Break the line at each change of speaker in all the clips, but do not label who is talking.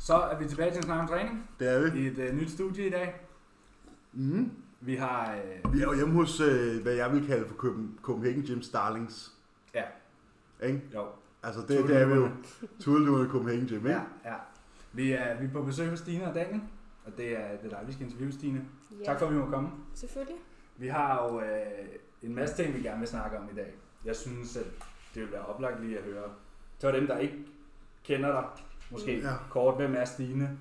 Så er vi tilbage til en snak om træning
Det er vi.
i et øh, nyt studie i dag.
Mm.
Vi har... Øh,
Vi er jo hjemme hos, øh, hvad jeg vil kalde for Køben, Copenhagen Gym Starlings.
Ja.
Ikke?
jo,
Altså det, det er vi jo.
Tudelurene.
Tudelurene Copenhagen Gym, ikke?
ja, ja. Vi er, vi er på besøg hos Stine og Daniel, og det er, det er dig, vi skal interviewe, Stine.
Ja,
Tak for, at vi må komme.
Selvfølgelig.
Vi har jo øh, en masse ting, vi gerne vil snakke om i dag. Jeg synes, at det vil være oplagt lige at høre. Til dem, der ikke kender dig, måske
Ja.
ja. kort, hvem er Stine?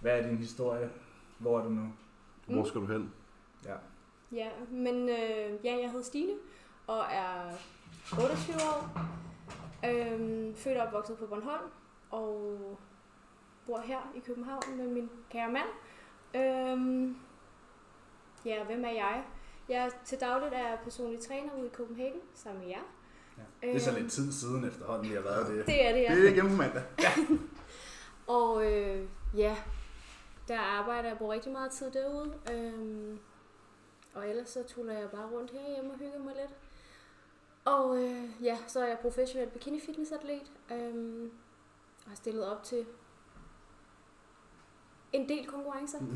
Hvad er din historie? Hvor er du nu?
Hvor
skal du hen?
Ja.
Ja, men øh, ja, jeg hedder Stine og er 28 år. Øhm, født og opvokset på Bornholm og bor her i København med min kære mand. Øhm, ja, hvem er jeg? Jeg er til dagligt er jeg personlig træner ude i Copenhagen sammen med jer. Øh.
ja. Det er så lidt tid siden efterhånden, vi har været det.
Det er det, jeg
Det er igen på mandag.
Og øh, ja, der arbejder jeg bruger rigtig meget tid derude. Øhm, og ellers så tuller jeg bare rundt herhjemme og hygger mig lidt. Og øh, ja, så er jeg professionel bikini fitness atlet. Øhm, og har stillet op til en del konkurrencer.
Hvor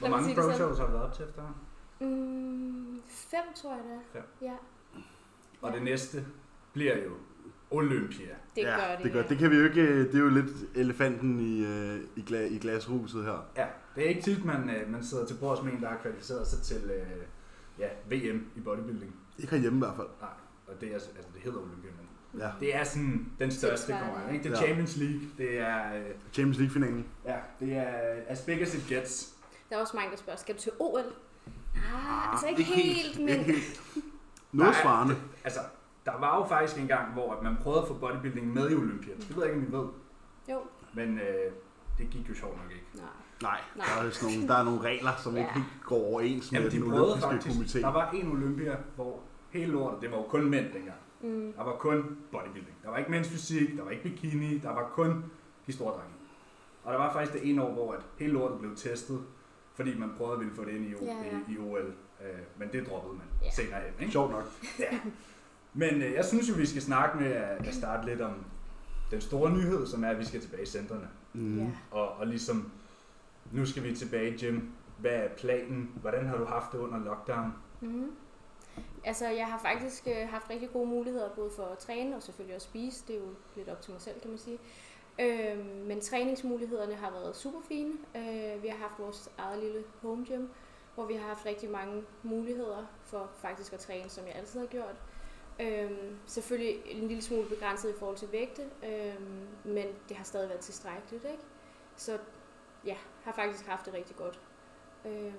mig
mange
sige
pro
det sådan.
shows har du været op til efterhånden?
Mm, fem tror jeg det er.
Fem.
Ja,
Og det næste bliver jo Olympia.
det ja, gør det.
det, gør,
ja.
det kan vi jo ikke, øh, det er jo lidt elefanten i, øh, i, gla, i glashuset her.
Ja, det er ikke tit, man, øh, man sidder til bords med en, der har kvalificeret sig til øh, ja, VM i bodybuilding.
Ikke herhjemme i hvert fald.
Nej, og det, er, altså, det hedder Olympia, men
Ja.
det er sådan den største
Tilsvarende.
konkurrence. Ikke? Det er
Ja.
Champions League, det er, øh,
Champions League-finalen.
ja, det er as big as it gets.
Der er også mange, der spørger, skal du til OL? Ah, altså
Ah,
ikke,
ikke helt.
helt, men...
Ikke helt. Noget
Nej.
svarende.
Altså, der var jo faktisk en gang, hvor at man prøvede at få bodybuilding med i Olympia. Det ved jeg ikke, om I ved,
Jo,
men øh, det gik jo sjovt nok ikke.
nej.
Nej,
Nej.
Der, er sådan nogle, der er nogle regler, som ikke
Ja.
helt går overens med
Jamen, de
den
prøvede
olympiske
faktisk.
komité.
Øh, Der var en Olympia, hvor hele lortet, det var jo kun mænd dengang.
Mm,
Der var kun bodybuilding. Der var ikke mænds fysik, der var ikke bikini, der var kun de store drenge. Og der var faktisk det ene år, hvor at hele lortet blev testet, fordi man prøvede at ville få det ind i, o-
Ja, ja.
i, i OL. Øh, men det droppede man
Ja.
senere hen. Ikke?
Sjovt nok.
Men øh, jeg synes jo, vi skal snakke med øh, at at starte lidt om den store nyhed, som er, at vi skal tilbage i centrene.
Mm.
ja.
Og, og ligesom, nu skal vi tilbage i gym. Hvad er planen? Hvordan har du haft det under lockdown?
Mm. Altså, jeg har faktisk øh, haft rigtig gode muligheder både for at træne og selvfølgelig også spise. Det er jo lidt op til mig selv, kan man sige. Øh, men træningsmulighederne har været super fine. Øh, vi har haft vores eget lille home gym, hvor vi har haft rigtig mange muligheder for faktisk at træne, som jeg altid har gjort. Øh, selvfølgelig en lille smule begrænset i forhold til vægte, øh, men det har stadig været tilstrækkeligt, ikke? Så ja, har faktisk haft det rigtig godt. Øh,
Det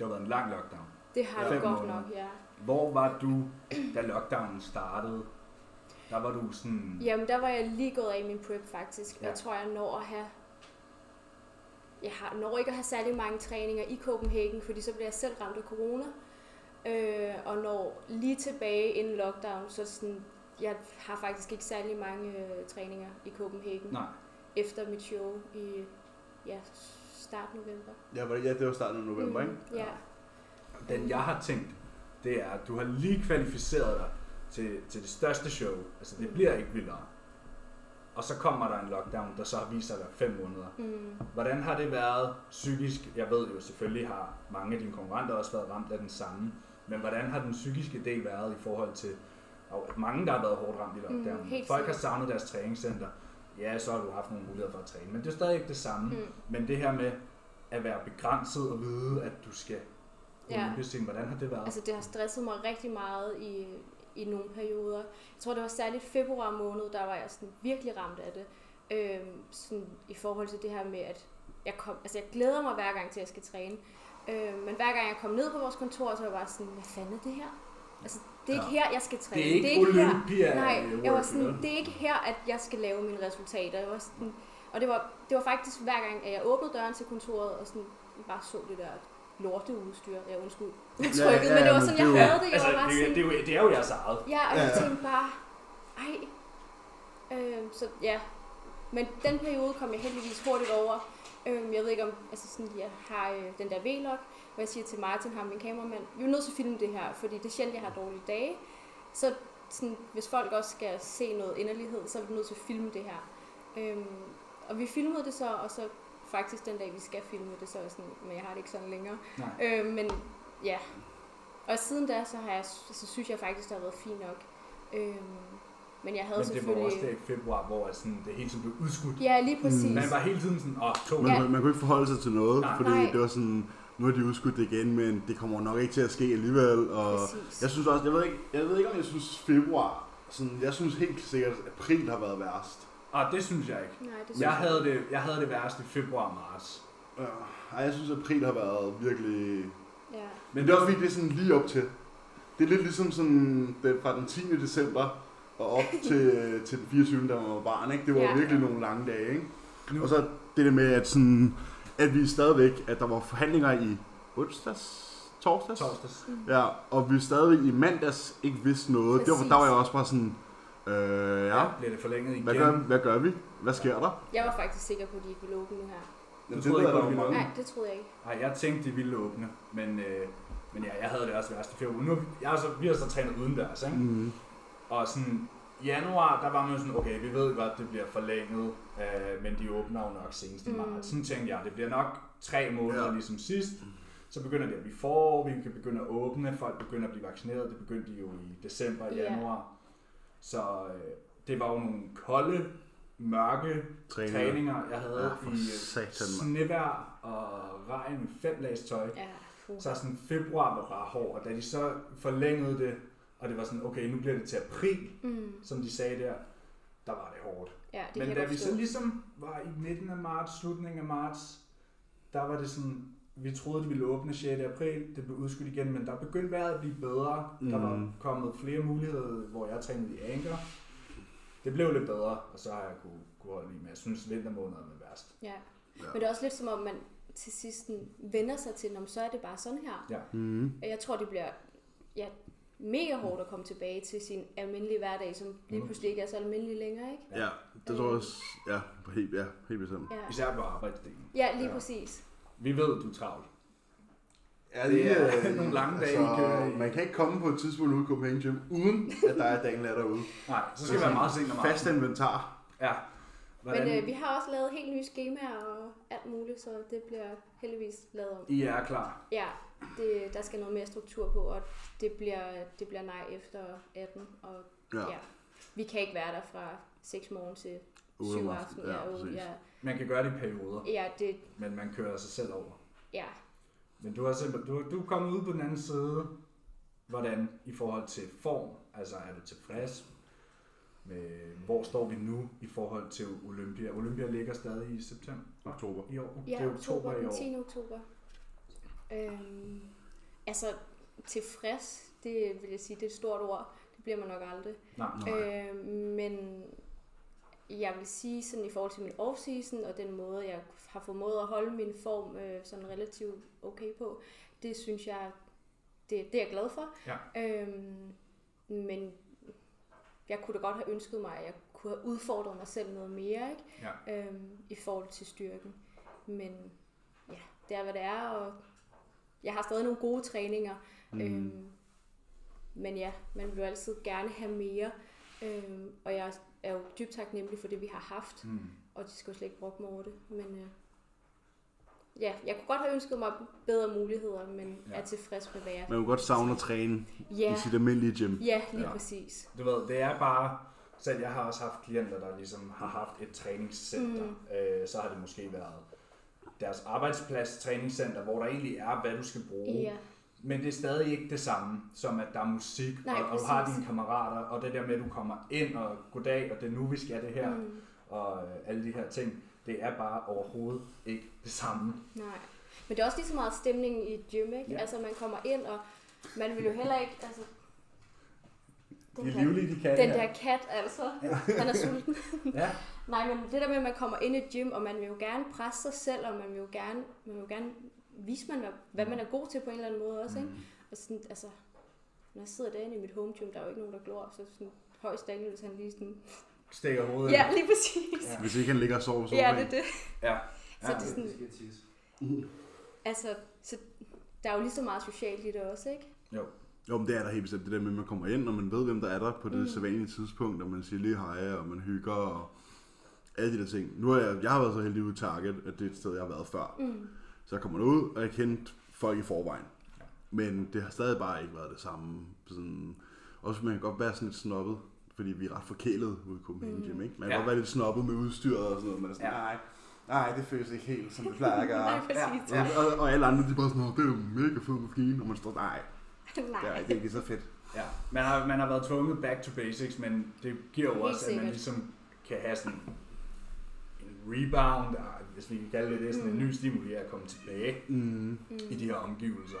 har været en lang lockdown.
det har
Fem
det godt
måneder.
nok, ja.
Hvor var du, da lockdownen startede? Der var du sådan...
Jamen, der var jeg lige gået af i min prep, faktisk.
Ja.
Ja. Jeg tror, jeg når at have... Jeg har, når ikke at have særlig mange træninger i Copenhagen, fordi så bliver jeg selv ramt af corona. Øh, og når lige tilbage inden lockdown, så sådan... Jeg har faktisk ikke særlig mange øh, træninger i Copenhagen
Nej.
efter mit show i ja, start november.
Ja, var det, ja, det var starten af november, ikke?
Mm, Ja.
Den jeg har tænkt, det er, at du har lige kvalificeret dig til, til det største show. Altså, det bliver ikke vildere. Og så kommer der en lockdown, der så viser dig fem måneder.
Mm.
Hvordan har det været psykisk? Jeg ved jo selvfølgelig har mange af dine konkurrenter også været ramt af den samme. Men hvordan har den psykiske del været i forhold til og at mange, der har været hårdt ramt i lockdown?
Mm, helt
Folk har
sikkert.
savnet deres træningscenter. Ja, så har du haft nogle muligheder for at træne, men det er stadig ikke det samme.
Mm.
Men det her med at være begrænset og vide, at du skal
Ja.
ja. Olympisk, hvordan har det været?
Altså det har stresset mig rigtig meget i, i nogle perioder. Jeg tror det var særligt februar måned, der var jeg sådan virkelig ramt af det. Øhm, sådan i forhold til det her med, at jeg, kom, altså jeg glæder mig hver gang til, at jeg skal træne. Øhm, men hver gang jeg kom ned på vores kontor, så var jeg bare sådan, hvad fanden er det her? Altså det er ikke her, jeg skal træne.
det er ikke
her.
Olympia.
Nej,
øh,
jeg var
workout.
sådan, det er ikke her, at jeg skal lave mine resultater. Jeg var sådan, og det var, det var faktisk hver gang, at jeg åbnede døren til kontoret og sådan, bare så det der lorteudstyr. Jeg undskyld udtrykket, ja, ja, men det var
men
sådan,
det
jeg
er jo-
havde det. Jeg
altså,
var bare
det, er-
sådan,
det, er jo- det er jo jeres eget.
ja, og jeg
Ja, ja.
tænkte bare, ej. Øhm, så ja, men den periode kom jeg heldigvis hurtigt over. Øhm, jeg ved ikke om, altså sådan, jeg har øh, den der vlog, hvor jeg siger til Martin, ham min kameramand, vi er nødt til at filme det her, fordi det er sjældent, jeg har dårlige dage. Så sådan, hvis folk også skal se noget inderlighed, så er vi nødt til at filme det her. Øhm, Og vi filmede det så, og så faktisk den dag, vi skal filme det, så er jeg sådan, men jeg har det ikke sådan længere.
Nej.
Øh, men ja. Og siden da, så, har jeg, så synes jeg faktisk, det har været fint nok. Øh, men jeg
Men det
havde
var
selvfølgelig...
også der i februar, hvor at sådan, det hele tiden blev udskudt.
Ja, lige præcis.
Man var hele tiden sådan, åh, oh, to
Man,
ja.
ja. man kunne ikke forholde sig til noget,
Nej.
fordi
Nej.
det var sådan, nu har de udskudt det igen, men det kommer nok ikke til at ske alligevel. Og
Præcis.
jeg synes også, jeg ved, ikke, jeg ved ikke, om jeg synes februar, sådan, jeg synes helt sikkert, at april har været værst.
Og det synes jeg ikke.
Nej, det synes
Jeg havde det, jeg havde det værst i februar og marts.
Ja, Ej, jeg synes, at april har været virkelig...
Ja.
Men det er også fordi, det er sådan lige op til. Det er lidt ligesom sådan, den, fra den 10. december og op til, til den 24. der var barn, ikke? Det var
Ja.
ja. virkelig nogle lange dage, ikke?
Nu,
Og så det der med, at, sådan, at vi stadigvæk, at der var forhandlinger i onsdags, torsdags?
torsdags.
Mm.
Ja, og vi stadigvæk i mandags ikke vidste noget. Det var,
Præcis.
der var jeg også bare sådan, øh, ja,
Bliver det forlænget igen?
hvad gør, hvad gør vi? Hvad sker der?
Jeg var faktisk sikker på, at de ikke ville åbne nu her.
Jamen, det ved jeg godt, vi
Mm.
Nej, det troede jeg ikke.
Ej, jeg tænkte, de ville åbne, men, øh, men ja, jeg havde det også værst i februar. Nu, er vi- jeg er så, vi har så trænet udendørs, ikke?
Mm.
Og sådan, i januar, der var man jo sådan, okay, vi ved godt, det bliver forlænget, øh, men de åbner jo nok senest i
Mm.
marts. Sådan tænkte jeg, det bliver nok tre måneder ja.
Ja.
ligesom sidst. Så begynder det at blive forår, vi kan begynde at åbne, folk begynder at blive vaccineret. Det begyndte de jo i december og
Ja.
januar. Så øh, det var jo nogle kolde, mørke
Træninger.
træninger, jeg havde
Ja, for
i øh,
satan,
snevejr og regn med fem lags tøj.
Ja, puh.
Så sådan februar var bare hård, og da de så forlængede det, og det var sådan, okay, nu bliver det til april,
Mm.
som de sagde der, der var det hårdt.
Ja, det
Det Men
kan
da
jeg
vi
godt
så
forstå.
ligesom var i midten af marts, slutningen af marts, der var det sådan, vi troede, det ville åbne 6. april, det blev udskudt igen, men der begyndte vejret at blive bedre. Mm. Der var
Mhm.
kommet flere muligheder, hvor jeg trænede i anker. Det blev lidt bedre, og så har jeg kunne, kunne holde i, men jeg synes, vintermånederne er værst.
Ja. Men det er også lidt som om, man til sidst sådan vender sig til, om så er det bare sådan her.
Ja.
Mm.
Og Jeg tror, det bliver ja, mega hårdt at komme tilbage til sin almindelige hverdag, som
Mm.
lige pludselig ikke er så almindelig længere, ikke?
Ja, det tror jeg også, ja, helt, ja, helt bestemt.
Ja,
Især på arbejdsdelen.
ja lige
Ja.
præcis.
Vi ved, du er travlt.
Ja, øh,
det er nogle lange dage, I kører i.
altså, Man kan ikke komme på et tidspunkt ude i Copenhagen Gym, uden at der er dangler derude.
Nej, så skal det være meget sent om aftenen.
Fast inventar.
Ja.
Men
Hvordan
øh, vi har også lavet helt nye skemaer og alt muligt, så det bliver heldigvis lavet om.
I er klar.
Ja, det, der skal noget mere struktur på, og det bliver, det bliver nej efter 18. Og ja.
Ja.
ja. Vi kan ikke være der fra 6 morgen til
Otte
7
om
aften.
aftenen.
Ja,
Ja,
ja,
præcis.
ja,
Man kan gøre det i perioder,
ja, det,
men man kører sig selv over.
ja.
Men du, har simpelthen, du, du er kommet ud på den anden side. Hvordan i forhold til form? Altså er du tilfreds? Med, hvor står vi nu i forhold til Olympia? Olympia ligger stadig i september
Oktober.
i år.
ja
det er oktober i
den
år.
10. oktober. Øhm, altså, tilfreds, det vil jeg sige, det er et stort ord. Det bliver man nok aldrig.
Nej,
Øh, men jeg vil sige sådan i forhold til min off-season og den måde, jeg har formået at holde min form øh, sådan relativt okay på, det synes jeg, det, det er jeg glad for.
Ja.
Øhm, men jeg kunne da godt have ønsket mig, at jeg kunne have udfordret mig selv noget mere, ikke? Ja. Øhm, i forhold til styrken. Men ja, det er, hvad det er, og jeg har stadig nogle gode træninger. Mm. Øhm, men ja, man vil jo altid gerne have mere. Øhm, og jeg er jo dybt taknemmelig for det, vi har haft.
Mm.
Og de skal jo slet ikke brokke mig over det. Men øh, ja, jeg kunne godt have ønsket mig bedre muligheder, men
Ja.
ja. er tilfreds med, hvad jeg...
Man kunne godt savne at træne
Ja,
i sit almindelige gym.
ja lige
Ja.
ja. præcis.
Du ved, det er bare... Selv jeg har også haft klienter, der ligesom har haft et træningscenter. Mm. Øh, så har det måske været deres arbejdsplads træningscenter, hvor der egentlig er, hvad du skal bruge.
Ja,
Men det er stadig ikke det samme, som at der er musik,
Nej,
og, og du har
præcis.
dine kammerater, og det der med, at du kommer ind, og goddag, og det er nu, vi skal det her, mm. og øh, alle de her ting, det er bare overhovedet ikke det samme.
nej. Men det er også lige så meget stemningen i et gym, ikke?
Ja.
Ja. Altså, man kommer ind, og man vil jo heller ikke... Altså,
De er livlige, de kan
den
det her.
der kat, altså. Han er sulten.
Ja,
Nej, men det der med, at man kommer ind i et gym, og man vil jo gerne presse sig selv, og man vil jo gerne, man vil jo gerne vise, man, hvad, hvad man er god til på en eller anden måde også, ikke? Og sådan, altså, når jeg sidder derinde i mit home gym, der er jo ikke nogen, der glor, så sådan højst Daniel, hvis han lige sådan...
stikker hovedet
Ja,
ind.
lige præcis.
Ja.
Hvis ikke han ligger og sover på
Ja,
sofaen.
det er det.
ja.
Så det er sådan, altså, så der er jo lige så meget socialt i det også, ikke?
Jo,
Jo, men det er der helt bestemt. Det der med, at man kommer ind, og man ved, hvem der er der på det mm. sædvanlige tidspunkt, og man siger lige hej, og man hygger, og Alle de der ting. Nu har jeg, jeg har været så heldig ude i Target, at det er et sted, jeg har været før.
Mm.
Så jeg kommer derud, og jeg kendte folk i forvejen. Men det har stadig bare ikke været det samme. Sådan, også man kan godt være sådan lidt snobbet, fordi vi er ret forkælet ude i
Mm.
Copenhagen Gym, ikke?
Ja.
Man kan ja. godt være lidt snobbet med udstyret og sådan noget, men er sådan,
Ja.
nej, nej, det føles ikke helt, som det plejer at gøre.
Nej, præcis.
Ja. Og, og, alle andre, de er bare sådan, "Nå, det er jo en mega fed maskine, og man står, nej, det er,
Nej.
det er ikke så fedt.
Ja, man har, man har været tvunget back to basics, men det giver jo
Helt
også, at man
sikkert.
ligesom kan have sådan en rebound, ah, hvis vi kan kalde det det, sådan en
Mm.
ny stimuli at komme tilbage
Mm.
i de her omgivelser.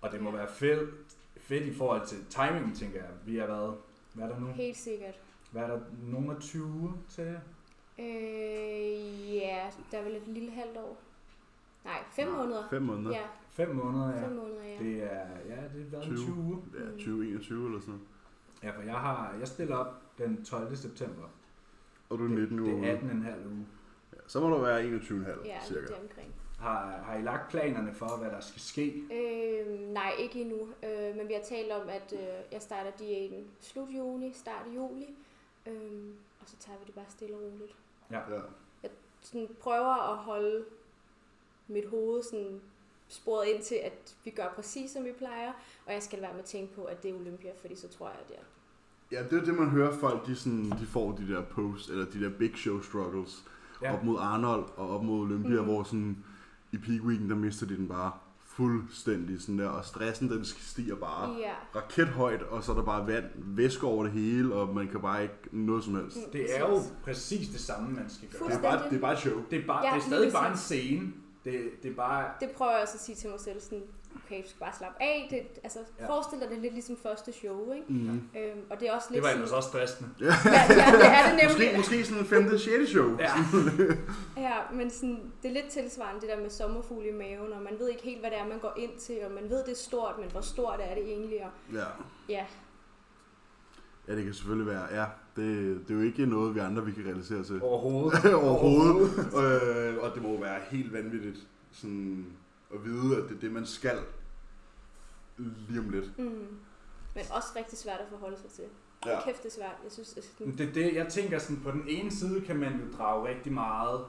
Og det må være fedt, fedt i forhold til timingen, tænker jeg. Vi har været, hvad er der nu?
Helt sikkert.
Hvad er der? Nogle af 20 uger til?
Øh, ja, der er vel et lille halvt år. Nej, fem måneder.
Fem måneder.
Ja,
5 måneder, ja.
fem måneder, ja.
Det er, ja, det er været 20.
20.
20 uger.
Ja,
Mm.
2021 eller sådan noget.
Ja, for jeg, har, jeg stiller op den 12. september.
Og du er 19 uger.
Det er
ude.
18 en halv uge.
Ja, så må du være 21,5
Ja,
cirka.
lidt omkring.
Har, har I lagt planerne for, hvad der skal ske?
Øh, nej, ikke endnu. Øh, men vi har talt om, at øh, jeg starter diæten slut juni, start i juli. Øh, og så tager vi det bare stille og roligt.
Ja.
Sådan prøver at holde mit hoved sådan sporet ind til, at vi gør præcis, som vi plejer. Og jeg skal lade være med at tænke på, at det er Olympia, fordi så tror jeg, at jeg...
Ja, det er det, man hører folk, de, sådan, de får de der posts, eller de der big show struggles,
Ja.
ja. op mod Arnold og op mod Olympia,
Mm.
mm. hvor sådan, i peak weekend, der mister de den bare fuldstændig sådan der, og stressen den stiger bare
Ah.
Ja,
rakethøjt, og så er der bare vand, væske over det hele, og man kan bare ikke noget som helst.
Mm.
Det er jo præcis det samme, man skal gøre.
Det, er bare, det er bare et show.
Det er, bare,
Ja,
ja, det er
lige
stadig bare en
præcis.
scene. Det, det er bare...
det prøver jeg også at sige til mig selv, sådan, okay, du skal bare slappe af. Det, altså,
Ja.
ja. forestil dig det lidt ligesom første show, ikke?
Mm.
Øhm, og det er også lidt
Det var
sådan-
ellers også stressende.
ja, ja, det er det nemlig.
Måske, måske sådan en femte, sjette show.
Ja.
Ja, men sådan, det er lidt tilsvarende det der med sommerfugl i maven, og man ved ikke helt, hvad det er, man går ind til, og man ved, det er stort, men hvor stort er det egentlig? Og
ja.
ja,
Ja, det kan selvfølgelig være. Ja, det, det er jo ikke noget, vi andre vi kan realisere til.
Overhovedet.
overhovedet. øh, og det må jo være helt vanvittigt sådan, at vide, at det er det, man skal lige om lidt.
mm, men også rigtig svært at forholde sig til.
Ja.
Kæft, det er svært. Jeg synes, at sådan,
Men Det, er det, jeg tænker sådan, på den ene side kan man jo drage rigtig meget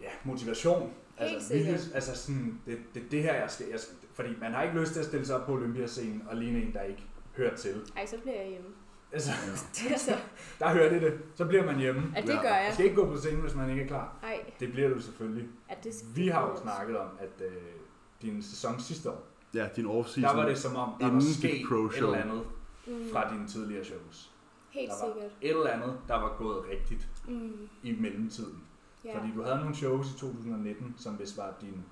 ja, motivation. altså,
sikkert.
virkelig- altså sådan, det, det, det her, jeg skal, jeg skal, fordi man har ikke lyst til at stille sig op på Olympiascenen og ligne en, der ikke hører til.
ej, så bliver jeg hjemme.
Altså,
altså,
der hører det det. Så bliver man hjemme.
at det
Ja.
gør jeg.
Man skal ikke gå på scenen, hvis man ikke er klar.
Ej,
Det bliver du selvfølgelig.
at det
Vi har jo snakket om, at øh, din sæson sidste år,
ja, din off-season.
der var det som om, der var
Inden dit
sket et
pro-show.
eller andet
Mm,
fra dine tidligere shows.
helt
der var-
sikkert.
Et eller andet, der var gået rigtigt
Mm,
i mellemtiden.
ja.
Fordi du havde nogle shows i 2019, som hvis var din,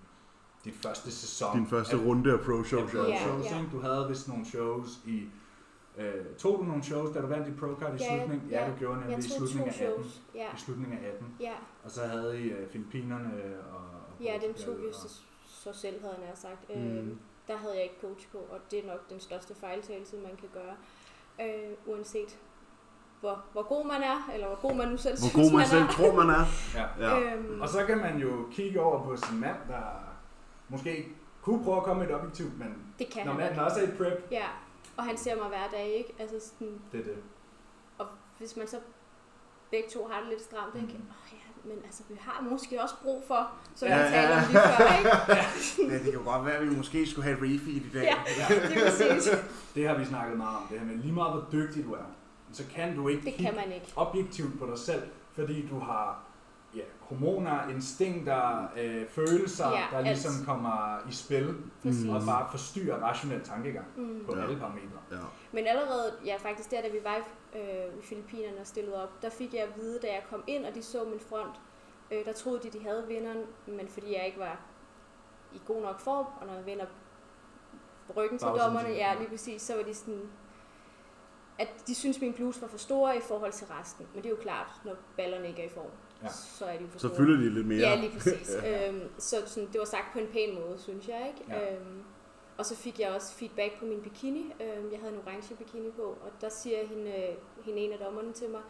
dit første sæson.
Din første
af-
runde af pro show.
af pro
Ja, øh,
shows,
ja.
ikke? Du havde vist nogle shows i... Øh, tog du nogle shows, da du vandt i ProCard i
Ja,
slutningen?
ja.
Ja, du gjorde nemlig
jeg
i
tog
slutningen
to
af 18.
shows. Ja,
I slutningen af 18.
ja.
Og så havde I øh, Filippinerne og... og
Ja, den
Portugal
tog vi
og-
så, så selv, havde jeg nær sagt. Mm.
Mm.
Øhm, der havde jeg ikke coach på, og det er nok den største fejltagelse, man kan gøre. Øh, uanset hvor, hvor god man er, eller hvor god man nu selv
Hvor
synes,
god man
er.
selv tror, man er.
Ja.
Ja.
Øhm,
Og så kan man jo kigge over på sin mand, der måske kunne prøve at komme med et objektivt, men
det kan
når
han.
manden også er i prep,
Ja, og han ser mig hver dag, ikke? Altså sådan,
det er det.
og hvis man så begge to har det lidt stramt, ikke?
Mm.
Åh ja, men altså, vi har måske også brug for, som
Ja,
ja, jeg
ja,
talte om
ja.
lige før, ikke?
ja, det kan godt være, at vi måske skulle have et refeed i dag.
Ja, det er præcis.
Det har vi snakket meget om, det her med lige meget hvor dygtig du er, så kan du ikke
Det
kigge
kan man ikke.
objektivt på dig selv, fordi du har ja, hormoner, instinkter, øh, følelser,
Ja,
ja, der ligesom
alt.
kommer i spil
Præcis.
mm. og bare forstyrrer rationel tankegang
Mm.
på
Ja.
ja. alle parametre.
ja.
Men allerede, ja faktisk der, da vi var i, øh, i Filippinerne og stillede op, der fik jeg at vide, da jeg kom ind, og de så min front, øh, der troede de, de havde vinderen, men fordi jeg ikke var i god nok form, og når jeg vender ryggen til
Bagsides
dommerne,
ryggen.
ja lige præcis, så var de sådan, at de synes min bluse var for stor i forhold til resten. Men det er jo klart, når ballerne ikke er i form,
Ja.
ja. så er de jo for
Så
store.
fylder de lidt mere.
Ja, lige præcis.
Ja.
øhm, så sådan, det var sagt på en pæn måde, synes jeg. ikke.
Ja.
Øhm, og så fik jeg også feedback på min bikini. Øhm, jeg havde en orange bikini på, og der siger hende, øh, hende en af dommerne til mig,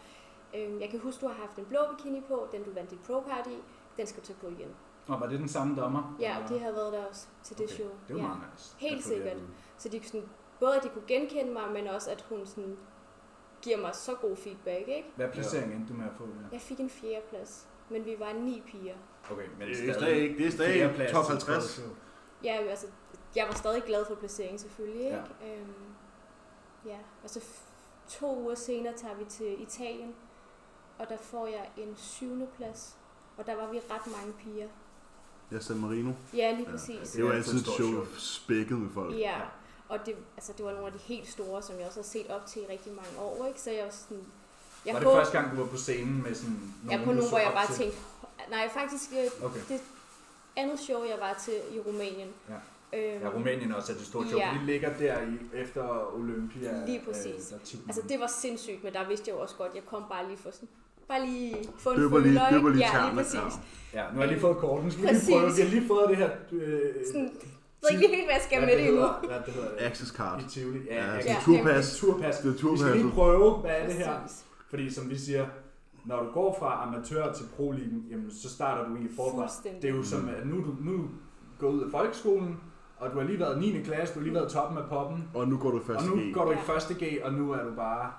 øhm, jeg kan huske, du har haft en blå bikini på, den du vandt dit pro-card i, den skal du tage på igen.
Og var det den samme dommer?
Ja, og
det
de havde været der også til det
Okay,
show.
Det var
ja.
meget nice.
Helt
Jeg tror, det er
sikkert. Så de sådan, både at de kunne genkende mig, men også at hun sådan, giver mig så god feedback, ikke?
Hvad placering endte du med at få? Ulla?
Jeg fik en fjerdeplads, men vi var ni piger.
Okay, men
Det er stadig ikke- det er stadig
fjerdeplads
top
til
50.
tredje show.
Ja, altså, jeg var stadig glad for placeringen selvfølgelig, ikke? Ja. Øhm, ja. Og så f- to uger senere tager vi til Italien, og der får jeg en syvende plads. Og der var vi ret mange piger.
Ja, San Marino.
Ja, lige
Ja,
præcis.
Det var
er
altid et
altid et
show
stort show.
spækket med folk.
Ja, og det, altså, det var nogle af de helt store, som jeg også har set op til i rigtig mange år, ikke? Så jeg var sådan... Jeg
var det
håber-
første gang, du var på scenen med sådan nogen,
Ja, på
du
nogle,
så
hvor jeg
op
bare
til?
tænkte... Nej, faktisk øh,
Okay,
andet show, jeg var til i Rumænien.
Ja.
Øhm,
ja, Rumænien også er det store show.
Ja.
Ja. De ligger der i, efter Olympia.
Lige præcis.
Øh, der er tit
Altså, det var sindssygt, men der vidste jeg jo også godt, jeg kom bare lige for sådan... Bare lige få en
Døber lige,
føler,
døber
ikke?
lige
ja, lige
tærne.
præcis. Ja.
Ja, nu har jeg lige fået korten, så vi lige
Præcis.
prøve. Vi har lige fået det her... Øh,
Sådan, jeg ved ikke lige helt, hvad jeg skal
hvad
med det endnu.
hedder- Hvad det hedder øh,
Ja. Access card.
I Tivoli. Ja,
Ja,
ja,
sådan
ja.
turpas.
Turpas.
Det er
Vi skal
turpasset.
lige prøve, hvad er det her?
Præcis.
Fordi som vi siger, når du går fra amatør til pro jamen så starter du egentlig forfra.
Fuldstændig.
Det er jo som, at nu, er du nu går ud af folkeskolen, og du har lige været 9. klasse, du har lige været toppen af poppen,
Og nu går du
og
først
nu
i.
går du i
Ja.
første G, og nu er du bare,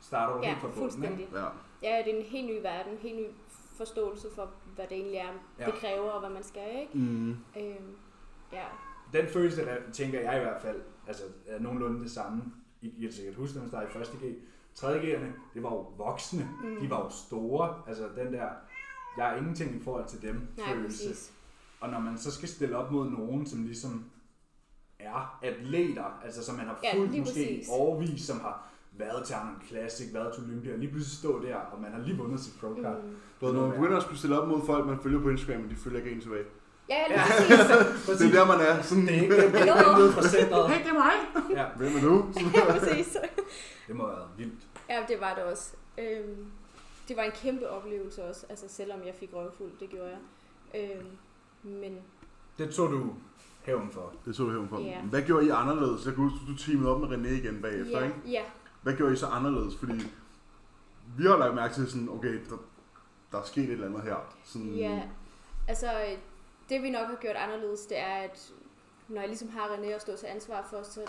starter du
Ja,
helt fra bunden. ikke?
fuldstændig.
Ja.
Ja, ja, det er en helt ny verden, en helt ny forståelse for, hvad det egentlig er,
Ja.
ja. det kræver, og hvad man skal, ikke?
Mm.
Øhm, ja,
Den følelse, der tænker jeg i hvert fald, altså er nogenlunde det samme. I I kan sikkert huske, når man startede i første G. 3. G'erne, det var jo voksne. Mm. De var jo store. Altså den der, jeg er ingenting i forhold til dem
nej, præcis.
Og når man så skal stille op mod nogen, som ligesom er atleter, altså som man har
Ja,
fulgt ja,
lige
måske
præcis.
overvis, som har været til Arnold Classic, været til Olympia, og lige pludselig stå der, og man har lige vundet sit pro card. Mm.
Du ved, når man begynder at skulle stille op mod folk, man følger på Instagram, men de følger ikke en tilbage.
Ja, ja, lige præcis.
Det er der, man er. Sådan,
det er ikke den,
Hallo?
den nede fra centret.
hey, det er mig.
Ja,
Hvem er du?
ja, præcis.
det må have været vildt.
Ja, det var det også. Øhm, det var en kæmpe oplevelse også, altså selvom jeg fik røvfuld, det gjorde jeg. Øhm, men
Det tog du hævn for.
Det så du herude
Ja.
yeah. Hvad gjorde I anderledes? Jeg kan huske, du teamede op med René igen bagefter,
ja,
ikke?
ja,
Hvad gjorde I så anderledes? Fordi vi har lagt mærke til sådan, okay, der, der er sket et eller andet her. Sådan,
Ja, altså øh, det vi nok har gjort anderledes, det er, at når jeg ligesom har René at stå til ansvar for, så,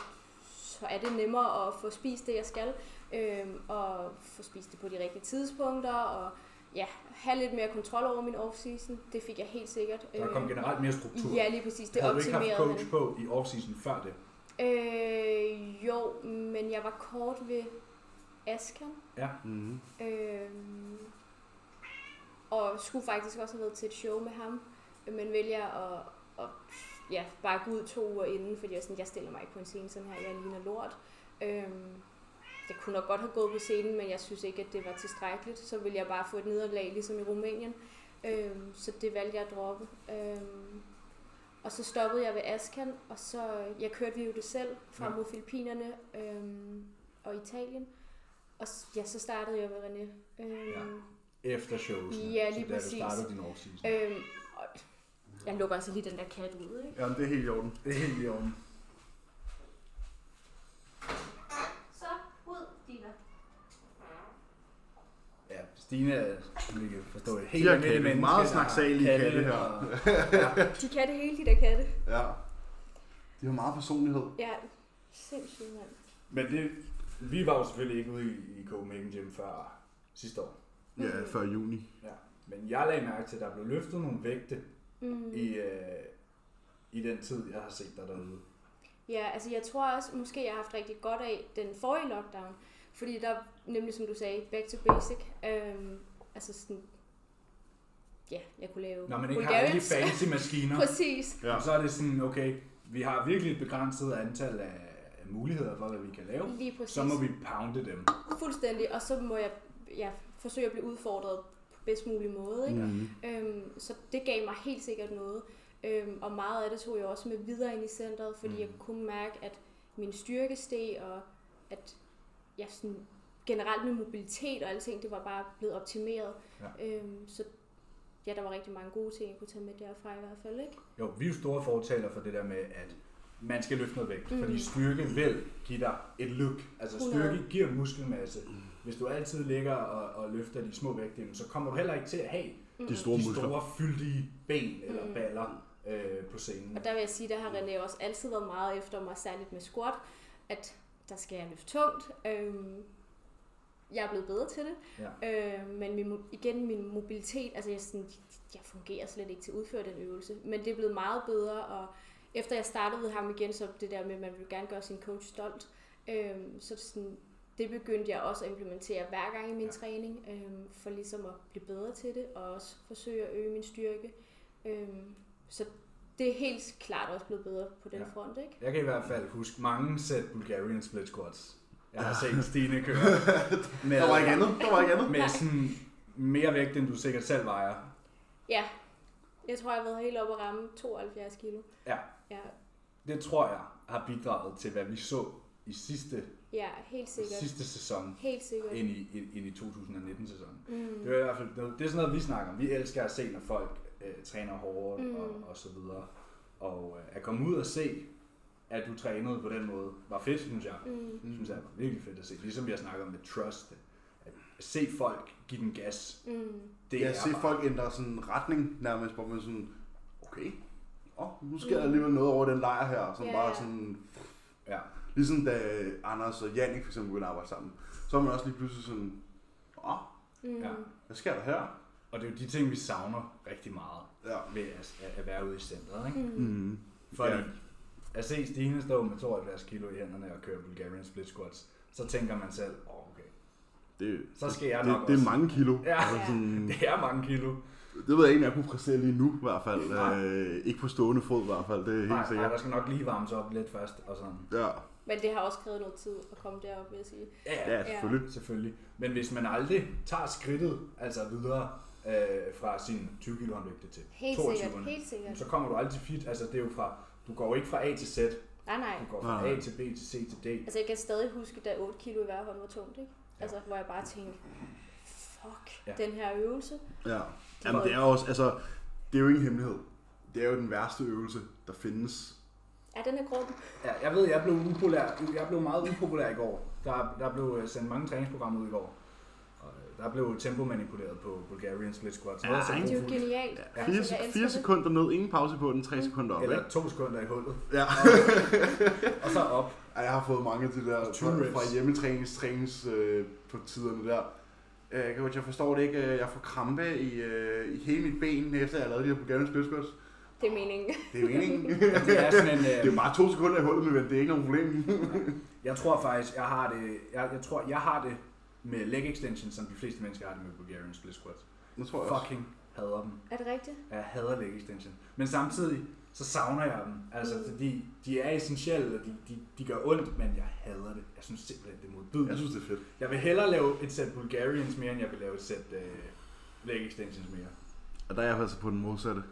så er det nemmere at få spist det, jeg skal, øhm, og få spist det på de rigtige tidspunkter, og ja, have lidt mere kontrol over min off-season. Det fik jeg helt sikkert. Øhm,
Der kom generelt mere struktur.
Øh, ja, lige præcis. Det
havde du ikke
optimerede
haft
han.
coach på i offseason før det?
Øh, jo, men jeg var kort ved Askan.
Mm,
Øh, og skulle faktisk også have været til et show med ham, øh, men vælger at, at ja, bare gå ud to uger inden, fordi jeg, var sådan, jeg stiller mig ikke på en scene sådan her, jeg ligner lort. Øh, jeg kunne nok godt have gået på scenen, men jeg synes ikke, at det var tilstrækkeligt. Så ville jeg bare få et nederlag, ligesom i Rumænien. Øh, så det valgte jeg at droppe. Øh, og så stoppede jeg ved Askan, og så jeg kørte vi jo det selv fra
Ja.
mod Filippinerne øh, og Italien. Og s- ja, så startede jeg med René. Øhm,
Efter shows.
Ja, lige
da
præcis.
du startede din offseason.
ja. øhm, og jeg lukker altså lige den der kat ud, ikke?
jamen, det er helt i orden.
Det er helt i orden.
Så ud, Dina.
Ja, Stine er, vi kan forstå, et helt
Fire
almindeligt
katte.
menneske.
Meget
der har
snaksalige katte her.
og-
De kan det hele, de der katte.
Ja. De har meget personlighed.
Ja, sindssygt, mand.
Men det, vi var jo selvfølgelig ikke ude i, i Copenhagen Gym før sidste år.
Ja, før juni.
Ja. Men jeg lagde mærke til, at der blev løftet nogle vægte
Mm.
i, øh, i den tid, jeg har set dig derude.
Ja, altså jeg tror også, måske jeg har haft rigtig godt af den forrige lockdown. Fordi der, nemlig som du sagde, back to basic. Øhm, altså sådan, ja, jeg kunne lave
Når man ikke har alle de
Bulgarians.
fancy maskiner,
Præcis.
Ja.
så er det sådan, okay, vi har virkelig et begrænset antal af af muligheder for, hvad vi kan lave.
Lige præcis.
Så må vi pounde dem.
Fuldstændig, og så må jeg ja, forsøge at blive udfordret på bedst mulig måde. Ikke?
Mm.
Øhm, så det gav mig helt sikkert noget. Øhm, og meget af det tog jeg også med videre ind i centret, fordi mm. jeg kunne mærke, at min styrke steg, og at jeg sådan, generelt min mobilitet og alting, det var bare blevet optimeret.
Ja.
Øhm, så ja, der var rigtig mange gode ting, jeg kunne tage med derfra i hvert fald. Ikke?
Jo, vi er jo store fortalere for det der med, at man skal løfte noget vægt, mm.
Mm.
fordi styrke vil give dig et look. Altså
100.
styrke giver muskelmasse. Hvis du altid ligger og, og løfter de små vægte, jamen, så kommer du heller ikke til at have
De store
de
muskler.
store fyldige ben eller
Mm.
baller øh, på scenen.
Og der vil jeg sige, der har René også altid været meget efter mig, særligt med squat, at der skal jeg løfte tungt. Øhm, Jeg er blevet bedre til det.
Ja.
Øh, men min, mo- igen, min mobilitet, altså jeg, sådan, jeg fungerer slet ikke til at udføre den øvelse. Men det er blevet meget bedre, og efter jeg startede ved ham igen, så det der med, at man vil gerne gøre sin coach stolt, øh, så det, sådan, det begyndte jeg også at implementere hver gang i min
Ja.
ja. træning, øh, for ligesom at blive bedre til det, og også forsøge at øge min styrke. Øh, så det er helt klart også blevet bedre på den
Ja.
ja. front, ikke?
Jeg kan i hvert fald huske mange sæt Bulgarian split squats. Jeg har set Stine køre med,
Der var ikke andet. Der var ikke andet.
med sådan mere vægt, end du sikkert selv vejer.
Ja, jeg tror, jeg har været helt oppe at ramme 72 kilo.
Ja,
Ja,
det tror jeg har bidraget til, hvad vi så i sidste,
ja helt sikkert.
sidste sæson
Helt sikkert.
ind i, ind- ind i 2019-sæsonen.
Mm.
Det er i hvert fald noget, det er sådan noget, vi snakker om. Vi elsker at se, når folk øh, træner hårdere mm. og,
Mm.
og så videre. Og øh, at komme ud og se, at du trænede på den måde, var fedt, synes jeg.
Mm.
Det synes jeg var virkelig fedt at se. Ligesom vi har snakket om med trust. At se folk give den gas.
Mm.
Det
jeg
er
ser
bare-
folk ændre sådan en retning nærmest, hvor man sådan, okay, oh, nu sker der alligevel noget over den lejr her, og sådan
Mm. Ja,
bare
ja.
sådan,
Ja,
ligesom da Anders og Jannik for eksempel begyndte at arbejde sammen, så er man også lige pludselig sådan, åh, oh,
Mm.
ja.
hvad sker der her?
Og det er jo de ting, vi savner rigtig meget
Ja.
ved at, at- at være ude i centret. Ikke?
Mm.
Mm.
Fordi
Ja.
at se Stine stå med 72 kilo i hænderne og køre Bulgarian split squats, så tænker man selv, åh oh, okay,
Det,
Så skal jeg
det,
nok
det er
også.
mange kilo.
Ja.
Altså sådan,
det er mange kilo.
det ved jeg ikke, om jeg kunne præstere lige nu i hvert fald.
Nej.
Øh, ikke på stående fod i hvert fald, det er helt
Nej, nej,
sikkert.
der skal nok lige varmes op lidt først og sådan.
Ja,
Men det har også krævet noget tid at komme derop, vil jeg sige.
Ja,
ja, selvfølgelig.
selvfølgelig. Men hvis man aldrig tager skridtet altså videre øh, fra sin 20 kg håndvægte til
Helt
22'erne,
sikkert, helt sikkert.
så kommer du aldrig til fit. Altså det er jo fra, du går jo ikke fra A til Z,
Nej, nej.
du går fra
Nej.
A til B til C til D.
Altså, jeg kan stadig huske, da 8 kilo i hver hånd var tungt, ikke?
Ja.
Altså, hvor jeg bare tænkte, fuck,
Ja.
ja. den her øvelse.
Ja. Jamen, det er også, altså, det er jo ingen hemmelighed. Det er jo den værste øvelse, der findes
Ja, den er grum.
Ja, jeg ved, jeg blev, upopulær. jeg blev meget upopulær i går. Der, der blev øh, sendt mange træningsprogrammer ud i går. Og, øh, Der blev tempo manipuleret på Bulgarian split squats. Noget
Ja,
så
ikke?
Det er jo
grufuldt.
genialt.
Ja, 4,
Altså,
jeg elsker
4
det.
sekunder ned, ingen pause på den, 3 sekunder op,
Mm. Eller
ikke?
to sekunder i hullet.
Ja.
Og så op.
Ej, jeg har fået mange af de der
Og 20
fra,
reps.
fra hjemmetrænings trænings, øh, på tiderne der. Øh, Jeg, kan, godt- jeg forstår det ikke, øh, jeg får krampe i, øh, i hele mit ben, efter jeg lavede de her Bulgarian split squats.
Det er meningen.
Det er meningen.
Det er sådan en,
det
øh,
er jo bare to sekunder i hullet, men det er ikke nogen problem.
Jeg tror faktisk, jeg har det, jeg, jeg tror, jeg har det med leg extensions, som de fleste mennesker har det med Bulgarian split squats.
Nu tror jeg også.
Fucking hader dem.
Er det rigtigt?
Jeg hader leg extension. Men samtidig, så savner jeg dem. Altså,
Mm.
fordi de er essentielle, og de, de, de gør ondt, men jeg hader det. Jeg synes simpelthen, det er
Jeg
modbydeligt.
synes, det er fedt.
Jeg vil hellere lave et sæt Bulgarians mere, end jeg vil lave et sæt øh, leg extensions mere.
Og der er jeg faktisk på den modsatte.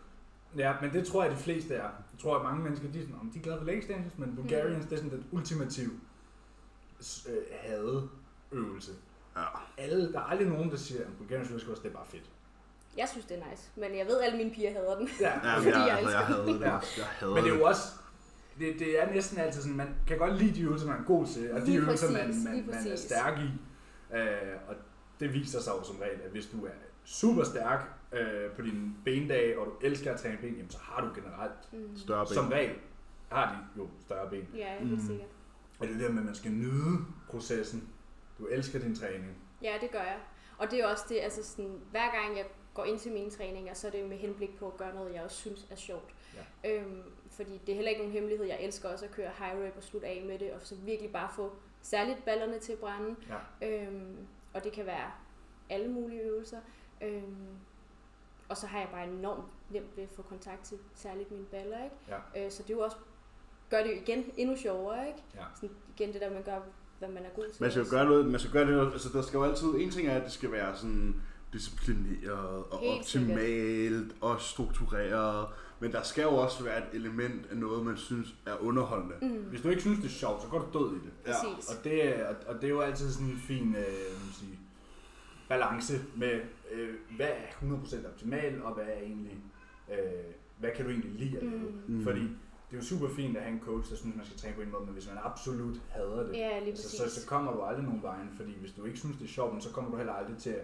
Ja, men det tror jeg, de fleste er. Jeg tror, at mange mennesker, de er, sådan, "Om, de er glade for leg extensions,
Mm.
men Bulgarians, det er sådan den ultimative s- øh, hadeøvelse.
Ja.
alle, der er aldrig nogen, der siger, at Bulgarian Swiss det er bare fedt.
Jeg synes, det er nice. Men jeg ved, at alle mine piger hader den.
Ja.
Ja,
Fordi
jeg,
jeg
altså, jeg
elsker
havde det.
Ja.
Jeg havde
Men det er jo også, det, det er næsten altid sådan, man kan godt lide de øvelser, man er god til, og de
Lige
øvelser, man,
præcis,
man,
lige
man er
præcis.
stærk i. Øh, og det viser sig jo som regel, at hvis du er super stærk øh, på dine bendage, og du elsker at træne ben, jamen, så har du generelt,
Mm.
Større ben.
som regel, har de jo større ben.
Ja, helt
Mm.
sikkert.
Og det er det der med, at man skal nyde processen. Du elsker din træning.
Ja, det gør jeg. Og det er også det, altså sådan, hver gang jeg går ind til mine træninger, så er det jo med henblik på at gøre noget, jeg også synes er sjovt. Ja. Øhm, fordi det er heller ikke nogen hemmelighed. Jeg elsker også at køre high rep og slutte af med det, og så virkelig bare få særligt ballerne til at brænde.
Ja.
Øhm, og det kan være alle mulige øvelser. Øhm, og så har jeg bare enormt nemt ved at få kontakt til særligt mine baller, ikke? Ja. Øh, så det er jo også, gør det jo igen endnu sjovere, ikke?
Ja.
Sådan igen det der, man gør, hvad man er god til.
Man skal jo
også.
gøre noget, man skal gøre det, altså der skal jo altid, en ting er, at det skal være sådan disciplineret og
Helt
optimalt og struktureret, men der skal jo også være et element af noget, man synes er underholdende.
Mm,
Hvis du ikke synes, det er sjovt, så går du død i det.
Ja,
præcis.
Og det, er- og- og det er jo altid sådan en fin øh, hvad man sige, balance med, øh, hvad er 100% optimal, og hvad er egentlig, øh, hvad kan du egentlig lide at lave?
Mm.
Mm. Fordi det er jo super fint at have en coach, der synes, man skal træne på en måde, men hvis man absolut hader det, altså,
Ja, lige
så,
præcis.
så, så kommer du aldrig nogen vejen, fordi hvis du ikke synes, det er sjovt, men så kommer du heller aldrig til at,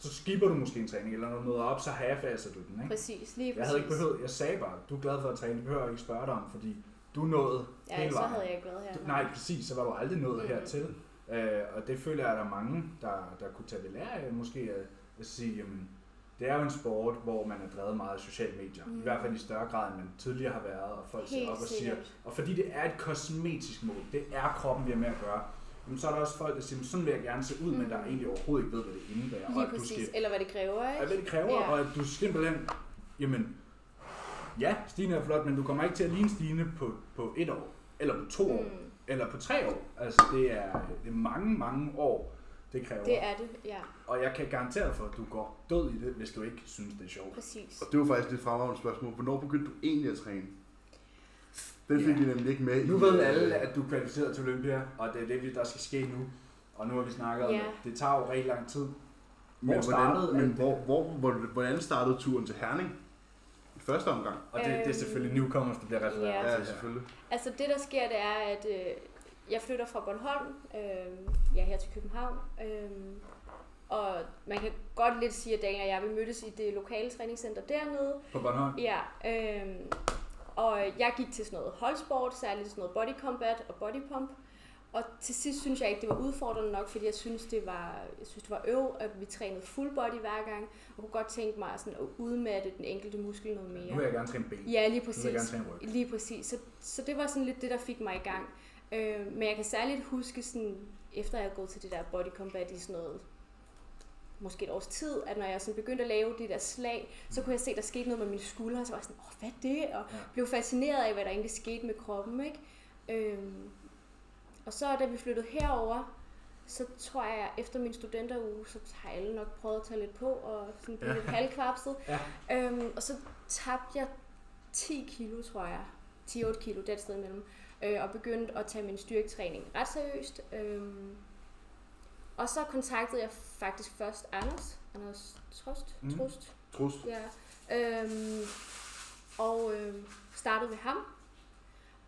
så skipper du måske en træning, eller når du møder op, så half-asser du den, ikke?
Præcis, lige præcis.
Jeg havde ikke behøvet, jeg sagde bare, du er glad for at træne, det behøver jeg ikke spørge dig om, fordi du nåede
Ja,
hele
så
vejen.
havde jeg ikke været her.
Nej, præcis, så var du aldrig nået mm.
Mhm.
hertil. Øh, og det føler jeg, at der er mange, der, der kunne tage ved lære af, måske at, at sige, jamen, det er jo en sport, hvor man er drevet meget af sociale medier. Mm. I hvert fald i større grad, end man tidligere har været, og folk ser
Helt
op og siger,
sikkert.
og fordi det er et kosmetisk mål, det er kroppen, vi har med at gøre, jamen, så er der også folk, der siger, "Men sådan vil jeg gerne se ud, mm. men der egentlig overhovedet ikke ved, hvad det indebærer. og
Lige
at du
præcis.
skal
Eller hvad det kræver,
og
ikke?
hvad det kræver,
Ja.
ja. og at du simpelthen, jamen, ja, Stine er flot, men du kommer ikke til at ligne Stine på, på et år, eller på to mm. år,
Mm.
eller på tre år. Altså, det er, det er mange, mange år, det kræver.
Det er det, ja,
Og jeg kan garantere for, at du går død i det, hvis du ikke synes, det er sjovt.
præcis.
Og det var faktisk det fremragende spørgsmål. Hvornår begyndte du egentlig at træne? Den fik
Ja.
vi nemlig ikke med. i- øh,
Nu ved alle, at du er kvalificeret til Olympia, og det er det, vi- der skal ske nu. Og nu har vi snakket om,
Ja.
at det tager jo rigtig lang tid.
Men,
Hvor startede
hvordan,
alt
men
det?
hvor, hvor, hvor, hvordan startede turen til Herning? I første omgang.
Og det, det er selvfølgelig newcomers, der bliver refereret
Øhm, Ja.
til
Ja,
her.
selvfølgelig.
Altså det, der sker, det er, at øh, jeg flytter fra Bornholm, øh, jeg er her til København, øh, og man kan godt lidt sige, at Daniel og jeg, vi mødtes i det lokale træningscenter dernede.
På Bornholm.
Ja, øh, og jeg gik til sådan noget holdsport, særligt sådan noget body combat og body pump. Og til sidst synes jeg ikke, det var udfordrende nok, fordi jeg synes, det var, jeg synes, det var øv, at vi trænede full body hver gang. Og kunne godt tænke mig sådan at udmatte den enkelte muskel noget mere.
Nu vil jeg gerne træne ben.
Ja, lige
Nu vil jeg gerne
præcis.
træne ryg.
Lige præcis. Så, så det var sådan lidt det, der fik mig i gang. Øh, men jeg kan særligt huske, sådan, efter jeg havde gået til det der body combat i sådan noget, måske et års tid, at når jeg sådan begyndte at lave det der slag, så kunne jeg se, der skete noget med mine skuldre, og så var jeg sådan, åh, hvad er det? Og
Ja.
blev fascineret af, hvad der egentlig skete med kroppen, ikke? Øhm, og så da vi flyttede herover, så tror jeg, efter min studenteruge, så har alle nok prøvet at tage lidt på og sådan blive
Ja.
ja. lidt halvkvapset.
Ja.
Øhm, og så tabte jeg 10 kilo, tror jeg. 10-8 kilo, det er et sted imellem. Øh, og begyndte at tage min styrketræning ret seriøst. Øhm, og så kontaktede jeg faktisk først Anders. Anders Trost.
Mm.
Mm. Trost.
Trust.
Ja. Øhm, og øhm, startede ved ham.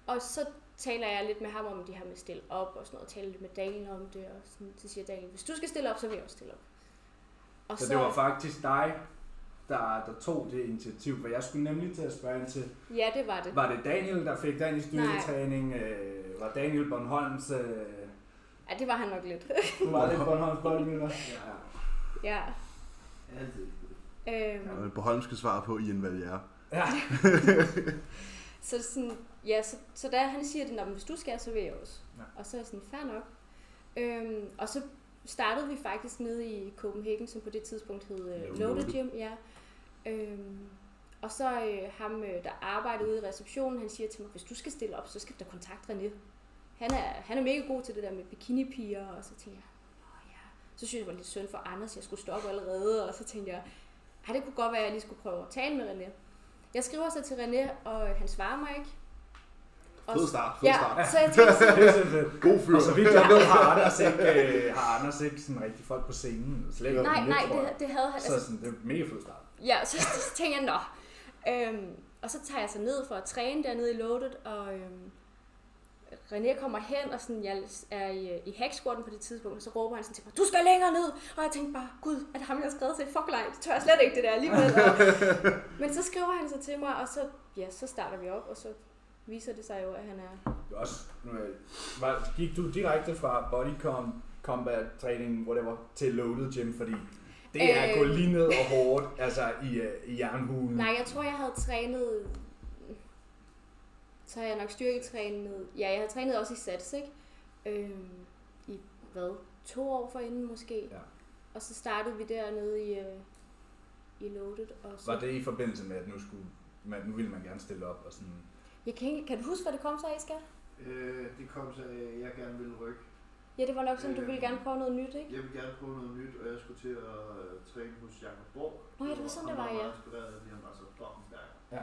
Og så taler jeg lidt med ham om det her med at stille op og sådan noget. Taler lidt med Daniel om det. Og sådan, så siger Daniel, hvis du skal stille op, så vil jeg også stille op. Og
Så det var faktisk dig, der, der tog det initiativ, for jeg skulle nemlig til at spørge ind til,
Ja, det var det.
var det Daniel, der fik Daniels styrketræning? Øh, var Daniel Bornholms... Øh,
Ja, det var han nok lidt.
du var lidt Bornholms boldmøller? Ja.
ja.
Ja.
Øhm,
Og på Holm skal svare på i en valgere.
ja.
Så sådan, ja, så, så da han siger det, "Nå, men hvis du skal, så vil jeg også.
Ja.
Ja. Og så er jeg sådan, fair nok. Øhm, og så startede vi faktisk nede i Copenhagen, som på det tidspunkt hed øh,
Loaded.
Loaded Gym. Ja. Øhm, og så øh, ham, øh, der arbejdede ude i receptionen, han siger til mig, hvis du skal stille op, så skal du da kontakte René. Han er, han er mega god til det der med bikinipiger, og så tænkte jeg, "Nå ja. Så synes jeg, det var lidt synd for Anders, jeg skulle stoppe allerede, og så tænkte jeg, ej, det kunne godt være, at jeg lige skulle prøve at tale med René. Jeg skriver så til René, og øh, han svarer mig ikke. Og
Fed start, fed
ja,
start.
så jeg tænkte sådan,
Det er så fedt.
God fyr.
Og så vidt jeg ved, har Anders ikke, øh, har Anders ikke sådan rigtig folk på scenen. Slet ikke
nej,
lidt,
nej,
tror jeg.
det, det havde han.
Så
Altså,
sådan, det er en mega fed start.
ja, så, så tænkte jeg, nå. Øhm, og så tager jeg så ned for at træne dernede i loadet, og øhm, René kommer hen, og sådan, jeg er i, øh, i hacksquatten på det tidspunkt, og så råber han sådan til mig, du skal længere ned! Og jeg tænkte bare, gud, er det ham, jeg har skrevet til? Fuck nej, det tør jeg slet ikke det der alligevel. Og, men så skriver han så til mig, og så, ja, så starter vi op, og så viser det sig jo, at han er...
Det er Også, nu, øh, var, gik du direkte fra bodycom, combat, træning, whatever, til loaded gym, fordi det er at gå
Øh.
lige ned og hårdt, altså i, øh, i jernhulen.
Nej, jeg tror, jeg havde trænet... Så har jeg nok styrketrænet... Ja, jeg havde trænet også i sats, ikke? Øhm, I hvad? To år forinden måske.
Ja.
Og så startede vi dernede i, øh, i Loaded. Og så...
Var det i forbindelse med, at nu, skulle, man, nu ville man gerne stille op? Og sådan.
Jeg kan, ikke... kan du huske, hvad det kom så af, skat?
Øh, det kom så, at jeg gerne ville rykke.
Ja, det var nok sådan, du
Øh,
ville gerne prøve noget nyt, ikke?
Jeg ville gerne prøve noget nyt, og jeg skulle til at øh, træne hos Jakob Borg.
Nå ja, det var sådan,
Han
det var,
meget
ja.
inspireret, fordi han var så fucking stærk.
Ja.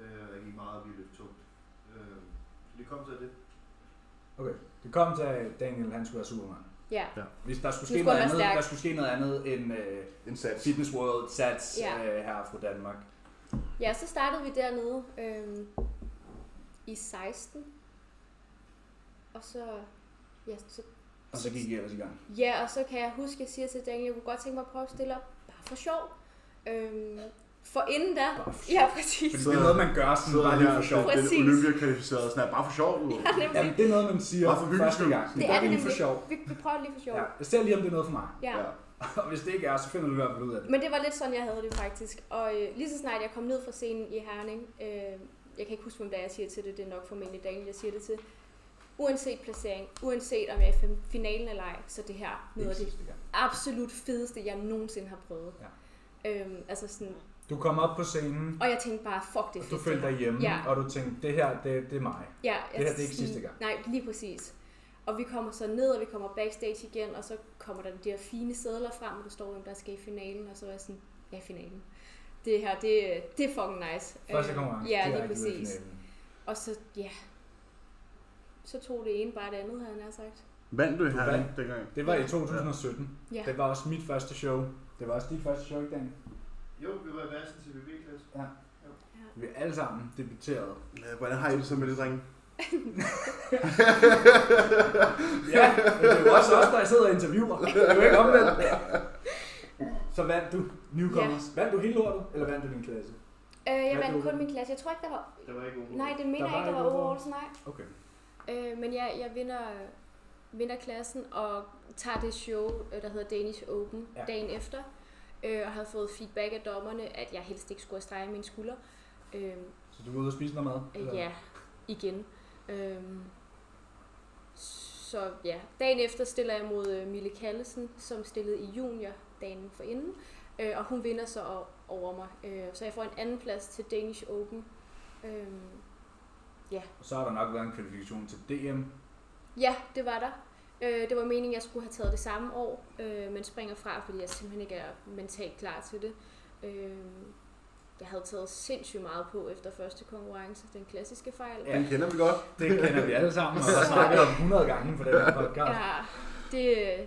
Øh, og jeg gik meget, og vi løb tungt. Øh, så det kom så af det.
Okay. Det kom til, at Daniel han skulle være Superman.
Ja.
Hvis der skulle
Nu
ske
skulle
noget
han
andet,
være stærk.
der skulle ske noget andet end øh,
Indsats.
Fitness World Sats
Ja.
øh, her fra Danmark.
Ja, så startede vi dernede øhm, i 16. Og så... Ja, så
Og så gik I ellers i gang.
Ja, og så kan jeg huske, at jeg siger til Daniel, jeg kunne godt tænke mig at prøve at stille op, bare for sjov. Øhm, For inden da,
Bare for
ja præcis.
Fordi det er noget, man gør sådan bare lige for sjov.
Den
Præcis.
olympia kvalificerede sådan her, bare for sjov.
Ja, nemlig.
Jamen, det er noget, man siger
Bare for hyggens
første
skyld.
gang.
Det er det
lige for sjov.
nemlig. Vi, vi prøver lige for sjov.
Ja, jeg ser lige, om det er noget for mig.
Ja.
Og hvis det ikke er, så finder du i hvert fald ud af det.
Men det var lidt sådan, jeg havde det faktisk. Og øh, lige så snart jeg kom ned fra scenen i Herning, øh, jeg kan ikke huske, hvem der jeg siger til det, det er nok formentlig Daniel, jeg siger det til. Uanset placering, uanset om jeg er i fin- finalen eller ej, så det her noget af det
sidste gang.
absolut fedeste, jeg nogensinde har prøvet. Ja. Øhm, altså sådan,
Du kom op på scenen,
og jeg tænkte bare, fuck det er
og du
fedt.
følte
det
dig
her.
hjemme,
Ja.
og du tænkte, det her, det, det er mig.
Ja, altså
Det her, det er ikke sidste gang.
Nej, lige præcis. Og vi kommer så ned, og vi kommer backstage igen, og så kommer der de der fine sædler frem, og der står, hvem der skal i finalen, og så er jeg sådan, ja, finalen. Det her, det, det er fucking nice.
Første
Øh,
konkurrence,
Ja, lige
direkte ud i
præcis.
finalen.
Og så, ja, så tog det ene bare det andet, havde jeg nær sagt.
Vandt du i
Du
Herning
vandt.
dengang?
Det var i 2017.
Ja.
Det var også mit første show. Det var også dit første show, ikke Daniel?
Jo, vi var i værsen til VB-klasse.
Vi er alle sammen debuteret.
Ja, Hvordan har I det så med det, drenge?
Ja, men det er jo også os, der sidder og interviewer. Det er jo ikke omvendt. Så vandt du Newcomers. Vandt du hele lortet, eller vandt du din klasse?
Øh, jeg
Hvad
vandt
blev
kun
det?
min klasse. Jeg tror ikke, der var...
Der var ikke nogen.
Nej, det mener
Der
jeg
var
ikke, der var
ikke
overalls, nej.
Okay.
Øh, men jeg, jeg vinder, vinder klassen og tager det show, øh, der hedder Danish Open,
Ja.
ja. dagen efter. Øh, og havde fået feedback af dommerne, at jeg helst ikke skulle have strege mine skuldre. Øh,
Så du var ude og spise noget mad? eller?
øh, ja, igen. Øh, så ja, dagen efter stiller jeg mod øh, Mille Kallesen, som stillede i junior dagen forinden. Øh, og hun vinder så o- over mig. Øh, så jeg får en anden plads til Danish Open. Øh,
Og så har der nok været en kvalifikation til DM.
Ja, det var der. Øh, det var meningen, at jeg skulle have taget det samme år, øh, men springer fra, fordi jeg simpelthen ikke er mentalt klar til det. Øh, jeg havde taget sindssygt meget på efter første konkurrence, den klassiske fejl.
Ja.
Den kender vi godt.
Det kender vi alle sammen, og har snakket om 100 gange på den her podcast. Ja.
ja det,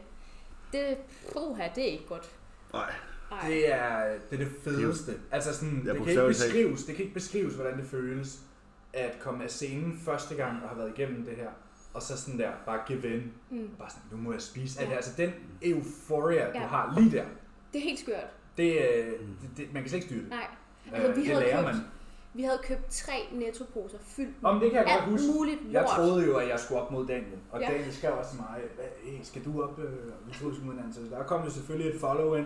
det, puha, det er ikke godt.
Nej.
Ej.
Det er det, er det fedeste. Altså sådan, det kan, ikke
bogstaveligt talt.
beskrives, det kan ikke beskrives, hvordan det føles at komme af scenen første gang og have været igennem det her. Og så sådan der, bare give in.
Mm.
Bare sådan, nu må jeg spise alt
Ja.
det. Altså den euforia, du
Ja.
har lige der,
Det er helt skørt.
det, øh, det, det man kan slet ikke styre det.
Nej.
Øh,
Altså, vi
det
havde
lærer
købt-
man.
Vi havde købt tre nettoposer fyldt
Om det kan jeg godt
alt
huske.
muligt
Jeg
lort.
troede jo, at jeg skulle op mod Daniel, og ja.
Ja.
Daniel skrev også til mig, "Hvad, hey, skal du op? øh?" Og Vi troede, vi skulle mod hinanden. Så der kom jo selvfølgelig et follow-in,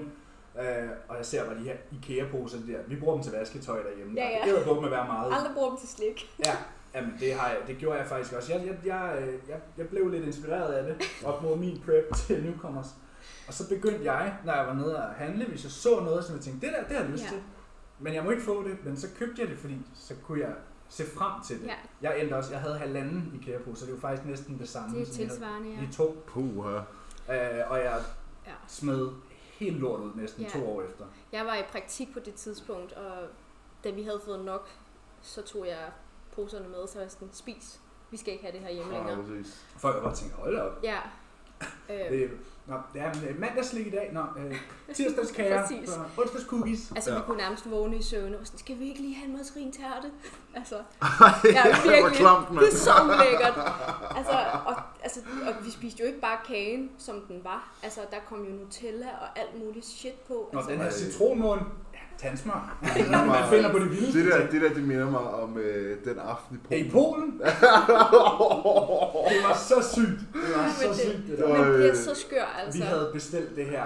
øh, og jeg ser bare de her IKEA-poser der. Vi bruger dem til vasketøj derhjemme.
Ja, ja.
Jeg bruger dem at være meget.
Aldrig bruger dem til slik.
Ja, jamen, det, har jeg, det gjorde jeg faktisk også. Jeg, jeg, jeg, øh, jeg, jeg blev lidt inspireret af det, op mod min prep til newcomers. Og så begyndte jeg, når jeg var nede og handle, hvis jeg så noget, som jeg tænkte, det der, det har jeg lyst
Ja.
ja. til. Men jeg må ikke få det, men så købte jeg det, fordi så kunne jeg se frem til det.
Ja,
Jeg endte også, jeg havde halvanden IKEA på, så det var faktisk næsten det samme.
det er
som jeg havde.
tilsvarende, ja.
I to.
Puh,
Øh, og jeg
ja.
smed helt lort ud næsten
Ja.
to år efter.
Jeg var i praktik på det tidspunkt, og da vi havde fået nok, så tog jeg poserne med, så var jeg sådan, spis, vi skal ikke have det her hjemme
ja,
længere.
præcis.
Folk har bare tænkt, hold da op.
Ja. Øh,
Det, nå, det er øh, mandagslik i dag. Nå, øh, tirsdagskager.
Præcis.
så Onsdagscookies.
altså,
Ja.
vi kunne nærmest vågne i søvne, og sådan, skal vi ikke lige have en masse tærte? Altså,
Ej,
ja,
det var
virkelig.
klamt,
det
mand.
er så ulækkert. Altså, og, altså, og vi spiste jo ikke bare kagen, som den var. Altså, der kom jo Nutella og alt muligt shit på.
Nå,
altså,
den her
Ej.
citronmål. Ja, tandsmør.
Nå,
Man finder på det vildeste.
Det der,
ting.
det der, det minder mig om øh, den aften i
Ja, I
Polen.
Polen. Det var så sygt. Det var
men
så
det-
sygt, det der.
Øj.
man bliver så skør, altså.
Vi havde bestilt det her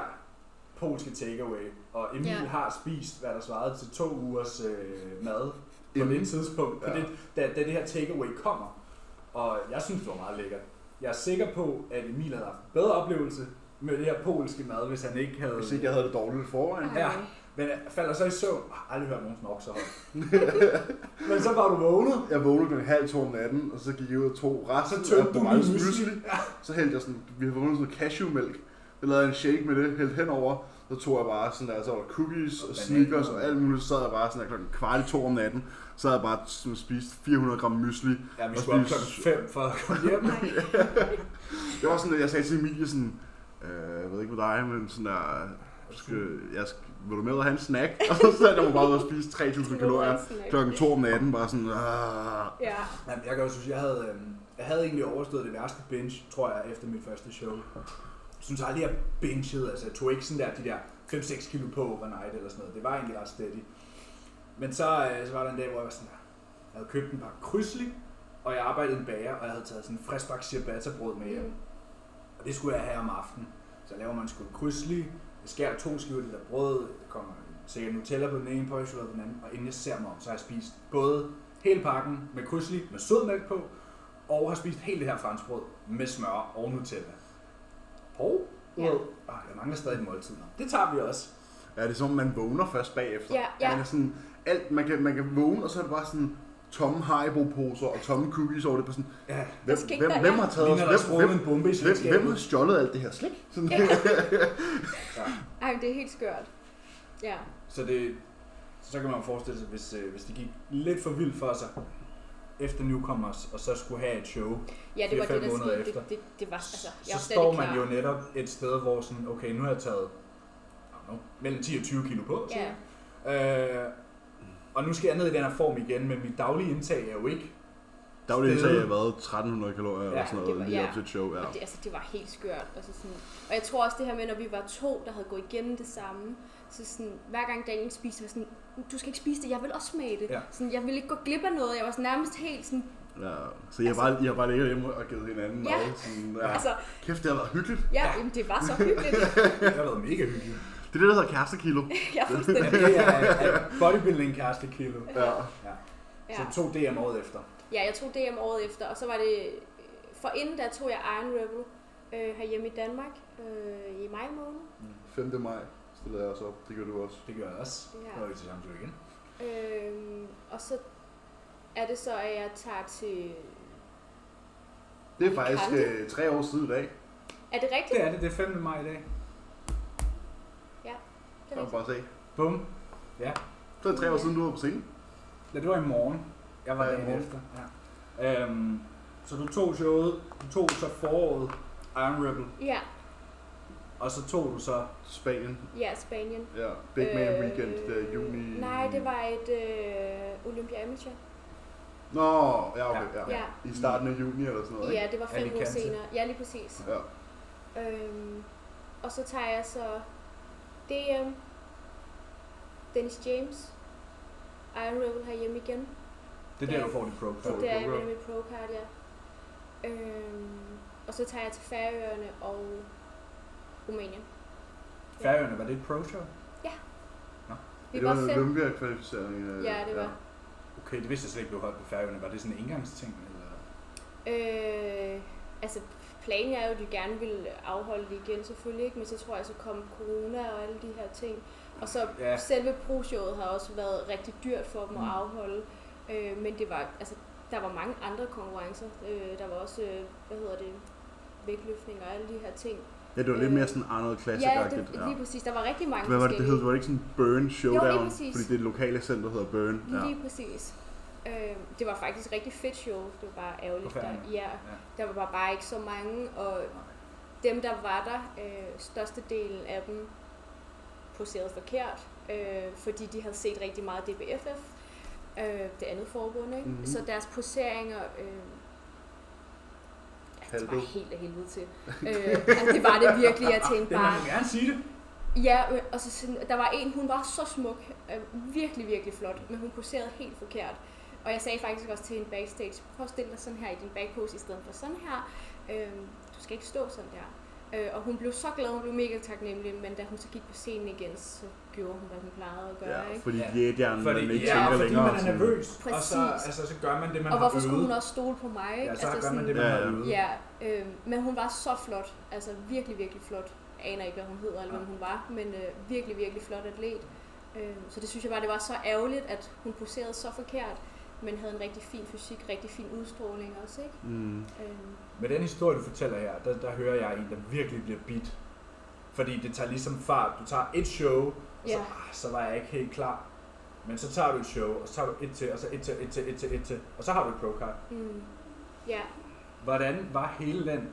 polske takeaway, og Emil
Ja.
ja. har spist, hvad der svarede til to ugers øh, mad på
Inden.
det tidspunkt, ja.
Ja.
det, da, da det her takeaway kommer. Og jeg synes, det var meget lækkert. Jeg er sikker på, at Emil havde haft en bedre oplevelse med det her polske mad, hvis han ikke havde...
Hvis ikke jeg havde det dårligt i forvejen.
Ja,
Ej.
men jeg falder så i søvn. Jeg har aldrig hørt nogen snokke så højt. men så var du vågnet,
Jeg vågnede den halv to om natten, og så gik jeg ud og tog
og så
resten
tømte du
Bovans
min mysli.
Så hældte jeg sådan, vi havde vundet sådan noget cashewmælk. Jeg lavede en shake med det, hældte henover. Så tog jeg bare sådan der, så var der cookies
Og
og, og
banan.
sneakers og alt muligt. Så sad jeg bare sådan der klokken kvart i to om natten. Så havde jeg bare sådan, spist 400 gram mysli.
Ja, vi
Og
skulle op
spise-
klokken 5 for at komme hjem.
Ej.
Det var sådan, at jeg sagde til Emilie sådan, øh, jeg ved ikke med dig, men sådan der, skal, jeg skal, vil du med og have en snack? Og så satte jeg mig bare ud og spise 3000 kalorier klokken 2 om natten, bare sådan, ah.
Ja.
Jamen, jeg kan jo synes, jeg havde, øh, jeg havde egentlig overstået det værste binge, tror jeg, efter mit første show. Jeg synes aldrig, jeg bingede. Altså, jeg tog ikke sådan der, de der 5-6 kilo på overnight eller sådan noget. Det var egentlig ret steady. Men så, øh, så var der en dag, hvor jeg var sådan, "Ah, jeg havde købt en pakke krydsli, og jeg arbejdede i en bager, og jeg havde taget sådan en frisk pakke ciabatta-brød med
øh,
hjem.
Mm.
Og det skulle jeg have om aftenen. Så laver man sgu en krydsli, jeg skærer to skiver af det der brød, der kommer sikkert Nutella på den ene, pålægschokolade på den anden, og inden jeg ser mig om, så har jeg spist både hele pakken med krydsli med sødmælk på, og har spist hele det her franskbrød med smør og Nutella. Og
Ja.
ja. jeg mangler stadig et måltid. Nå, Det tager vi også.
Ja, det er som om, man vågner først bagefter.
Ja, ja.
Man, er sådan, alt, man, kan, man kan vågne, og så er det bare sådan tomme Haribo-poser og tomme cookies over det. På sådan,
Ja,
hvem,
skete
hvem,
der,
hvem
ja.
har taget
ligner der er
os? Hvem,
sprunget
hvem,
en bombe i
hvem, hvem har
selskabet.
stjålet alt det her slik? Sådan,
Ja.
Ja.
Ej, men det er helt skørt. Ja.
Så det, så kan man jo forestille sig, hvis, øh, hvis det gik lidt for vildt for sig efter Newcomers, og så skulle have et show,
Ja, det var
Fire-fem
det, der
måneder
skete.
efter.
Det, det, det var, altså, jeg
så
var slet
står
ikke
man
klar.
jo netop et sted, hvor sådan, okay, nu har jeg taget I don't know, mellem 10 og 20 kilo på,
Ja,
siger jeg. øh, og nu skal jeg ned i den her form igen, men mit daglige indtag er jo ikke.
Der var det indtag,
Stille.
jeg været 1300 kalorier
Ja,
eller sådan
det
noget,
var-
lige
ja.
op til et show. Ja.
og det, altså, det var helt skørt. Altså, sådan, og jeg tror også det her med, når vi var to, der havde gået igennem det samme, så sådan, hver gang Daniel spiste, var jeg sådan, du skal ikke spise det, jeg vil også smage det.
Ja.
Sådan, jeg ville ikke gå glip af noget, jeg var sådan, nærmest helt sådan,
Ja. Så jeg har bare, I har bare ligget hjemme og givet hinanden
Ja.
mad. Sådan, ja.
altså,
Kæft, det har været hyggeligt.
ja, jamen, det var så hyggeligt.
Det har været mega hyggeligt.
Det er det, der hedder kærestekilo.
jeg er
Men
fuldstændig,
det er, er bodybuilding kæreste kilo.
Ja.
ja.
Så to DM året efter.
Ja, jeg tog DM året efter, og så var det... øh, For inden der tog jeg Iron Rebel øh, herhjemme i Danmark øh, i maj måned.
5. maj stillede jeg også op. Det gjorde du også.
Mm. Det gør jeg også.
Ja.
Så er vi til samme tur igen.
Øh, og så er det så, at jeg tager til...
Det er faktisk
Kante.
øh, tre år siden i dag.
Er det rigtigt?
Det er det, det er 5. maj i dag.
Det
Kan
er
du
rigtigt.
bare se.
Bum.
Så er det tre år siden, du var på scenen.
Ja, det var i morgen. Jeg var
Ja, i
dagen
morgen.
efter. Ja. Øhm, så du tog showet, du tog så foråret Iron Rebel,
Ja,
og så tog du så...
Spanien.
ja, Spanien. Øh,
Ja. Big Man Weekend, det er juni.
Nej, det var et øh, Olympia Amateur.
Nå, ja, okay. Ja.
Ja.
I starten af juni eller sådan noget, ikke?
Ja, det var fem uger
Alicante.
senere. Ja, lige præcis.
Ja.
Øhm, og så tager jeg så DM, Dennis James, Iron Rebel herhjemme igen.
Det er der, du får din pro
Det er
card.
der, jeg
poker.
vinder mit pro-card, ja. Øhm, og så tager jeg til Færøerne og Rumænien.
Færøerne, var det et pro show?
Vi
det
var
var en
fem.
Olympia-kvalificering. øh,
Ja, det var.
Okay, det vidste jeg slet ikke, du holdt på Færøerne. Var det sådan en engangsting? Eller?
Øh, altså, planen er jo, at de gerne ville afholde det igen, selvfølgelig ikke, men så tror jeg, så kom corona og alle de her ting. Og så
Ja.
selve pro-showet har også været rigtig dyrt for dem at
Mm.
afholde, øh, men det var, altså, der var mange andre konkurrencer. Øh, der var også, øh, hvad hedder det, vægtløftning og alle de her ting.
Ja, det var lidt mere sådan Arnold classic
Øh, Ja, det, lige præcis. Der var rigtig mange
Hvad var det, det
forskellige.
hed? Var det ikke sådan Burn Showdown?
præcis.
fordi det lokale center hedder Burn. Ja.
Lige præcis. Øh, det var faktisk et rigtig fedt show. Det var bare ærgerligt.
På
Der,
Færøerne?
ja, der var bare, bare ikke så mange, og dem, der var der, øh, størstedelen af dem poserede forkert, øh, fordi de havde set rigtig meget DBFF, øh, det andet forbund. Ikke?
Mhm.
Mm-hmm. Så deres poseringer... Øh, altså, det var
Halvdød.
helt af helvede til. øh, altså, det var det virkelig, jeg tænkte
Det må
bare...
du gerne sige det.
Ja, øh, og så sådan, der var en, hun var så smuk, øh, virkelig, virkelig flot, men hun poserede helt forkert. Og jeg sagde faktisk også til hende backstage, prøv at stille dig sådan her i din bagpose i stedet for sådan her. Øh, du skal ikke stå sådan der. Øh, og hun blev så glad, hun blev mega taknemmelig, men da hun så gik på scenen igen, så gjorde hun, hvad hun plejede at gøre.
Ja,
ikke?
fordi
Ja.
jædjernen,
Fordi,
man ikke
ja,
tænker
fordi
længere.
man er
sådan-
nervøs, og så,
Præcis.
altså, så gør man det, man har
Og hvorfor skulle
øvet.
hun også stole på mig? Ikke? Altså,
Ja, så gør man det, man
Ja,
har
ja.
øvet.
Ja, øh, men hun var så flot. Altså virkelig, virkelig flot. Jeg aner ikke, hvad hun hedder eller hvem hun var, men øh, virkelig, virkelig flot atlet. Øh, så det synes jeg bare, det var så ærgerligt, at hun poserede så forkert, men havde en rigtig fin fysik, rigtig fin udstråling også, ikke?
Mm.
Øh,
Med den historie, du fortæller her, der, der hører jeg en, der virkelig bliver bit. Fordi det tager ligesom fart. Du tager et show, og så,
Ja.
ah, så var jeg ikke helt klar. Men så tager du et show, og så tager du et til, og så et til, et til, et til, et til. Og så har du et pro-card.
mm, ja,
Hvordan var hele den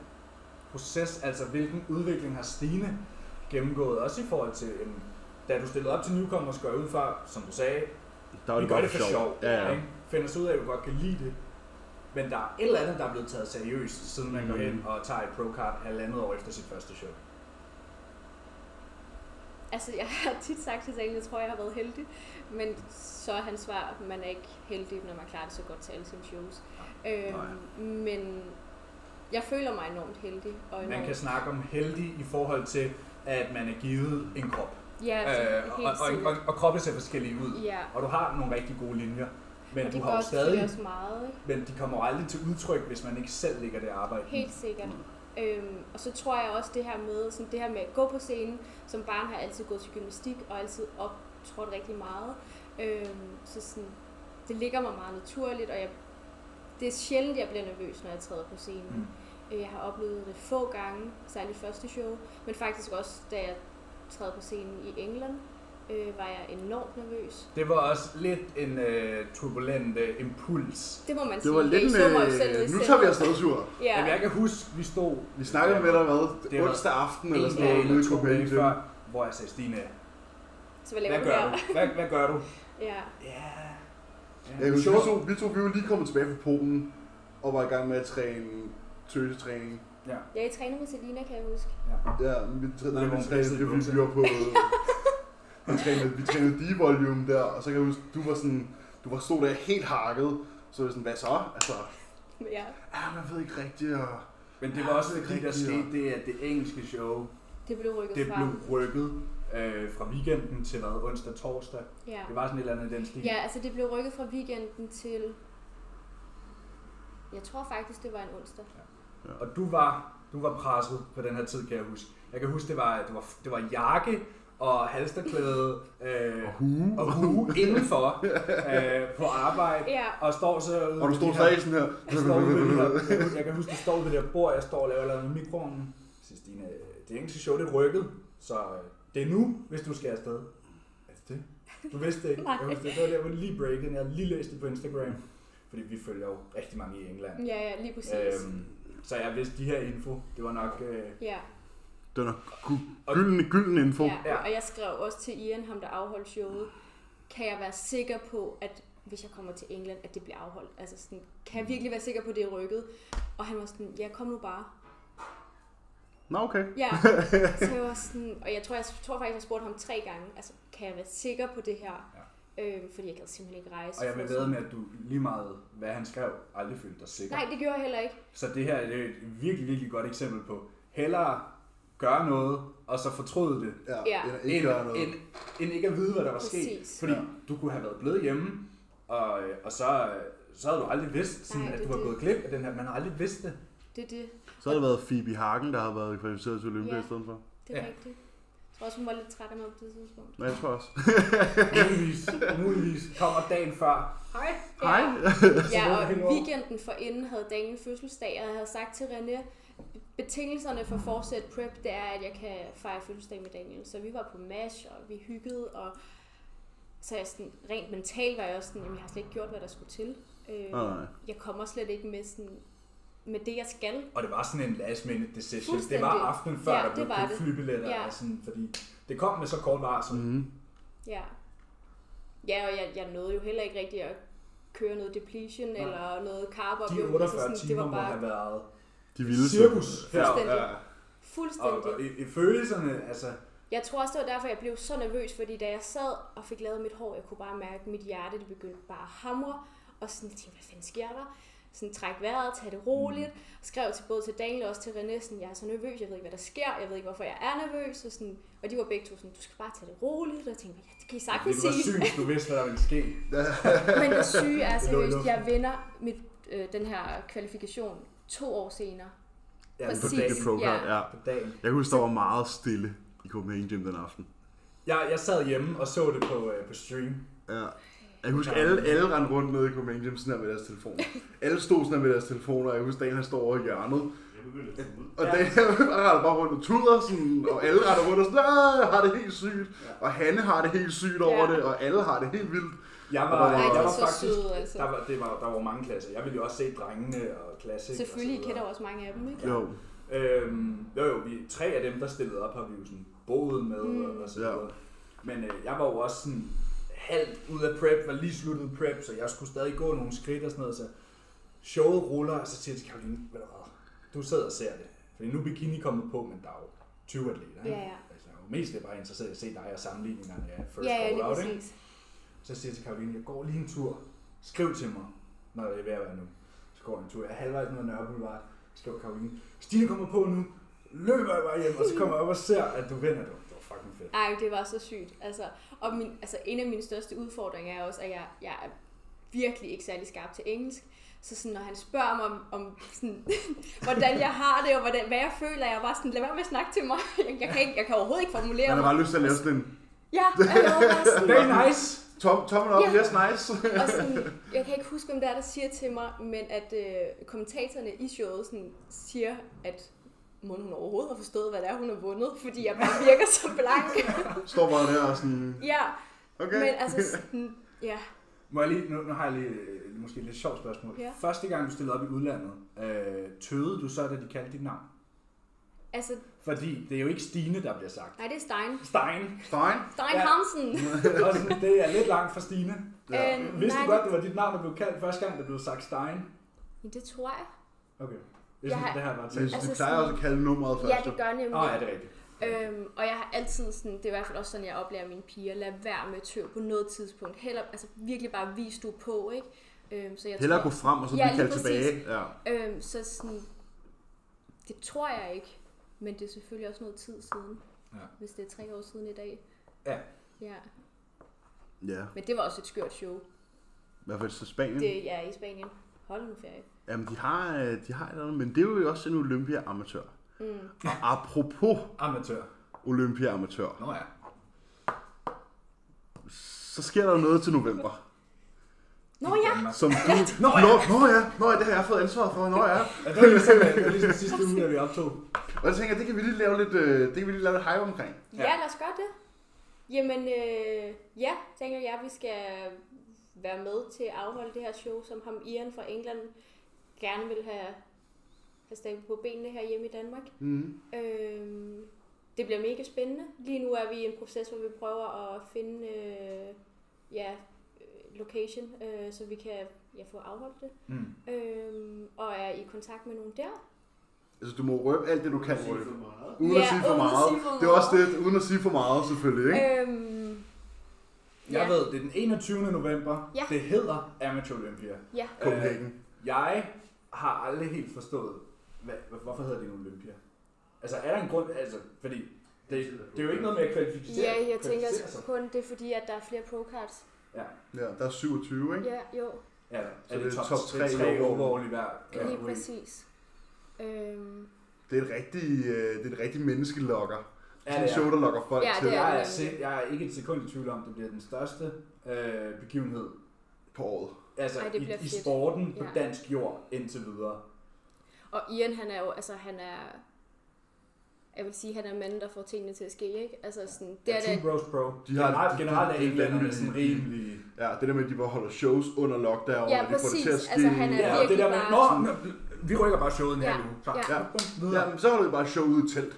proces, altså hvilken udvikling har Stine gennemgået, også i forhold til, øhm, da du stillede op til Newcomers, går jeg ud fra, som du sagde,
Der var
vi
det
gør
bare
det for sjov,
Ja, ja.
ikke? finder sig ud af, at du godt kan lide det, men der er et eller andet, der er blevet taget seriøst, siden man går
Mm.
hen og tager et pro-card halvandet år efter sit første show.
Altså, jeg har tit sagt til Daniel, jeg tror, jeg har været heldig. Men så er hans svar, at man er ikke heldig, når man klarer det så godt til alle sine shows. Øhm, men jeg føler mig enormt heldig. Og enormt,
Man kan snakke om heldig i forhold til, at man er givet en krop.
ja,
Øh,
altså,
og,
helt
og, og,
sikkert.
og kroppe ser forskellige ud.
Ja,
Og du har nogle rigtig gode linjer. Men,
og
du
det
har jo
går selvfølgelig
stadig,
også meget, ikke?
men de kommer jo aldrig til udtryk, hvis man ikke selv ligger det arbejde. i.
Helt sikkert. Øhm, og så tror jeg også det her med, sådan det her med at gå på scenen, som barn har jeg altid gået til gymnastik og altid optrådt rigtig meget. Øhm, så sådan, det ligger mig meget naturligt, og jeg, det er sjældent, jeg bliver nervøs, når jeg træder på scenen.
Mm.
Øh, Jeg har oplevet det få gange, særligt første show, men faktisk også da jeg træder på scenen i England, øh, var jeg enormt nervøs.
Det var også lidt en øh, turbulent øh, impuls.
Altså, Det må man
Det
sige.
var lidt
jeg
en...
så mig jo selv nede
Øh,
i
nu tager
sædet.
vi afsted, Sjur.
Ja.
Jamen, jeg kan huske, vi stod
Vi snakkede med dig, hvad?
Det var-
Onsdag aften eller
en
sådan
dag
noget nede i
eller to dage
Copenhagen.
før, hvor jeg sagde, Stine,
Så hvad laver
hvad
du
gør
her?
du? Hvad, hvad gør du?
Ja.
Ja,
Ja,
ja
vi,
vi
to,
så,
vi to, vi var lige kommet tilbage fra Polen og var i gang med at træne tøsetræning.
ja,
ja, I træner med Selina, kan jeg huske.
Ja, men vi trænede,
Nej,
vi
hvor hun
trænede,
pissede i
det var fordi vi
bukserne.
var på... vi trænede, vi trænede D-volume der, og så kan jeg huske, du var sådan... Du var stod der helt hakket, så var jeg sådan, hvad så? Altså,
Ja.
ja, man ved ikke rigtigt, og...
Men det var også det, der
Rigtig, ja.
skete, det er, at det engelske show,
Det blev rykket
det
frem.
blev rykket øh, fra weekenden til hvad, onsdag, torsdag.
Ja.
Det var sådan et eller andet i den stil.
ja, altså det blev rykket fra weekenden til... Jeg tror faktisk, det var en onsdag.
Og du var, du var presset på den her tid, kan jeg huske. Jeg kan huske, det var, det var, det var jakke og halsterklæde øh, og hue, og hue indenfor øh, på arbejde.
Ja,
Og står så ude
Og du
ved
stod
de her-
stadig sådan her.
Jeg, står ude ved det her, jeg, kan- jeg kan huske, du står ved det her bord, jeg står og laver noget i mikroovnen. Jeg siger, Stine, det engelske show, det er rykket, så øh, det er nu, hvis du skal afsted. Altså det? Du vidste det ikke. Jeg
Nej.
husker, det var der, hvor det lige breakede, jeg havde lige læst det på Instagram. Fordi vi følger jo rigtig mange i England.
ja, ja lige præcis.
Øhm, så jeg vidste de her info, det var nok... Øh,
Ja.
Den er gu- gylden, gylden info.
Ja.
Ja, og jeg skrev også til Ian, ham der afholdt showet, kan jeg være sikker på, at hvis jeg kommer til England, at det bliver afholdt? Altså sådan, kan
Mm.
jeg virkelig være sikker på, at det er rykket? Og han var sådan, ja, kom nu bare.
Nå, okay.
Ja, så jeg var sådan, og jeg tror, jeg tror faktisk, jeg spurgte ham tre gange, altså, kan jeg være sikker på det her? Ja. Øhm, fordi jeg kan simpelthen ikke rejse.
og jeg vil
For
ved
sådan-
med, at du lige meget, hvad han skrev, aldrig følte dig sikker.
Nej, det gjorde jeg heller ikke.
Så det her det er et virkelig, virkelig godt eksempel på, hellere gøre noget, og så fortryde det,
Ja,
Ja.
end at ikke gøre
end,
noget.
end, end ikke at vide, hvad der var
Præcis.
sket. Fordi
Ja.
du kunne have været blevet hjemme, og, øh, og så, øh, så havde du aldrig vidst, sådan,
Nej,
at
det
du
er
var
det.
gået glip af den her. Man har aldrig vidst det.
Det er det.
Så har det været Phoebe Hagen, der har været kvalificeret til Olympia
Ja.
i stedet for.
Det er
Ja.
ja. rigtigt. Jeg tror også, hun var lidt træt af mig på det tidspunkt.
Nej, jeg tror også.
Muligvis, muligvis kommer dagen før.
Hej.
Hej.
Så
Ja,
det er helt
og
over.
weekenden for inden havde Daniel fødselsdag, og jeg havde sagt til René, betingelserne for Forsæt Prep, det er, at jeg kan fejre fødselsdag med Daniel. Så vi var på MASH, og vi hyggede, og så jeg sådan, rent mentalt var jeg også sådan, jamen jeg har slet ikke gjort, hvad der skulle til. Øh,
Nej, nej.
jeg kommer slet ikke med, sådan, med det, jeg skal.
Og det var sådan en last minute decision. Det
Fuldstændig.
var aftenen før,
Ja,
der blev
det var
købt
det.
flybilletter.
Ja.
Ja. Sådan, fordi det kom med så kort varsel. Mm.
Mm.
Ja. Ja, og jeg, jeg nåede jo heller ikke rigtig at køre noget depletion Nej. eller noget carb
De
opbygning, så
48
sådan,
timer må have været
De vilde
cirkus. her.
Fuldstændig.
Ja, ja. Og,
fuldstændig.
og i, i følelserne, altså...
Jeg tror også, det var derfor, jeg blev så nervøs, fordi da jeg sad og fik lavet mit hår, jeg kunne bare mærke, at mit hjerte det begyndte bare at hamre, og sådan tænkte, hvad fanden sker der? Sådan træk vejret, tag det roligt,
Mm.
skrev til både til Daniel og også til René, sådan, jeg er så nervøs, jeg ved ikke, hvad der sker, jeg ved ikke, hvorfor jeg er nervøs, og, sådan, og de var begge to sådan, du skal bare tage det roligt, og jeg tænkte, ja, det kan I
Det
sagtens
var
sige.
sygt, du vidste, hvad der ville ske.
Men det syge er
Det lå i
seriøst,
luften.
jeg vinder mit, øh, den her kvalifikation to år senere.
Ja,
Præcis.
på
Det er
dagen.
pro card,
Ja.
ja.
På dagen.
Jeg kunne huske, der var meget stille i Copenhagen Gym den aften.
Jeg, jeg sad hjemme og så det på, øh, på stream.
Ja. Jeg kan huske, alle, alle rendte rundt nede i Copenhagen Gym sådan her med deres telefoner. Alle stod sådan her med deres telefoner, og jeg husker, Daniel han står over i hjørnet.
Jeg begyndte at komme ud.
Og
Ja.
ja. Daniel han render bare rundt og tuder, sådan, og alle render rundt og sådan, "Ah, jeg har det helt sygt.
Ja.
Og Hanne har det helt sygt over
Ja.
det, og alle har det helt vildt.
Jeg var,
Ej,
jeg
de er
var
så
faktisk...
søde, altså.
Der var, det var, der var mange klasser. Jeg ville jo også se drengene og klasse.
Selvfølgelig, I kender jo også mange af dem, ikke?
Jo,
Øhm, jo, jo, vi, tre af dem, der stillede op, har vi jo sådan boet med mm. og så
Ja.
videre. Men øh, jeg var jo også sådan halvt ud af prep, var lige sluttet prep, så jeg skulle stadig gå nogle skridt og sådan noget. Så showet ruller, og så siger jeg til Karoline, ved du hvad, du sidder og ser det. Fordi nu er bikini kommet på, men der er jo 20 atleter, ikke?
Ja, ja.
Altså, mest er bare interesseret i at se dig og sammenligningerne af first
Ja, ja,
call
lige
out, ikke?
præcis.
Så siger jeg til Karoline, jeg går lige en tur. Skriv til mig, når det er ved at være nu. Så går jeg en tur. Jeg er halvvejs ned ad Nørre Boulevard. Så skriver Karoline, Stine kommer på nu. Løber jeg bare hjem, og så kommer jeg op og ser, at du vinder. Det var, det var fucking fedt.
Ej, det var så sygt. Altså, og min, altså, en af mine største udfordringer er også, at jeg, jeg er virkelig ikke særlig skarp til engelsk. Så sådan, når han spørger mig om, om sådan, hvordan jeg har det, og hvordan, hvad jeg føler, jeg er bare sådan, lad være med at snakke til mig. Jeg, jeg, kan, ikke, jeg kan overhovedet ikke formulere
Man har
mig.
bare lyst til at lave sådan en
Ja, jeg var bare sådan,
Very nice.
tom, tommel op,
Ja.
yes, nice.
og sådan, jeg kan ikke huske, hvem der er, der siger til mig, men at øh, kommentatorerne i showet sådan, siger, at må hun overhovedet har forstået, hvad det er, hun har vundet, fordi jeg bare virker så blank.
Står bare der og sådan,
ja,
okay.
men altså sådan, ja.
Må jeg lige, nu, nu har jeg lige øh, måske et lidt sjovt spørgsmål.
Ja.
Første gang du stillede op i udlandet, øh, tøvede du så, da de kaldte dit navn?
Altså,
Fordi det er jo ikke Stine, der bliver sagt.
nej, det er Stein.
Stein.
Fine.
Stein
Ja.
ja. Hansen.
Og sådan, det er lidt langt fra Stine.
Ja.
Øh,
Vidste du
nej,
godt, det var dit navn, der blev kaldt første gang, der blev sagt Stein?
det- Det tror jeg.
Okay. Jeg synes,
Jeg har-
det her var
Jeg
tænkt.
synes,
Altså
de plejer
sådan-
også at kalde nummeret
Ja,
først.
det gør
Åh,
nemlig.
ja, det er rigtigt.
Øhm, og jeg har altid sådan, det er i hvert fald også sådan, jeg oplever mine piger, lad være med tøv på noget tidspunkt. Heller, altså virkelig bare vis du er på, ikke? Øhm, så jeg
Hellere
tror,
gå frem, og så
Ja,
blive
lige
kaldt
præcis.
tilbage. Ja.
øhm, så sådan, det tror jeg ikke. Men det er selvfølgelig også noget tid siden.
Ja.
Hvis det er tre år siden i dag.
Ja.
Ja.
Ja,
Men det var også et skørt show.
i hvert fald så
Mm.
Spanien.
Det er ja, i Spanien. Hold nu ferie.
Jamen, de har, øh, de har et eller andet, men det er jo også en Olympia-amatør. Mm. Og apropos
Amatør.
Olympia-amatør,
Nå ja.
så sker der jo noget til november.
Nå ja!
Som du...
Nå ja.
Nå, nå ja, nå ja, det har jeg fået ansvar for, nå ja.
ja det var ligesom, det var ligesom sidste uge, da vi optog.
Og jeg tænker, jeg, det kan vi lige lave lidt, øh, det kan vi lige lave lidt hype omkring.
Ja, lad os gøre det. Jamen, øh, ja, Daniel og jeg, vi skal være med til at afholde det her show, som ham Ian fra England gerne vil have, have stablet på benene her hjemme i Danmark.
Mm.
Øh, det bliver mega spændende. Lige nu er vi i en proces, hvor vi prøver at finde øh, ja, øh, location, øh, så vi kan ja, få afholdt det.
Mm.
Øh, og er i kontakt med nogen der.
Altså, du må røbe alt det, du kan
Sige
røbe.
for meget.
Uden
Ja,
at sige for
uden at
meget.
sige for
Det er også
meget.
det, uden at sige for meget, selvfølgelig, ikke?
Øhm,
Jeg
ja,
ved, det er den 21. november.
Ja.
Det hedder Amateur Olympia. Øh,
ja.
Copenhagen.
Jeg har aldrig helt forstået, hvad, hvad- hvorfor hedder det en Olympia? Altså, er der en grund? Altså, fordi det, det er jo ikke noget med at kvalificere,
Ja, jeg tænker
kvalificere
altså.
sig.
kun, det er fordi, at der er flere pro-cards.
Ja,
Ja, der er 27, ikke?
Ja, jo,
ja
Så
er
det
det,
er
top,
top
det er
tre
tre
overall.
overall i hver
ja, lige
kategori.
præcis. Øhm,
Det er et rigtigt, øh, det er et rigtigt menneskelokker.
Ja,
Sådan en
det er.
show, der lokker folk
Ja,
til
det er-
Jeg er, sind, jeg er ikke et sekund i tvivl om, at det bliver den største øh, begivenhed
på året.
altså
Ej,
Ej,
det
i,
bliver
i
fedt.
sporten på
Ja.
dansk jord indtil videre.
og Ian, han er jo, altså han er, jeg vil sige, han er manden, der får tingene til at ske, ikke? Altså sådan, det er
Ja,
det,
Two Bros Pro.
De har-
generelt,
de-
generelt
de-
er
de er
englænderne
vanvittige.
sådan rimelig...
Ja, det der med, at de bare holder shows under lockdown,
Ja,
og de får det
præcis.
til at ske.
Altså, han er-
Ja, og det
virkelig
der med, Nå,
bare-
nå, vi rykker bare showet en
Ja,
halv uge. Så.
ja.
Ja.
Videre.
Ja, men så holder vi bare et show ude i telt.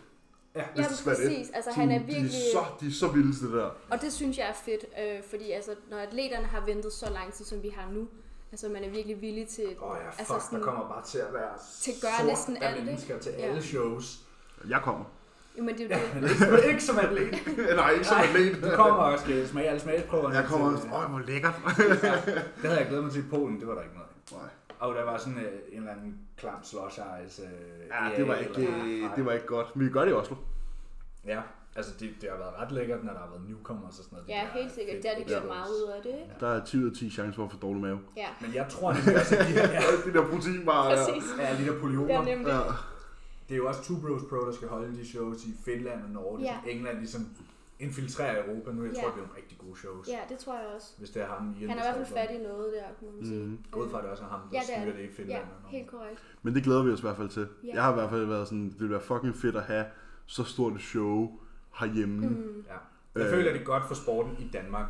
Ja.
ja,
det skal være det.
præcis, altså han er
De
virkelig,
er så, de er så vilde, det der.
og det synes jeg er fedt, øh, fordi altså, når atleterne har ventet så lang tid, som vi har nu, altså man er virkelig villig til,
Åh oh, ja, fuck,
Altså
altså sådan,
sådan-
der kommer bare til at være
Til at gøre
sort
næsten
af
alt, ikke?
mennesker til
Ja.
alle shows.
Jeg kommer.
jamen det er jo det,
Men ikke- ikke som atlet.
Nej, ikke som
Nej,
atlet.
Du kommer og skal smage alle smagsprøverne.
Jeg kommer også.
til-
Øj, hvor lækkert.
Ja, det havde jeg glædet mig til i Polen, det var der ikke noget af.
Nej.
Og der var sådan øh, en eller anden klam slush ice. Øh,
Ja,
EA
det var ikke,
eller-
øh,
Nej.
det var ikke godt. Men vi gør det i Oslo.
Ja, altså det, det har været ret lækkert, når der har været newcomers og sådan noget.
ja,
der
helt sikkert,
fedt
det er det gjort
shows.
meget ud af det, ikke?
Der er 10 ud af 10 chancer for at få dårlig mave.
Ja,
Men jeg tror, det er sådan, de her
Ja. Det der protein bare...
præcis,
er lidt af
det er
polioner.
nemlig,
Ja.
Det er jo også Two Bros Pro, der skal holde de shows i Finland og Norge.
Ja.
Ja. England ligesom infiltrerer Europa nu. Jeg tror,
Ja.
det bliver nogle rigtig gode shows.
ja, det tror jeg også.
Hvis det er ham, Ian,
Han
der
er i hvert
står
fald
for.
fat i noget der, kan man sige.
Mhm.
Gå ud fra, at det også er ham, der
Ja,
ja,
det er
styrer
det.
det i Finland
Ja,
og Norge.
helt korrekt.
Men det glæder vi os i hvert fald til.
Ja.
Jeg har i hvert fald været sådan, det ville være fucking fedt at have så stort et show herhjemme.
Mm,
Ja. Jeg
Øh.
øh. føler, det er godt for sporten i Danmark,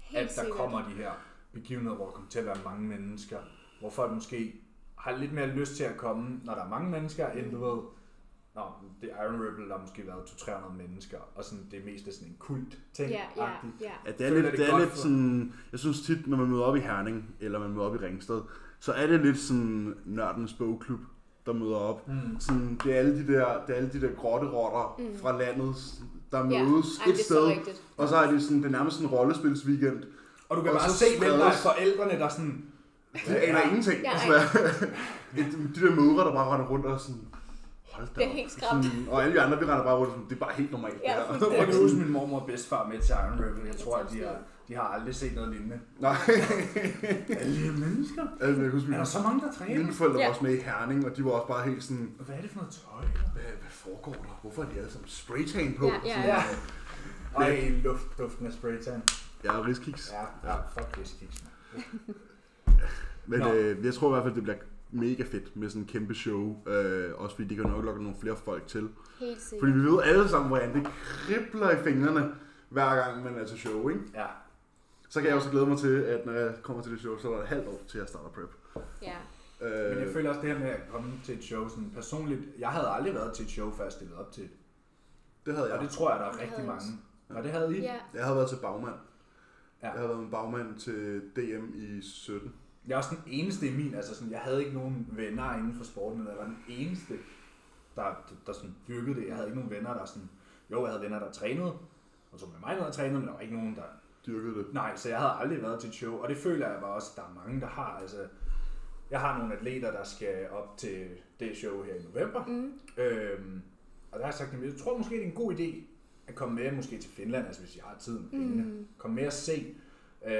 helt
at der
sikkert.
kommer de her begivenheder, hvor der kommer til at være mange mennesker. Hvor folk måske har lidt mere lyst til at komme, når der er mange mennesker, end du ved, Nå, det er Iron Ripple, der har måske været 200-300 mennesker, og sådan, det er mest sådan en kult ting
Ja, ja, ja.
Ja, det er
Føler
lidt,
det
det er
godt
lidt
for-
sådan, jeg synes tit, når man møder op i Herning, eller man møder op i Ringsted, så er det lidt sådan nørdens bogklub, der møder op.
Mm.
Sådan, det, er alle de der, det er alle de der grotterotter mm. fra landet, der
Ja.
mødes
Ej,
ja. et
det er så
sted,
rigtigt.
og så er det sådan, det er nærmest sådan en rollespilsweekend.
Og du kan
Og
bare
så
se, hvem der er
spredes-
forældrene, der sådan...
De aner ingenting,
Ja,
ja, desværre. Et- de der mødre, der bare render rundt og sådan, hold da
Det er
op.
helt skræmt.
Sådan, og alle de andre, vi render bare rundt og sådan, det er bare helt normalt.
Ja,
det her.
fuldstændig.
Jeg kan huske min mormor og bedstefar med til Iron Rebel. Jeg
Jeg
tror, at de
tager
har, de har aldrig set noget lignende.
Nej,
Alle de her mennesker.
altså, jeg husker,
Er der
mine,
så mange, der træner?
mine forældre var
Ja.
også med i Herning, og de var også bare helt sådan,
Hvad er det for noget tøj?
hvad, hvad foregår der? Hvorfor er de alle sammen spraytan på?
Ja, ja,
Sådan,
Ja. Ej, luft, duften af spraytan.
ja riskiks.
Ja, ja.
Ja.
fuck det, skiksen.
Men
Nå.
øh, jeg tror i hvert fald, det bliver mega fedt med sådan en kæmpe show. Øh, også fordi det kan nok lokke nogle flere folk til.
Helt sikkert.
Fordi vi ved alle sammen, hvordan det kribler i fingrene, hver gang man er til show, ikke?
Ja,
Så kan jeg også glæde mig til, at når jeg kommer til det show, så er der et halvt år til, at jeg starter prep.
Ja.
men jeg
Øh,
føler også det her med at komme til et show, sådan personligt, jeg havde aldrig været til et show, før jeg stillede op til. det.
det havde
Og det
jeg.
tror jeg, der er
Det
rigtig
havde jeg
mange. Og det havde I?
ja.
Jeg havde været til bagmand.
Ja.
Ja. Jeg havde været med bagmand til DM i 17.
Jeg er også den eneste i min, altså sådan, jeg havde ikke nogen venner inden for sporten, men jeg var den eneste, der, der sådan dyrkede det. Jeg havde ikke nogen venner, der sådan, jo, jeg havde venner, der trænede, og tog med mig ned og trænede, men der var ikke nogen, der
Dyrkede det.
Nej, så jeg havde aldrig været til et show, og det føler jeg bare også, at der er mange, der har. Altså, jeg har nogle atleter, der skal op til det show her i november,
Mm.
øhm, og der har jeg sagt, at jeg tror måske, det er en god idé at komme med måske til Finland, altså hvis jeg har tiden. Mm.
Mm.
Kom med og se, øh,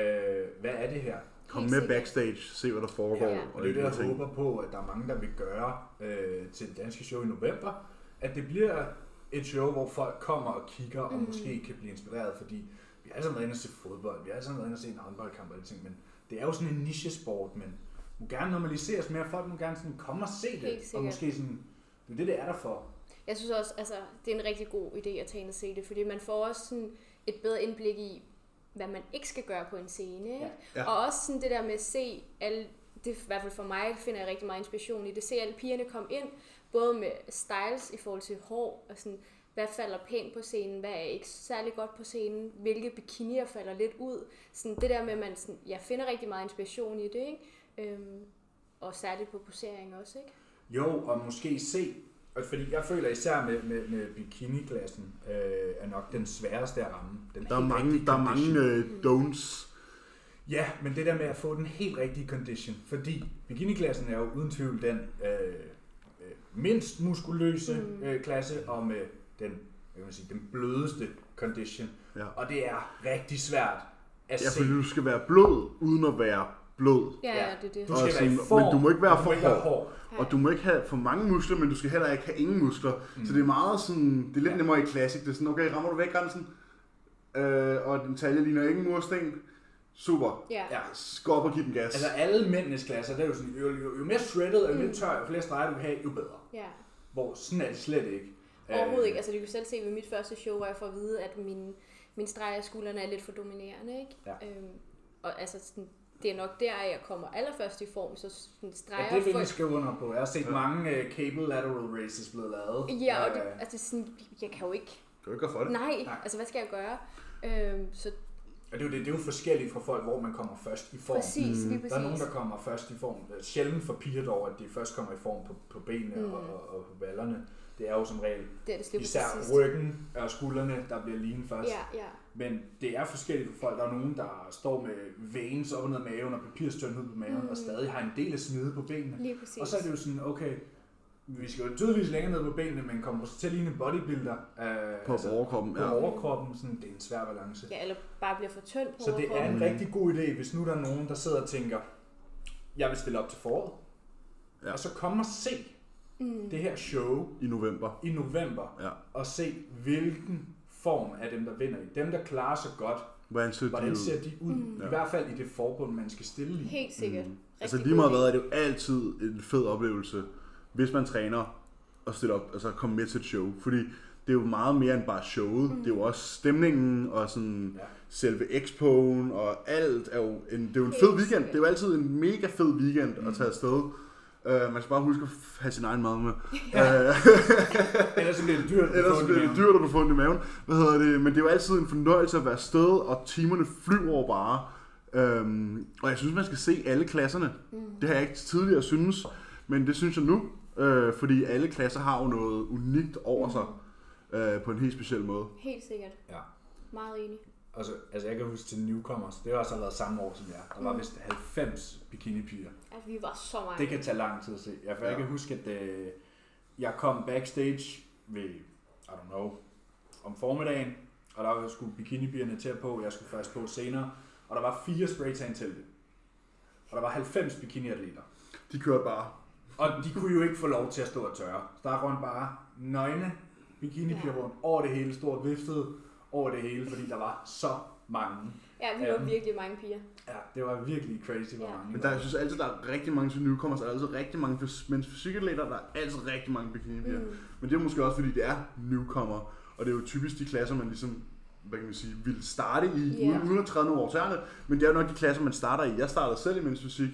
hvad er det her?
Kom
Helt
med
sikkert.
backstage, se hvad der foregår.
Ja.
Og det er
alle
det,
de
jeg
ting.
håber på, at der er mange, der vil gøre øh, til det danske show i november, at det bliver et show, hvor folk kommer og kigger og mm.
Mm.
måske kan blive inspireret, fordi vi har alle sammen været inde og se fodbold, vi har alle sammen været inde og se en håndboldkamp og alle ting, men det er jo sådan en nichesport, men må gerne normaliseres mere, folk må gerne sådan komme og se
Helt
det, og
sikkert.
måske sådan, det er det, det er der for.
Jeg synes også, altså, det er en rigtig god idé at tage ind og se det, fordi man får også sådan et bedre indblik i, hvad man ikke skal gøre på en scene. Ikke?
Ja.
Og også sådan det der med at se alle, det er i hvert fald for mig, finder jeg rigtig meget inspiration i det, se alle pigerne komme ind, både med styles i forhold til hår, og sådan, hvad falder pænt på scenen, hvad er ikke særlig godt på scenen, hvilke bikinier falder lidt ud. Sådan det der med, at man sådan, jeg finder rigtig meget inspiration i det, ikke? Øhm, og særligt på posering også, ikke?
Jo, og måske se, og fordi jeg føler især med, med, med bikiniklassen, øh, er nok den sværeste at ramme. Den
Der er
helt
mange,
rigtige
der er mange
condition.
øh, don'ts.
Ja, men det der med at få den helt rigtige condition, fordi bikiniklassen er jo uden tvivl den øh, øh, mindst muskuløse
Mm.
øh, klasse, og med den, hvad kan man sige, den blødeste condition.
Ja.
Og det er rigtig svært at
Ja,
se.
fordi du skal være blød, uden at være blød.
Ja, ja, det er det.
Du
Og
skal være i
sådan,
form,
men du må ikke være
og
for
ikke være
hård.
hård.
Og du må ikke have for mange muskler, men du skal heller ikke have ingen muskler. Mm. Så det er meget sådan, det er lidt
Ja.
nemmere i classic. Det er sådan, okay, rammer du vægtgrænsen, øh, og den talje ligner ikke en mursten, super.
Ja.
Ja.
Gå op og giv den gas.
Altså alle mændenes klasser, det er jo sådan, jo, jo, jo mere shredded og jo
Mm.
mere tør og flere streger du kan have, jo bedre.
ja.
Hvor sådan er det slet ikke.
Overhovedet
Øh,
ikke. Altså, du kan selv se ved mit første show, hvor jeg får at vide, at min, min streg af skuldrene er lidt for dominerende, ikke?
Ja.
Øhm, og altså, sådan, det er nok der, jeg kommer allerførst i form, så sådan, streger
Øh, Ja, det vil
folk-
jeg skrive under på. Jeg har set mange øh, cable lateral races blevet lavet.
Ja, og det,
Øh,
altså, sådan, jeg kan jo ikke...
Kan du ikke gøre for det?
Nej,
Nej.
altså, hvad skal jeg gøre? Øhm, så
Og det er, jo det, det er jo forskelligt fra folk, hvor man kommer først i form.
præcis, lige præcis.
Mm, Der er nogen, der kommer først i form. Øh, Sjældent for piger dog, at de først kommer i form på, på benene mm.
Mm.
og, og, og på ballerne. Det er jo som regel
det er det slippe til
især
sidst.
ryggen og skuldrene, der bliver lean først.
Ja, ja.
Men det er forskelligt for folk. Der er nogen, der står med veins op og ned af maven og papirstønd ud på maven mm.
Mm.
og stadig har en del af smide på benene.
Lige præcis.
Og så er det jo sådan, okay, vi skal jo tydeligvis længere ned på benene, men kommer til at ligne en bodybuilder øh,
På altså, overkroppen,
på
ja.
overkroppen. Sådan, det er en svær balance.
Ja, eller bare bliver for tynd på
Så det er en
Mm.
overkroppen.
rigtig god idé, hvis nu der er nogen, der sidder og tænker, jeg vil stille op til foråret, ja.
Ja.
og så komme og se
Mm.
det her show
I november.
i november,
Ja.
og se hvilken form af dem, der vinder i. Dem, der klarer sig godt,
Hvordan ser de
hvordan
ud?
ser de ud? Mm. I
Ja.
hvert fald i det forbund, man skal stille i.
Helt sikkert.
Mm.
Mm.
Altså lige meget hvad, er det jo altid en fed oplevelse, hvis man træner og stiller op, altså komme med til et show. Fordi det er jo meget mere end bare showet. Mm. Det er jo også stemningen og sådan
Ja.
ja. selve expoen og alt. Er jo en, det er jo en
Helt
fed weekend.
sikkert.
Det er jo altid en mega fed weekend mm. at tage afsted. Uh, man skal bare huske at f- have sin egen mad med. Ja. Uh,
Ellers så bliver det dyrt. at
ellers
få
bliver
i
det
maven.
dyrt at du får ondt i maven. Hvad hedder det? Men det er jo altid en fornøjelse at være afsted, og timerne flyver bare. Øhm, og jeg synes, man skal se alle klasserne.
Mm.
Det har jeg ikke tidligere synes, men det synes jeg nu, øh, fordi alle klasser har jo noget unikt over sig. øh, på en helt speciel måde.
Mm, Helt sikkert.
Ja.
Meget enig.
Altså, altså jeg kan huske til Newcomers, det har også været samme år som jeg. Der var vist 90 bikinipiger.
At Altså, vi var så mange.
Det kan tage lang tid at se. Jeg, for jeg
Ja.
kan huske, at øh, jeg kom backstage ved, I don't know, om formiddagen, og der var- skulle bikinibierne til at på, jeg skulle først på senere, og der var fire spraytan-telte. Og der var 90 bikiniatleter.
De kørte bare.
Og de kunne jo ikke få lov til at stå og tørre. Så der rundt bare nøgne bikinipiger
Ja.
rundt over det hele, stod og viftede over det hele, fordi der var så mange.
Ja, vi var
Ja.
virkelig mange piger.
Ja, det var virkelig crazy, hvor
Ja.
mange.
Men
der
der, jeg synes altid, der er rigtig mange til nykommers, og der er altid rigtig mange, fys- men fysikatleter, der er altid rigtig mange bikinipiger. Mm.
Mm.
Men det er måske også, fordi det er newcomer, og det er jo typisk de klasser, man ligesom hvad kan man sige, ville starte i,
Ja.
yeah. uden at træde nogle år tæerne, men det er jo nok de klasser, man starter i. Jeg startede selv i mens fysik,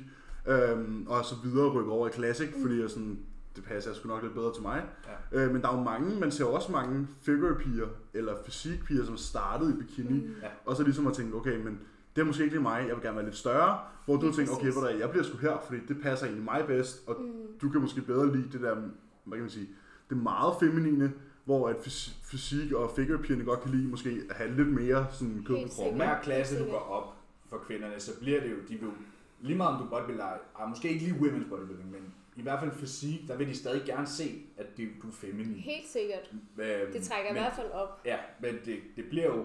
øhm, og så videre rykke over i Classic, mm. fordi jeg sådan, det passer jeg sgu nok lidt bedre til mig. Ja. Øh, men der er jo mange, man ser jo også mange figure-piger, eller fysikpiger, som startede i bikini, mm.
Ja.
og så ligesom har tænkt, okay, men det er måske ikke lige mig, jeg vil gerne være lidt større, hvor du
Lige
tænker, okay,
præcis.
hvor der, jeg bliver sgu her, fordi det passer egentlig mig bedst, og
Mm.
du kan måske bedre lide det der, hvad kan man sige, det meget feminine, hvor at fys- fysik og figurepigerne godt kan lide måske at have lidt mere sådan kød på
Helt
kroppen.
hver
ikke?
sikkert.
klasse, du
Sikkert.
går op for kvinderne, så bliver det jo, de vil, jo- lige meget om du bodybuilder, ah, måske ikke lige women's bodybuilding, men i hvert fald fysik, der vil de stadig gerne se, at det, du er feminin.
Mm. Helt sikkert.
Øhm,
Det trækker i
men,
hvert fald op.
Ja, men det, det bliver jo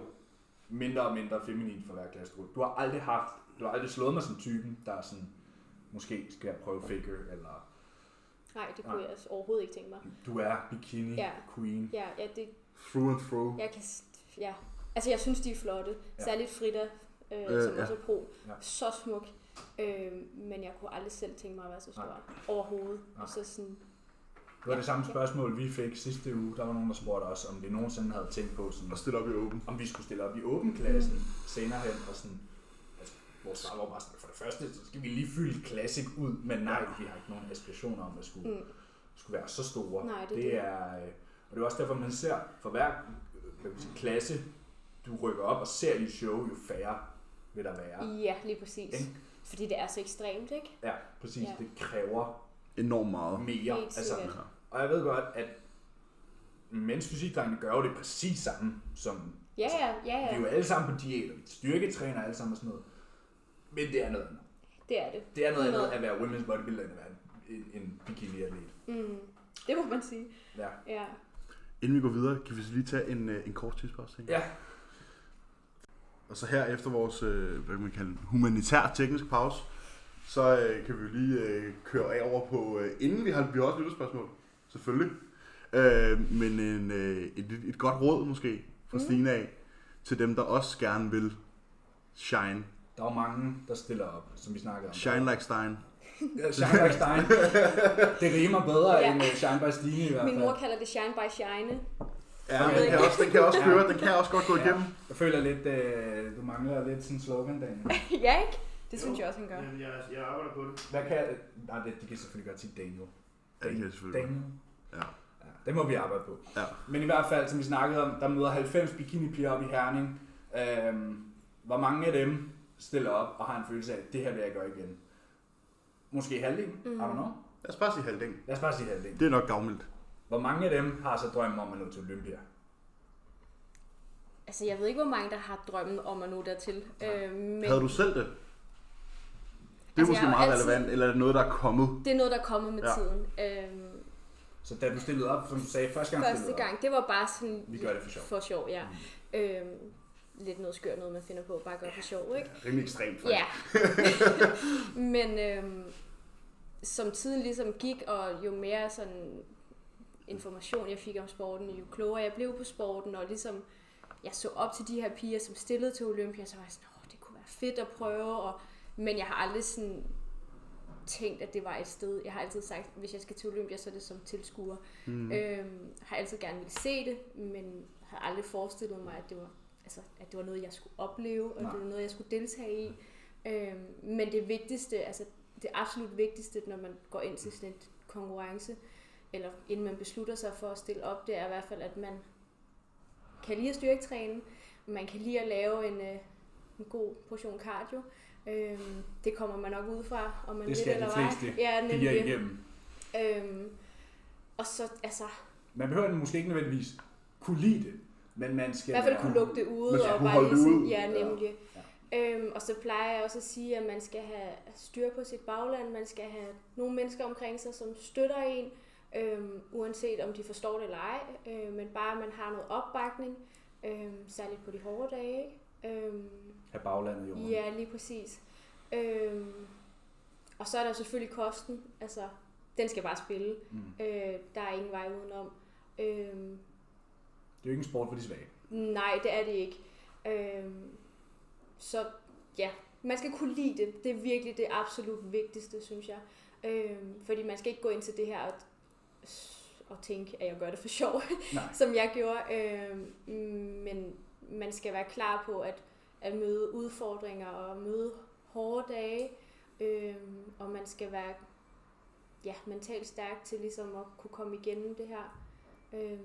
mindre og mindre feminin for hver klasse, du går. Du har aldrig haft, du har aldrig slået mig som typen, der er sådan, måske skal jeg prøve figure, eller
Nej, det kunne jeg altså overhovedet ikke tænke mig.
du er bikini
Ja.
queen.
Ja, ja, det,
Through and through.
jeg kan, s- ja. Altså, jeg synes, de er flotte.
Ja.
Særligt Frida, øh,
Øh,
som
ja.
også er pro.
Ja.
Så smuk. Øh, men jeg kunne aldrig selv tænke mig at være så stor. Overhovedet.
Nej.
Og så sådan,
Det var det samme spørgsmål, vi fik sidste uge. Der var nogen, der spurgte os, om vi nogensinde havde tænkt på sådan,
Og stille op i åben.
om vi skulle stille op i åben klassen senere hen, og sådan, altså, vores svar var bare sådan, for det første, så skal vi lige fylde Classic ud, men nej, vi har ikke nogen aspirationer om at skulle,
Mm.
mm. skulle være så store.
Nej, det er
det,
det.
er, øh, og det er også derfor, man ser, for hver øh, hvad kan man sige, klasse, du rykker op og ser i show, jo færre vil der være.
ja, lige præcis.
Ikke?
Fordi det er så ekstremt, ikke?
Ja, præcis.
Ja.
Ja. Det kræver
Enormt meget.
mere.
Helt
Altså,
sikkert.
og jeg ved godt, at mens fysikdrengene gør jo det præcis samme, som
Ja, ja, ja,
Vi er jo
ja.
alle sammen på diæt, og vi styrketræner alle sammen og sådan noget. Men det er noget andet.
Det er det.
Det er noget andet
Noget.
at være women's bodybuilder, end at være en, en bikini-atlet.
Mm. Det må man sige.
Ja.
Ja.
Inden vi går videre, kan vi så lige tage en, øh, en kort tidspause? tænker jeg?
ja.
Og så her efter vores, øh, hvad kan man kalde den, humanitær teknisk pause, så øh, kan vi jo lige øh, køre af over på, øh, inden vi har, vi har også et lytterspørgsmål, selvfølgelig. Øh, men en, øh, et, et godt råd måske fra
Mm.
Stine af, til dem, der også gerne vil shine.
Der er jo mange, der stiller op, som vi snakkede om.
Shine like Stein.
Ja, Shine by Stein. Det rimer bedre
Ja.
ja. end øh, Shine by Stine i hvert
Min mor
fald.
kalder det shine by shine.
Ja, men den kan også, den kan også
Ja.
køre, den kan også godt gå
Ja.
igennem.
Jeg føler lidt, øh, du mangler lidt sådan slogan dagen.
ja, ikke? Det
Jo.
synes jeg også, han gør.
Jamen, jeg, jeg arbejder på det.
Hvad kan... Nej, det, de kan selvfølgelig godt sige Daniel.
Ja, det kan jeg selvfølgelig godt.
Daniel.
Ja.
Ja, det må vi arbejde på.
Ja.
Men i hvert fald, som vi snakkede om, der møder 90 bikinipiger op i Herning. Øhm, hvor mange af dem stiller op og har en følelse af, at det her vil jeg gøre igen? Måske halvdelen? Mm. I don't know.
Lad os bare sige halvdelen.
Lad os bare sige halvdelen.
Det er nok gavmildt.
Hvor mange af dem har så drømmen om at nå til Olympia?
Altså, jeg ved ikke, hvor mange, der har drømmen om at nå dertil. Øh, men
Havde du selv det? Det er altså,
Altså, jeg
måske
har jo
meget
altid-
relevant, eller er det noget, der er kommet?
det er noget, der er kommet med
Ja.
tiden. Øh,
Så da du stillede op, som du sagde, første gang
første
stillede op.
gang, det var bare sådan...
Vi gør det for sjov. Mm.
For sjov, ja. Øh, lidt noget skørt, noget man finder på, bare gør for sjov, ikke?
Rimelig ekstremt, faktisk.
Ja. men øh, som tiden ligesom gik, og jo mere sådan information jeg fik om sporten, jo klogere jeg blev på sporten, og ligesom jeg så op til de her piger, som stillede til Olympia, så var jeg sådan, åh, det kunne være fedt at prøve, og, men jeg har aldrig sådan tænkt, at det var et sted. Jeg har altid sagt, hvis jeg skal til Olympia, så er det som tilskuer. Mm. Øhm, har altid gerne ville se det, men har aldrig forestillet mig, at det var, altså, at det var noget, jeg skulle opleve, og
Nej.
det var noget, jeg skulle deltage i. Øhm, men det vigtigste, altså det absolut vigtigste, når man går ind til sådan en konkurrence, eller inden man beslutter sig for at stille op, det er i hvert fald, at man kan lide at styrketræne, man kan lide at lave en, øh, en god portion cardio. Øhm, det kommer man nok ud fra, om man
Det
vil
skal
eller
de
ej.
fleste Piger
Ja, nemlig.
igennem.
Øhm, og så, altså,
Man behøver den måske ikke nødvendigvis kunne lide det. Men man
I
skal
hvert fald
være-
kunne lukke det ude
Man skal
og
kunne
bare
holde
lige
det
sådan,
ud.
ja,
Ja.
nemlig. Øhm, og så plejer jeg også at sige, at man skal have styr på sit bagland, man skal have nogle mennesker omkring sig, som støtter en, øhm, uanset om de forstår det eller ej, øh, men bare at man har noget opbakning, øhm, særligt på de hårde dage. ikke? Øhm,
have baglandet jorden.
Ja, lige præcis. Øhm, og så er der selvfølgelig kosten. Altså, den skal bare spille.
Mm.
Øh, der er ingen vej udenom. Øhm,
Det er jo ikke en sport for de svage.
nej, det er det ikke. Øhm, så ja, man skal kunne lide det. Det er virkelig det absolut vigtigste, synes jeg. Øhm, fordi man skal ikke gå ind til det her og, og tænke, at jeg gør det for sjov.
Nej.
som jeg gjorde. Øh, men man skal være klar på at, at møde udfordringer og møde hårde dage. Øh, og man skal være ja, mentalt stærk til ligesom at kunne komme igennem det her. Øh,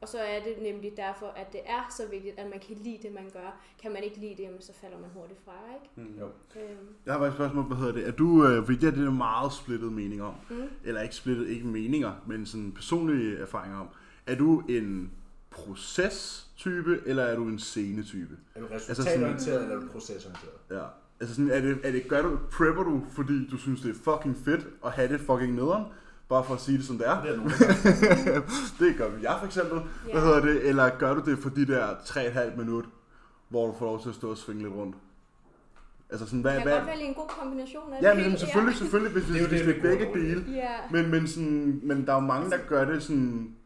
og så er det nemlig derfor, at det er så vigtigt, at man kan lide det, man gør. Kan man ikke lide det, jamen, så falder man hurtigt fra,
Mm.
Jo.
ikke? Øh,
Jeg har bare et spørgsmål, hvad hedder det? Er du, øh, fordi det, her, det er der meget splittet mening om,
Mm.
eller ikke splittet, ikke meninger, men sådan personlige erfaringer om, er du en proces-type, eller er du en scene-type?
Er du
Altså sådan-
resultatorienteret, eller er du procesorienteret?
Ja. Altså sådan, er det, er det, gør du, prepper du, fordi du synes, det er fucking fedt at have det fucking nederen? Bare for at sige det, som det er.
Det er nogen, der gør.
det gør jeg for eksempel.
ja.
Hvad hedder det? Eller gør du det for de der 3,5 minut, hvor du får lov til at stå og svinge lidt rundt? Altså sådan, hvad...
Kan godt
hvad
vælge en god kombination af
ja,
det
men
hele,
selvfølgelig, selvfølgelig, hvis,
Det er jo
hvis, hvis
det,
det
vi
er
går
begge
dårligt.
dele.
Ja,
Men, men, sådan, men der er jo mange, der gør det sådan...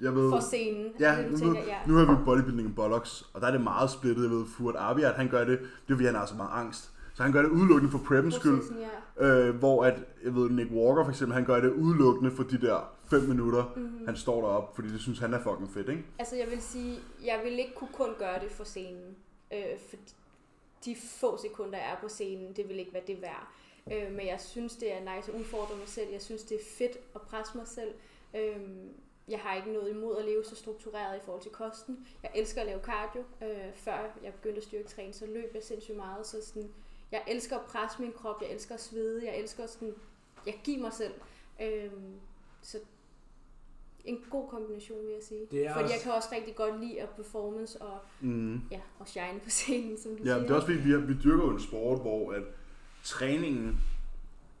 Jeg ved...
for scenen.
Ja,
altså,
nu,
du tænker, ja.
nu har vi bodybuilding og bollocks, og der er det meget splittet. Jeg ved, Furet Abiat, han gør det, det er fordi, han har så meget angst. Så han gør det udelukkende for preppens skyld.
Processen, ja.
Øh, hvor at, jeg ved, Nick Walker for eksempel, han gør det udelukkende for de der 5 minutter, mm-hmm. han står deroppe, fordi det synes han er fucking fedt, ikke?
Altså, jeg vil sige, jeg vil ikke kunne kun gøre det for scenen. Øh, for de få sekunder, jeg er på scenen, det vil ikke være det værd. Øh, men jeg synes, det er nice at udfordre mig selv. Jeg synes, det er fedt at presse mig selv. Øh, jeg har ikke noget imod at leve så struktureret i forhold til kosten. Jeg elsker at lave cardio. Øh, før jeg begyndte at styrketræne, så løb jeg sindssygt meget. Så sådan, jeg elsker at presse min krop. Jeg elsker at svede. Jeg elsker sådan... Jeg giver mig selv. Øh, så en god kombination, vil jeg sige.
Det er
Fordi
også-
jeg kan også rigtig godt lide at performance og,
Mm.
ja, og shine på scenen, som du
Ja,
siger.
men det er også fordi, vi, vi dyrker jo en sport, hvor at træningen,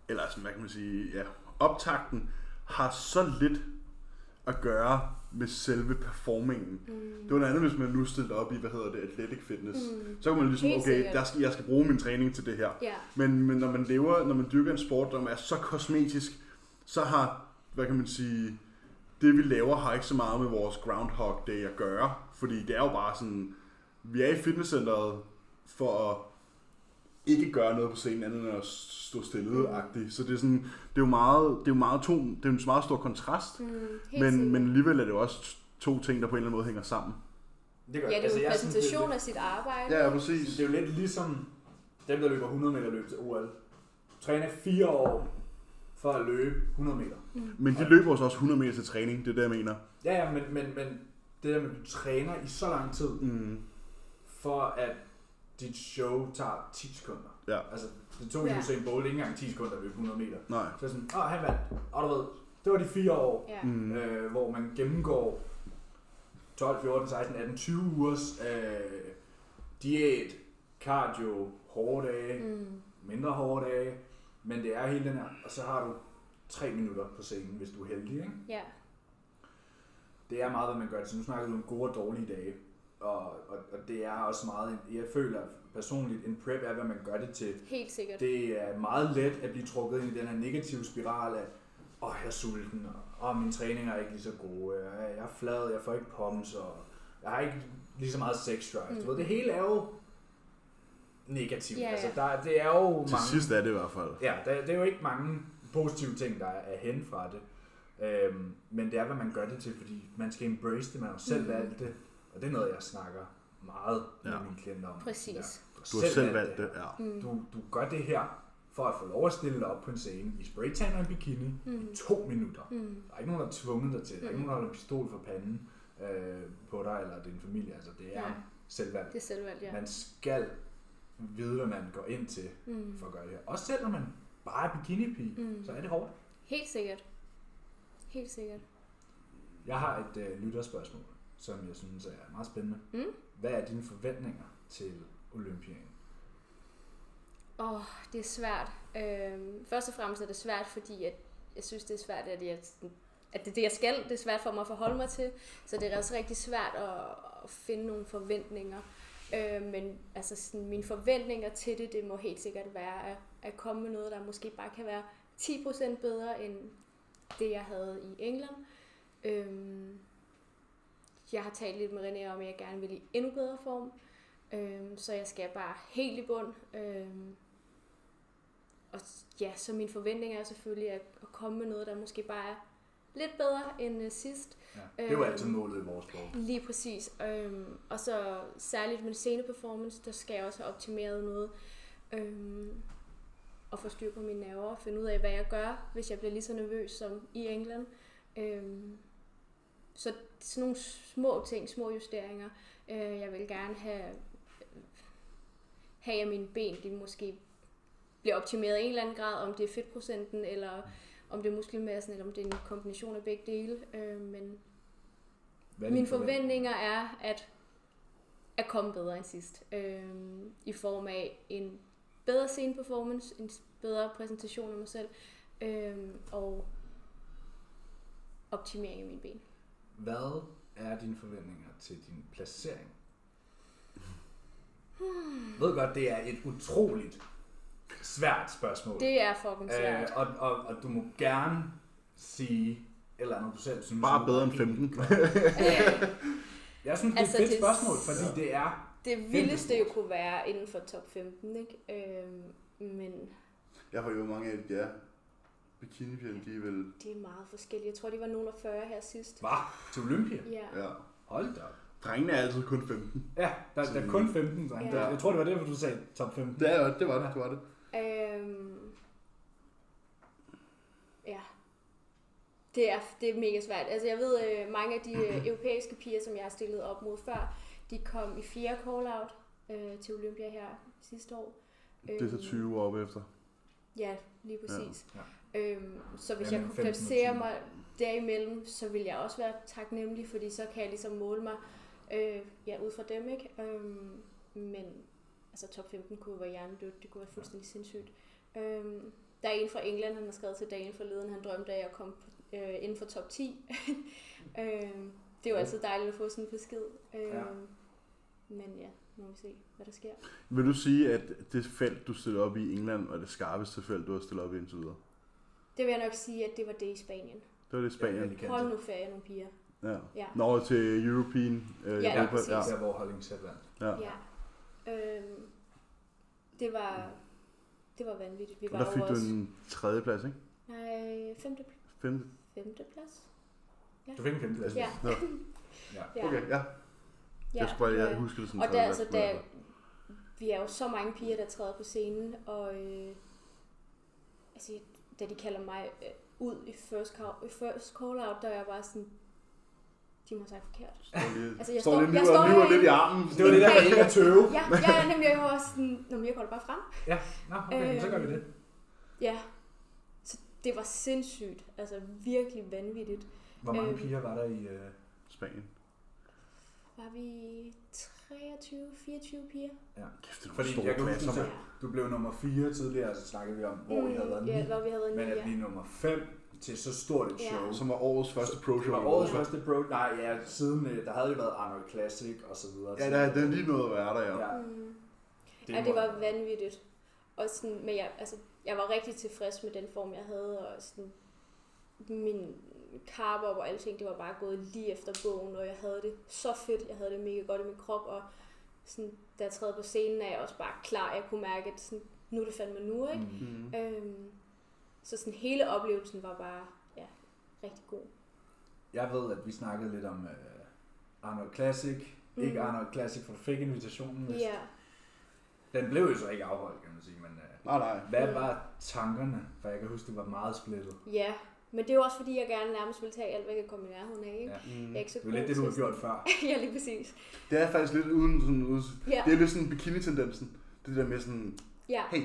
eller sådan, hvad kan man sige, ja, optakten, har så lidt at gøre med selve performingen. Mm. Det var noget andet, hvis man nu stillede op i, hvad hedder det, athletic fitness. Mm. Så kan man ligesom,
Helt
okay,
sikkert.
der skal, jeg skal bruge min træning til det her.
Ja,
Men, men når man lever, når man dyrker en sport, der er så kosmetisk, så har, hvad kan man sige, det vi laver har ikke så meget med vores Groundhog Day at gøre. Fordi det er jo bare sådan, vi er i fitnesscenteret for at ikke gøre noget på scenen andet end at stå stille -agtigt. Så det er sådan, det er jo meget, det er jo meget, to, det er jo en meget stor kontrast.
mm, helt
Men,
sikkert.
men alligevel er det jo også to ting, der på en eller anden måde hænger sammen.
Det gør
ja,
jeg. Altså,
altså,
det er jo en
jeg synes,
præsentation
det,
af sit arbejde.
Ja,
er lidt-
præcis.
det er jo lidt ligesom dem, der løber 100 meter løb til OL. Træner fire år for at løbe 100 meter.
Men de løber jo så også 100 meter til træning, det er det, jeg mener.
Ja, ja, men, men, men det der med, at du træner i så lang tid,
Mm.
for at dit show tager 10 sekunder.
Ja.
Altså, det tog
Ja.
ja. Usain Bolt ikke engang 10 sekunder at løbe 100 meter.
Nej.
Så er det sådan, åh, han vandt. Og du ved, det var de fire år,
Ja.
Mm.
øh, hvor man gennemgår 12, 14, 16, 18, 20 ugers øh, diæt, cardio, hårde dage, mm.
Mm.
mindre hårde dage, men det er hele den her, og så har du 3 minutter på scenen, hvis du er heldig. Ikke?
Mm. ja.
Det er meget, hvad man gør. Så nu snakker du om gode og dårlige dage, og, og, og det er også meget, jeg føler personligt, en prep er, hvad man gør det til.
Helt sikkert.
Det er meget let at blive trukket ind i den her negative spiral af, åh, jeg er sulten, og åh, mine træninger er ikke lige så gode, jeg er- jeg er flad, jeg får ikke pumps, og jeg har ikke lige så meget sex drive. Mm.
Mm.
Du ved, det hele er jo negativt.
Ja, ja.
Altså, der, er- det er jo
Til
mange...
sidst er det i hvert fald.
Ja, der, det er jo ikke mange positive ting, der er hen fra det. Øhm, men det er, hvad man gør det til, fordi man skal embrace det, man har selv
Mhm.
valgt det. Og det er noget, jeg snakker meget med
Ja.
mine klienter om.
Præcis.
Ja,
Du har selv valgt det, ja.
Mm.
du, du gør det her for at få lov at stille dig op på en scene i spraytan og en bikini
Mm.
i to minutter.
Mm.
Der er ikke nogen, der har tvunget dig til. Der er ikke
Mm.
nogen, der har en pistol for panden øh, på dig eller din familie. Altså, det er
Nej.
selvvalgt.
Det er selvvalgt, ja.
Man skal vide, hvad man går ind til
Mm.
for at gøre det her. Også selv når man bare er bikinipige,
Mm.
mm. så er det hårdt.
Helt sikkert. Helt sikkert.
Jeg har et øh, lytterspørgsmål. som jeg synes er meget spændende.
Mm.
Hvad er dine forventninger til Olympiaden?
Åh, oh, det er svært. Øhm, først og fremmest er det svært, fordi at jeg synes, det er svært, at, jeg, at det er det, jeg skal. Det er svært for mig at forholde mig til. Så det er også rigtig svært at, at finde nogle forventninger. Øh, men altså, sådan, mine forventninger til det, det må helt sikkert være at, at komme med noget, der måske bare kan være 10% bedre end det, jeg havde i England. Øhm, jeg har talt lidt med René om, at jeg gerne vil i endnu bedre form. Øhm, så jeg skal bare helt i bund. Øhm, og s- ja, så mine forventninger er selvfølgelig at, at komme med noget, der måske bare er lidt bedre end øh, sidst.
Ja. Det er jo
Øh,
altid målet i vores sport.
Lige præcis. Øhm, og så særligt med sceneperformance, der skal jeg også have optimeret noget. Øhm, og få styr på mine nerver og finde ud af, hvad jeg gør, hvis jeg bliver lige så nervøs som i England. Øhm, så sådan nogle små ting, små justeringer. Øh, jeg vil gerne have, have at mine ben de måske bliver optimeret i en eller anden grad, om det er fedtprocenten, eller om det er muskelmassen, eller om det er en kombination af begge dele. Øh, men
Hvad er
mine
dine forventninger?
forventninger er at, at komme bedre end sidst. Øhm, I form af en bedre scene performance, en s- bedre præsentation af mig selv, øhm, og optimering af mine ben.
Hvad er dine forventninger til din placering? Hmm. ved godt, det er et utroligt svært spørgsmål. Øh,
Det er fucking svært.
og, og, og du må gerne sige et eller andet, du selv synes.
Bare
du er
bedre end
helt
15.
vildt godt.
Øh,
Jeg synes, det er
Altså,
et fedt
det-
spørgsmål, fordi det er...
det vildeste jo kunne være inden for top 15, ikke? Øhm, men
Jeg har jo mange af de der bikinipigerne, de er vel...
det er meget forskelligt. Jeg tror, det var nogen af 40 her sidst.
Hvad? Til Olympia?
Ja.
Ja.
Hold da op.
Drengene er altid kun 15.
Ja, der, der er kun 15, drenge.
Ja.
Ja. Jeg tror, det var derfor, du sagde top 15.
Det, er, jo- det var det, det var det.
Øhm, ja. Det er, det er mega svært. Altså jeg ved, øh, mange af de
Mhm.
øh, europæiske piger, som jeg har stillet op mod før, de kom i fjerde call-out øh, til Olympia her sidste år. Øhm,
Det er så 20 år op efter.
Ja, lige præcis.
Ja,
Ja. Øhm, så hvis
Ja,
jeg
men
kunne
15 og
placere
20.
mig derimellem, så ville jeg også være taknemmelig, fordi så kan jeg ligesom måle mig øh, ja, ud fra dem. Ikke? Øhm, men altså top 15 kunne være hjernedødt, det kunne være fuldstændig sindssygt. Øhm, der er en fra England, han har skrevet til Daniel forleden, han drømte af at komme øh, inden for top 10. øhm, det er jo altid dejligt at få sådan en besked. Øhm,
Ja.
Men ja, nu må vi se, hvad der sker.
Vil du sige, at det felt, du stiller op i England, var det skarpeste felt, du har stillet op i indtil videre?
Det vil jeg nok sige, at det var det i Spanien.
Det var det i Spanien.
Alicante.
Hold nu ferie, nogle piger.
Ja.
Ja.
Når til European øh,
Ja,
Europa.
præcis.
Ja,
Der, hvor Holding selv vandt.
ja.
Ja. Øhm, det var det var vanvittigt. Vi
Og
var
der fik
jo
du
også...
en tredje plads, ikke?
Nej, femte,
Femte.
femte plads?
Du fik en femteplads.
Ja.
Nå,
Ja.
Okay, ja.
ja.
Jeg skulle bare jeg
ja.
husker det som
Og der,
tredje
altså,
plads.
der, vi er jo så mange piger, der træder på scenen, og øh, altså, da de kalder mig øh, ud i first, call, i first call out, der er jeg bare sådan, de må have sagt forkert.
Står lige,
Altså, jeg
står
står-
lige
jeg
nu og
står
niver
herinde.
lidt i armen.
Det var det der med ikke at tøve.
Ja, jeg er nemlig også sådan, når jeg går det bare frem.
Ja, nå, okay, øh, så gør vi det.
Ja, så det var sindssygt, altså virkelig vanvittigt.
Hvor mange
øh,
piger var der i... Øh,
Spanien.
Var vi 23-24 piger?
Kæft, det
fordi
er nogle store
jeg kan huske,
klasser,
du,
mand.
sagde- du blev nummer 4 tidligere, så snakkede vi om, hvor mm, I havde været
ja,
9.
hvor vi havde været
Men
9,
at blive
ja.
nummer 5 til så stort et
Ja.
show.
Som var årets første pro
Det
show.
var årets
Ja.
første bro. Nej, ja, siden øh, der havde jo været Arnold Classic og så videre.
Ja, der, der er lige noget at være der, ja.
Ja,
Mm. Ja, det var vanvittigt. Og sådan, men jeg, altså, jeg var rigtig tilfreds med den form, jeg havde, og sådan, min karper og alting, det var bare gået lige efter bogen, og jeg havde det så fedt, jeg havde det mega godt i min krop, og sådan, da jeg træder på scenen, er jeg også bare klar, jeg kunne mærke, at sådan, nu er det fandme nu, ikke?
Mm.
Mhm.
Mm. Øhm, så sådan hele oplevelsen var bare, ja, rigtig god.
Jeg ved, at vi snakkede lidt om øh, Arnold Classic. Mm. Ikke
Mhm.
Arnold Classic, for du fik invitationen. vist.
Ja.
Den blev jo så ikke afholdt, kan man sige. Men øh,
Nej, nej.
hvad
Mhm.
var tankerne? For jeg kan huske, det var meget splittet.
Ja, men det er jo også fordi, jeg gerne nærmest vil tage alt, hvad jeg kan komme i nærheden af. Ikke?
Ja.
Ja.
Mm.
Jeg er ikke så
Det var lidt det, du havde gjort før.
ja, lige præcis.
Det er faktisk lidt uden sådan... Uden,
Ja,
det er lidt sådan bikini-tendensen. Det der med sådan,
ja.
hey,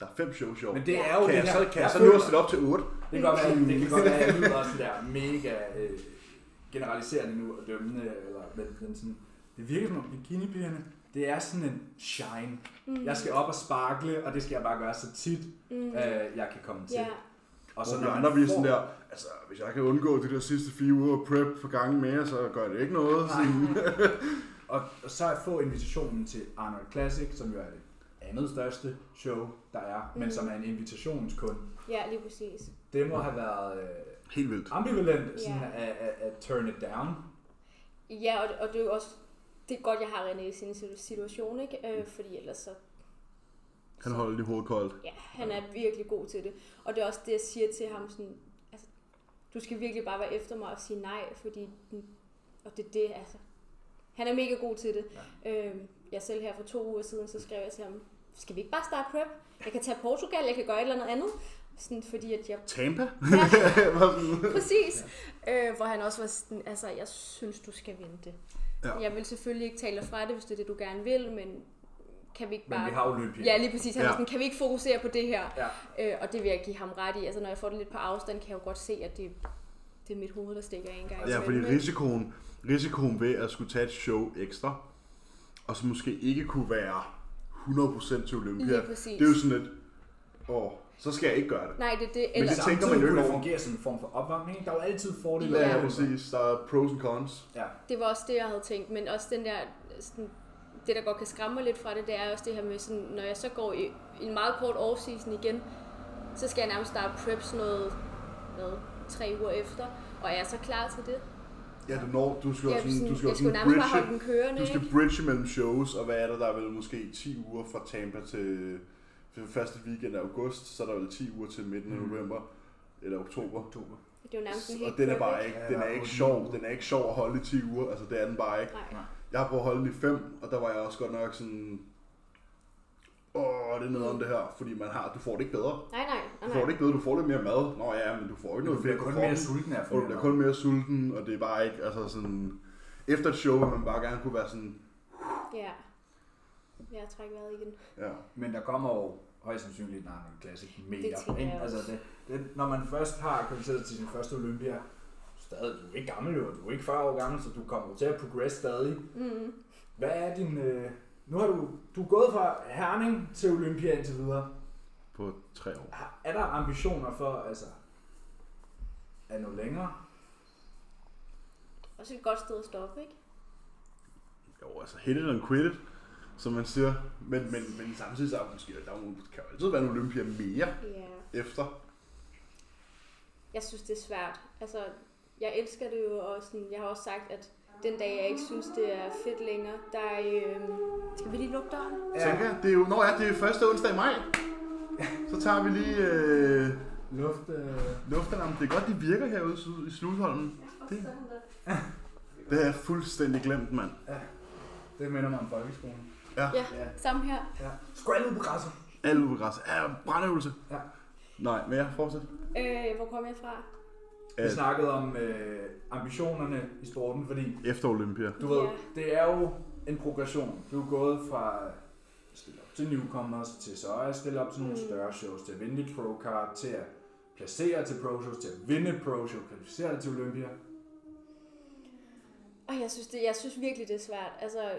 der er fem shows i år.
Men det er jo det
kan jeg,
her.
så, kan jeg, så
føler-
nå at stille op til 8?
Det kan godt være, det kan godt være, at jeg lyder også sådan der mega øh, generalisere det nu og dømme, øh, eller, men, men sådan, det virker som om bikinipigerne, det er sådan en shine.
Mm.
Jeg skal op og sparkle, og det skal jeg bare gøre så tit,
Mm.
øh, jeg kan komme til.
ja.
Og
så
så
vi
når man
andre vi er sådan
får-
der, altså hvis jeg kan undgå de der sidste fire uger og prep for gange mere, så gør det ikke noget.
Nej.
Sådan,
Og, og så at få invitationen til Arnold Classic, som jo er det andet største show, der er, mm. men
Mm.
som er en invitationskund.
ja, lige præcis.
Det må have været øh,
helt vildt.
ambivalent sådan
Ja.
at, at, at turn it down.
Ja, og, og det er jo også det er godt, jeg har René i sin situ- situation, ikke?
Mm.
Øh, fordi ellers så...
Han holder det hovedet koldt.
Ja, han er virkelig god til det. Og det er også det, jeg siger til ham, sådan, altså, du skal virkelig bare være efter mig og sige nej, fordi... Og det er det, altså... Han er mega god til det. Ja. Øh, jeg selv her for to uger siden, så skrev jeg til ham, skal vi ikke bare starte prep? Jeg kan tage Portugal, jeg kan gøre et eller andet andet. Sådan, fordi at jeg
Tampa?
Ja. Præcis. Ja. Øh, hvor han også var sådan, altså, jeg synes, du skal vente.
Ja.
Ja. Jeg vil selvfølgelig ikke tale dig fra det, hvis det er det, du gerne vil, men kan vi ikke
Men
bare...
vi har Olympia.
Ja, lige præcis. Han ja.
Ja.
sådan, kan vi ikke fokusere på det her?
Ja.
Øh, og det vil jeg give ham ret i. Altså, når jeg får det lidt på afstand, kan jeg jo godt se, at det, det er mit hoved, der stikker en gang.
Ja,
imellem,
fordi
ikke?
risikoen, risikoen ved at skulle tage et show ekstra, og så måske ikke kunne være 100% til Olympia,
Lige præcis.
det er jo sådan lidt, åh, så skal jeg ikke gøre det.
Nej, det er det.
Men
Eller,
det
Samtidig
tænker man jo ikke
kunne det
over.
fungere som en form for opvarmning. ikke? Der er jo altid fordele og
Ja,
ulemper.
præcis. Der er pros and cons.
Ja.
det var også det, jeg havde tænkt, men også den der, sådan, det der godt kan skræmme mig lidt fra det, det er også det her med, sådan, når jeg så går i, i en meget kort off-season igen, så skal jeg nærmest starte prep sådan noget, hvad, tre uger efter, og er jeg så klar til det?
Ja, du når, du skal jo
Jeg, er
sådan, du skal jo
jeg skulle
sådan
nærmest bare holde
bridge,
den kørende,
du skal
ikke?
bridge mellem shows, og hvad er der, der er vel måske 10 uger fra Tampa til til første weekend af august, så er der vel 10 uger til midten af
Mm.
november, eller oktober.
Oktober.
Det er jo nærmest en helt
Og den er
prep,
bare
ikke?
ikke,
Ja,
den er
der er
ikke
otte
sjov,
uger.
den er ikke sjov at holde i 10 uger, altså det er den bare ikke.
Nej.
Jeg har prøvet at holde den i 5, og der var jeg også godt nok sådan, åh, det er noget om det her, fordi man har, du får det ikke bedre.
Nej, nej, nej,
Du
nej.
får det ikke bedre, du får lidt mere mad. Nå ja, men du får ikke
Du
noget
bliver
fedt.
kun
får
mere
den.
sulten af at få
Og du
mere
bliver
mad.
kun mere sulten, og det er bare ikke, altså sådan... Efter et show vil man bare gerne kunne være sådan,
Ja. Jeg trækker vejret igen.
ja,
Men der kommer jo højst sandsynligt en Arnold Classic mere.
Det tænker
altså ikke?
jeg
altså
også.
det, det, når man først har kvalificeret til sin første Olympia, stadig, du er ikke gammel jo, du er ikke 40 år gammel, så du kommer jo til at progress stadig.
Mm.
Hvad er din... Øh, nu har du, du er gået fra Herning til Olympia indtil videre.
på tre år.
Har- Er der ambitioner for, altså, at nå længere?
Også et godt sted at stoppe, ikke?
Jo, altså hit it and quit it, som man siger. Men, men, men samtidig så er der måske, der er jo- kan jo altid være en Olympia mere
Ja.
efter.
jeg synes, det er svært. Altså, jeg elsker det jo, og sådan, jeg har også sagt, at den dag, jeg ikke synes, det er fedt længere, der øh, skal vi lige lukke døren?
Ja. Tænker jeg, det er jo, nå ja, det er første onsdag i maj. Så tager vi lige øh,
Luft... Øh,
luftalarm. Det er godt, det virker herude i Syd- i Slutholmen. Det, det har jeg fuldstændig glemt, mand.
det minder mig om folkeskolen.
Ja,
Ja.
samme her.
Ja. Skru alle ud på græsset.
Alle ude på græs. Ja, brandøvelse.
Ja.
Nej, men jeg fortsætter.
Øh, hvor kom jeg fra?
Vi
Øh.
snakkede om øh, ambitionerne i sporten, fordi
Efter Olympia.
Du ved,
Ja.
det er jo en progression. Du er gået fra at stille op til newcomers, til så at stille op til nogle
Mm.
større shows, til at vinde dit pro card, til at placere til pro shows, til at vinde et pro show, kvalificere dig til Olympia.
Og jeg synes, det, jeg synes virkelig, det er svært. Altså,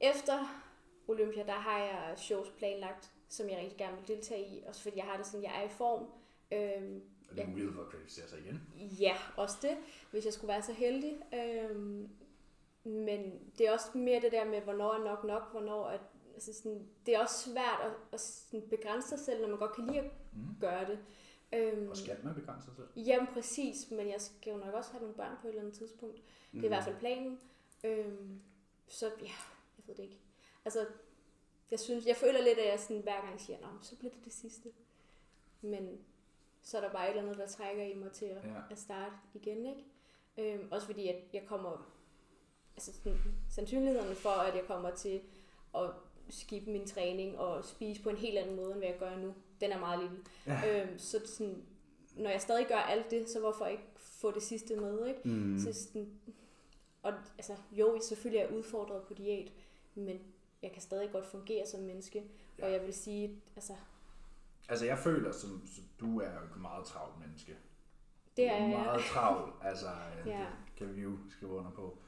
efter Olympia, der har jeg shows planlagt, som jeg rigtig gerne vil deltage i. Også fordi jeg har det sådan, jeg er i form. Øh,
Og det er
Ja.
mulighed for at kvalificere sig igen.
Ja, også det, hvis jeg skulle være så heldig. Øhm, men det er også mere det der med, hvornår er nok nok, hvornår er... Altså sådan, det er også svært at, at sådan begrænse sig selv, når man godt kan lide at
Mm.
gøre det. Øhm,
Og skal man begrænse sig selv?
jamen præcis, men jeg skal jo nok også have nogle børn på et eller andet tidspunkt. Mm. Det er i hvert fald planen. Øhm, så ja, jeg ved det ikke. Altså, jeg, synes, jeg føler lidt, at jeg sådan, hver gang siger, Nå, så bliver det det sidste. Men så er der bare et eller andet, der trækker i mig til at
Ja.
at starte igen, ikke? Øhm, også fordi, at jeg kommer... Altså, sådan, sandsynlighederne for, at jeg kommer til at skippe min træning og spise på en helt anden måde, end hvad jeg gør nu, den er meget lille. Ja. Øhm, så sådan, når jeg stadig gør alt det, så hvorfor ikke få det sidste med, ikke?
Mm.
Mm. Så sådan, og altså, jo, selvfølgelig er jeg udfordret på diæt, men jeg kan stadig godt fungere som menneske, ja. og jeg vil sige, altså,
Altså jeg føler, som, som du er jo et meget travlt menneske.
Det er jeg.
meget travlt, altså øh,
Ja.
det kan vi jo skrive under på.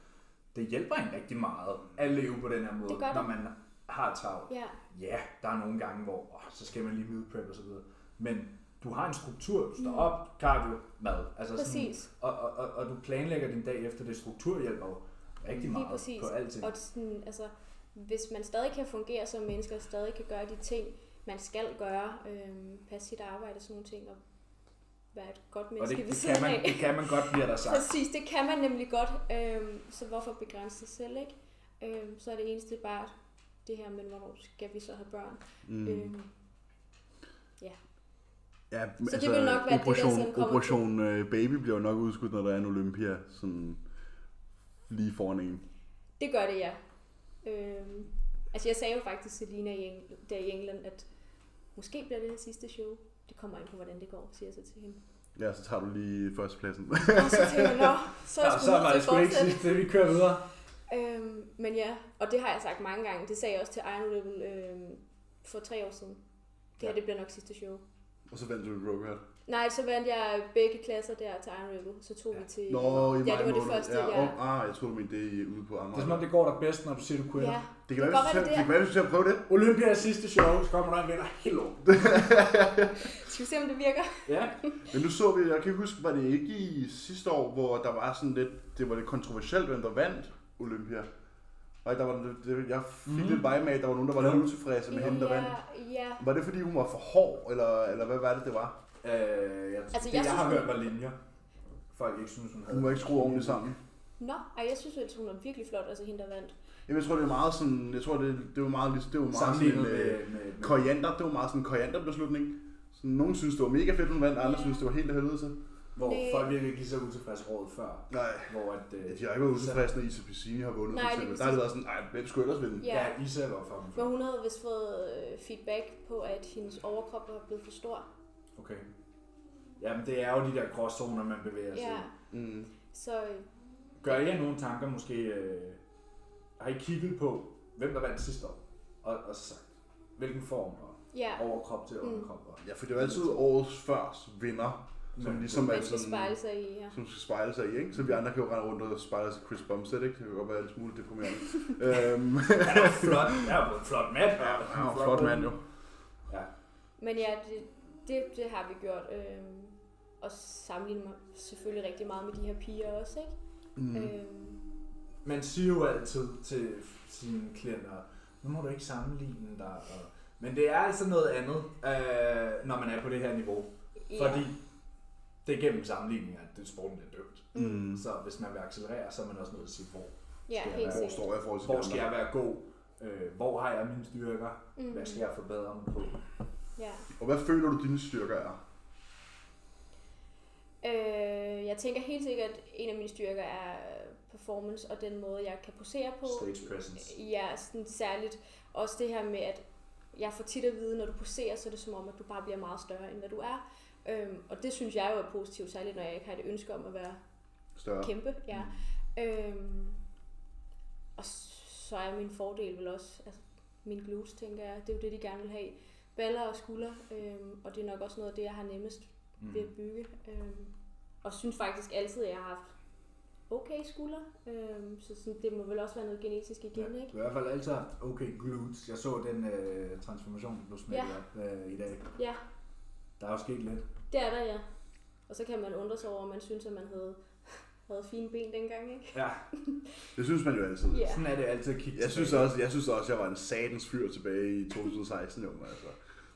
Det hjælper en rigtig meget at leve på den her måde,
Det gør det.
når man har travlt.
Ja,
Ja, der er nogle gange, hvor åh, så skal man lige meal prep og så videre. Men du har en struktur, du står op, cardio, mad. Altså
præcis.
Sådan, og, og, og, og, du planlægger din dag efter det. Struktur hjælper jo rigtig
Lige
meget
præcis.
på alting.
Og sådan, altså, hvis man stadig kan fungere som menneske, og stadig kan gøre de ting, man skal gøre, øh, passe sit arbejde og sådan nogle ting, og være et godt
og det,
menneske ved
det,
siden
kan man,
af.
det kan man godt, bliver der sagt.
Præcis, det kan man nemlig godt, øhm, så hvorfor begrænse sig selv, ikke? Øhm, så er det eneste bare det her, men hvornår skal vi så have børn? Mm. Øhm,
Ja, altså,
det vil nok være det, der
operation,
sådan kommer-
Operation øh, Baby bliver jo nok udskudt, når der er en Olympia sådan lige foran en.
det gør det, ja. Øhm, altså jeg sagde jo faktisk til Lina i Eng- der i England, at måske bliver det her sidste show. Det kommer an på, hvordan det går, siger jeg så til hende.
Ja, så tager du lige førstepladsen.
Og så tænker jeg, nå, så er
Ja,
jeg
så
sgu
var det
nødt til at
sgu ikke
fortsætte.
sidste, vi kører videre.
Øhm, men ja, og det har jeg sagt mange gange. Det sagde jeg også til Iron Rebel øhm, for tre år siden. Det her,
Ja.
det bliver nok sidste show.
og så vandt du i Rogue
Nej, så vandt jeg begge klasser der til Iron Rebel. Så tog ja. vi til...
Nå, i
ja,
maj
det var det
måned.
første,
ja.
ja.
Og, ah, jeg tror du mente det i- ude på
Det er
Amager.
som om, det går dig bedst, når du siger, du quitter.
ja.
det kan være,
godt
vi
være,
skal,
det
det
er.
kan være, vi skal prøve det.
Olympia er sidste show, så kommer der en vinder helt over.
Skal vi se, om det virker?
Ja.
Men nu så vi, jeg kan ikke huske, var det ikke i sidste år, hvor der var sådan lidt, det var lidt kontroversielt, hvem der vandt Olympia. Og der var, det- det, jeg fik
Mhm.
mm. lidt vej med, at der var nogen, der var lidt
Ja.
utilfredse med hende, der vandt.
ja.
Var det fordi, hun var for hård, eller, eller hvad var det, det var?
Øh, jeg, altså,
Altså,
det,
jeg
jeg,
synes,
har
hun-
hørt, var linjer. Folk ikke synes, hun havde.
Hun var ikke skruet ordentligt sammen.
Nå, ej, jeg synes, at hun er virkelig flot, altså hende, der vandt.
Jamen, Jeg tror, det er meget sådan, jeg tror, det, det var meget, lig- det var meget sådan,
Sammenlignet
en, øh,
med, med, med,
koriander, det var meget sådan en korianderbeslutning. Så nogen synes, det var mega fedt, hun vandt, andre
Ja.
synes, det var helt af helvede så.
hvor
Næ.
folk virkelig ikke lige så utilfredse råd før.
Nej,
Hvor at, øh,
jeg har ikke været utilfreds, når Isa Piscini har vundet,
Nej,
for eksempel. Der
lige præcis.
har det været sådan, nej, hvem skulle ellers vinde?
Ja.
ja. Isa var fucking
Men
flot.
hun havde vist fået øh, feedback på, at hendes overkrop var blevet for stor.
Okay. Jamen, det er jo de der gråzoner, man bevæger sig
Ja,
i.
Mm.
så øh,
Gør I jer nogle tanker måske... Øh, har I kigget på, hvem der vandt sidste år? Og, og så sagt, hvilken form og
ja,
overkrop til
Mm.
underkrop. Og,
Ja, for det er jo altid årets førs vinder, som
Men-
ligesom er
man skal
sådan,
spejle sig i her.
som skal spejle sig i, ikke? Så vi andre kan jo rende rundt og spejle os i Chris Bumstead, ikke? Det kan godt være en smule deprimerende. øhm,
Han er flot. Jeg er blevet flot mand.
ja, han er en flot mand jo.
Men ja, det, det, det har vi gjort. Øh, og sammenlignet mig selvfølgelig rigtig meget med de her piger også, ikke?
Mm.
Mm. Øh,
Man siger jo altid til sine klienter, nu må du ikke sammenligne dig. Og... Men det er altså noget andet, øh, når man er på det her niveau.
ja.
Fordi det er gennem sammenligninger, at det- sporten er dømt.
Øh,
Mm.
Så hvis man vil accelerere, så er man også nødt til at sige, hvor,
ja,
skal jeg
helt
være-
Hvor
sikkert.
står jeg i forhold til
hvor
de
skal
andre?
jeg være god? Øh, hvor har jeg mine styrker?
Mm.
Hvad skal jeg forbedre mig på?
Ja.
Og hvad føler du, dine styrker er?
Øh, jeg tænker helt sikkert, at en af mine styrker er performance og den måde, jeg kan posere på.
Stage presence.
Ja, sådan særligt også det her med, at jeg får tit at vide, når du poserer, så er det som om, at du bare bliver meget større, end hvad du er. Øhm, og det synes jeg jo er positivt, særligt når jeg ikke har det ønske om at være
Større?
kæmpe. Ja. Øhm, og så er min fordel vel også, altså min glutes, tænker jeg, det er jo det, de gerne vil have. Baller og skuldre, øhm, og det er nok også noget af det, jeg har nemmest
Mm.
ved at bygge. Øhm, og synes faktisk altid, at jeg har haft okay skulder. Øhm, så sådan, det må vel også være noget genetisk igen,
Ja,
ikke?
du har i hvert fald altid haft okay glutes. Jeg så den øh, transformation, du blev smækket
Ja.
op øh, i dag.
Ja,
Der er jo sket lidt.
det er der, ja. Og så kan man undre sig over, om man synes, at man havde, havde fine ben dengang, ikke?
Ja,
Det synes man jo altid.
Ja.
sådan er det altid at kigge
Jeg synes
tilbage.
også, jeg synes også, jeg var en satans fyr tilbage i 2016, jo, men altså.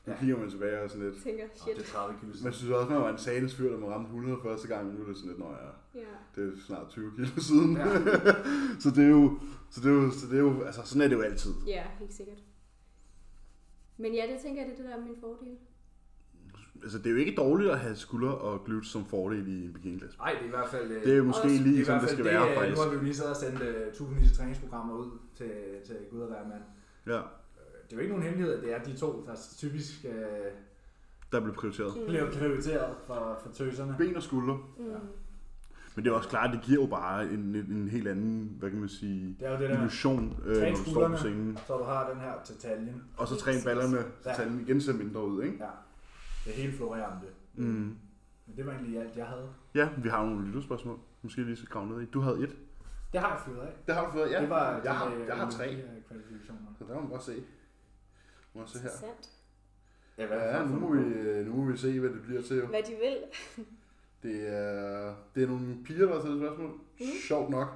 Nu
Ja.
kigger man tilbage og sådan lidt.
Tænker,
Nå, det
shit.
er 30 kilo.
Man synes også, man var en satans fyr, der man ramte 100 første gang, men nu er det sådan lidt, når jeg
Ja.
det er snart 20 kilo siden.
Ja.
Ja. så det er jo, så det er jo, så det er jo, altså sådan er det jo altid.
Ja, helt sikkert. Men ja, det tænker jeg, det er det, der er min fordel.
Altså det er jo ikke dårligt at have skuldre og glutes som fordel i en beginningklasse.
Nej, det er i hvert fald... øh,
Det er jo måske
Og-
lige
i
som
hvert
det
fald
skal være,
øh,
faktisk.
Nu har vi jo lige siddet og sendt uh, tusindvis af træningsprogrammer ud til, til Gud og hver mand.
Ja,
Det er jo ikke nogen hemmelighed, at det er de to, der typisk uh,
der blev prioriteret.
bliver prioriteret for, for tøserne.
Ben og skuldre.
Mm.
Ja.
Men det er også klart, det giver jo bare en, en, en helt anden, hvad kan man sige,
Det er jo det der,
illusion, øh, når du står
skuldrene.
på scenen.
så du har den her til taljen.
Og så træne ballerne, så
Ja.
tager den igen ser mindre ud, ikke?
Ja, det hele florerer om det.
Mm.
Men det var egentlig alt, jeg havde.
Ja, vi har nogle lytterspørgsmål. Måske lige så grave ned i. Du havde et.
Det har jeg fyret af.
Det har du fået, ja.
det var, øh,
jeg, har,
det,
jeg har tre.
Kvalifikationer.
Så der må man godt se. Må man se her.
Interessant.
Ja, hvad
Ja, nu må, vi, øh, nu må vi se, hvad det bliver til. jo.
Hvad de vil.
Det er, det er nogle piger, der har taget spørgsmål. Sjovt nok.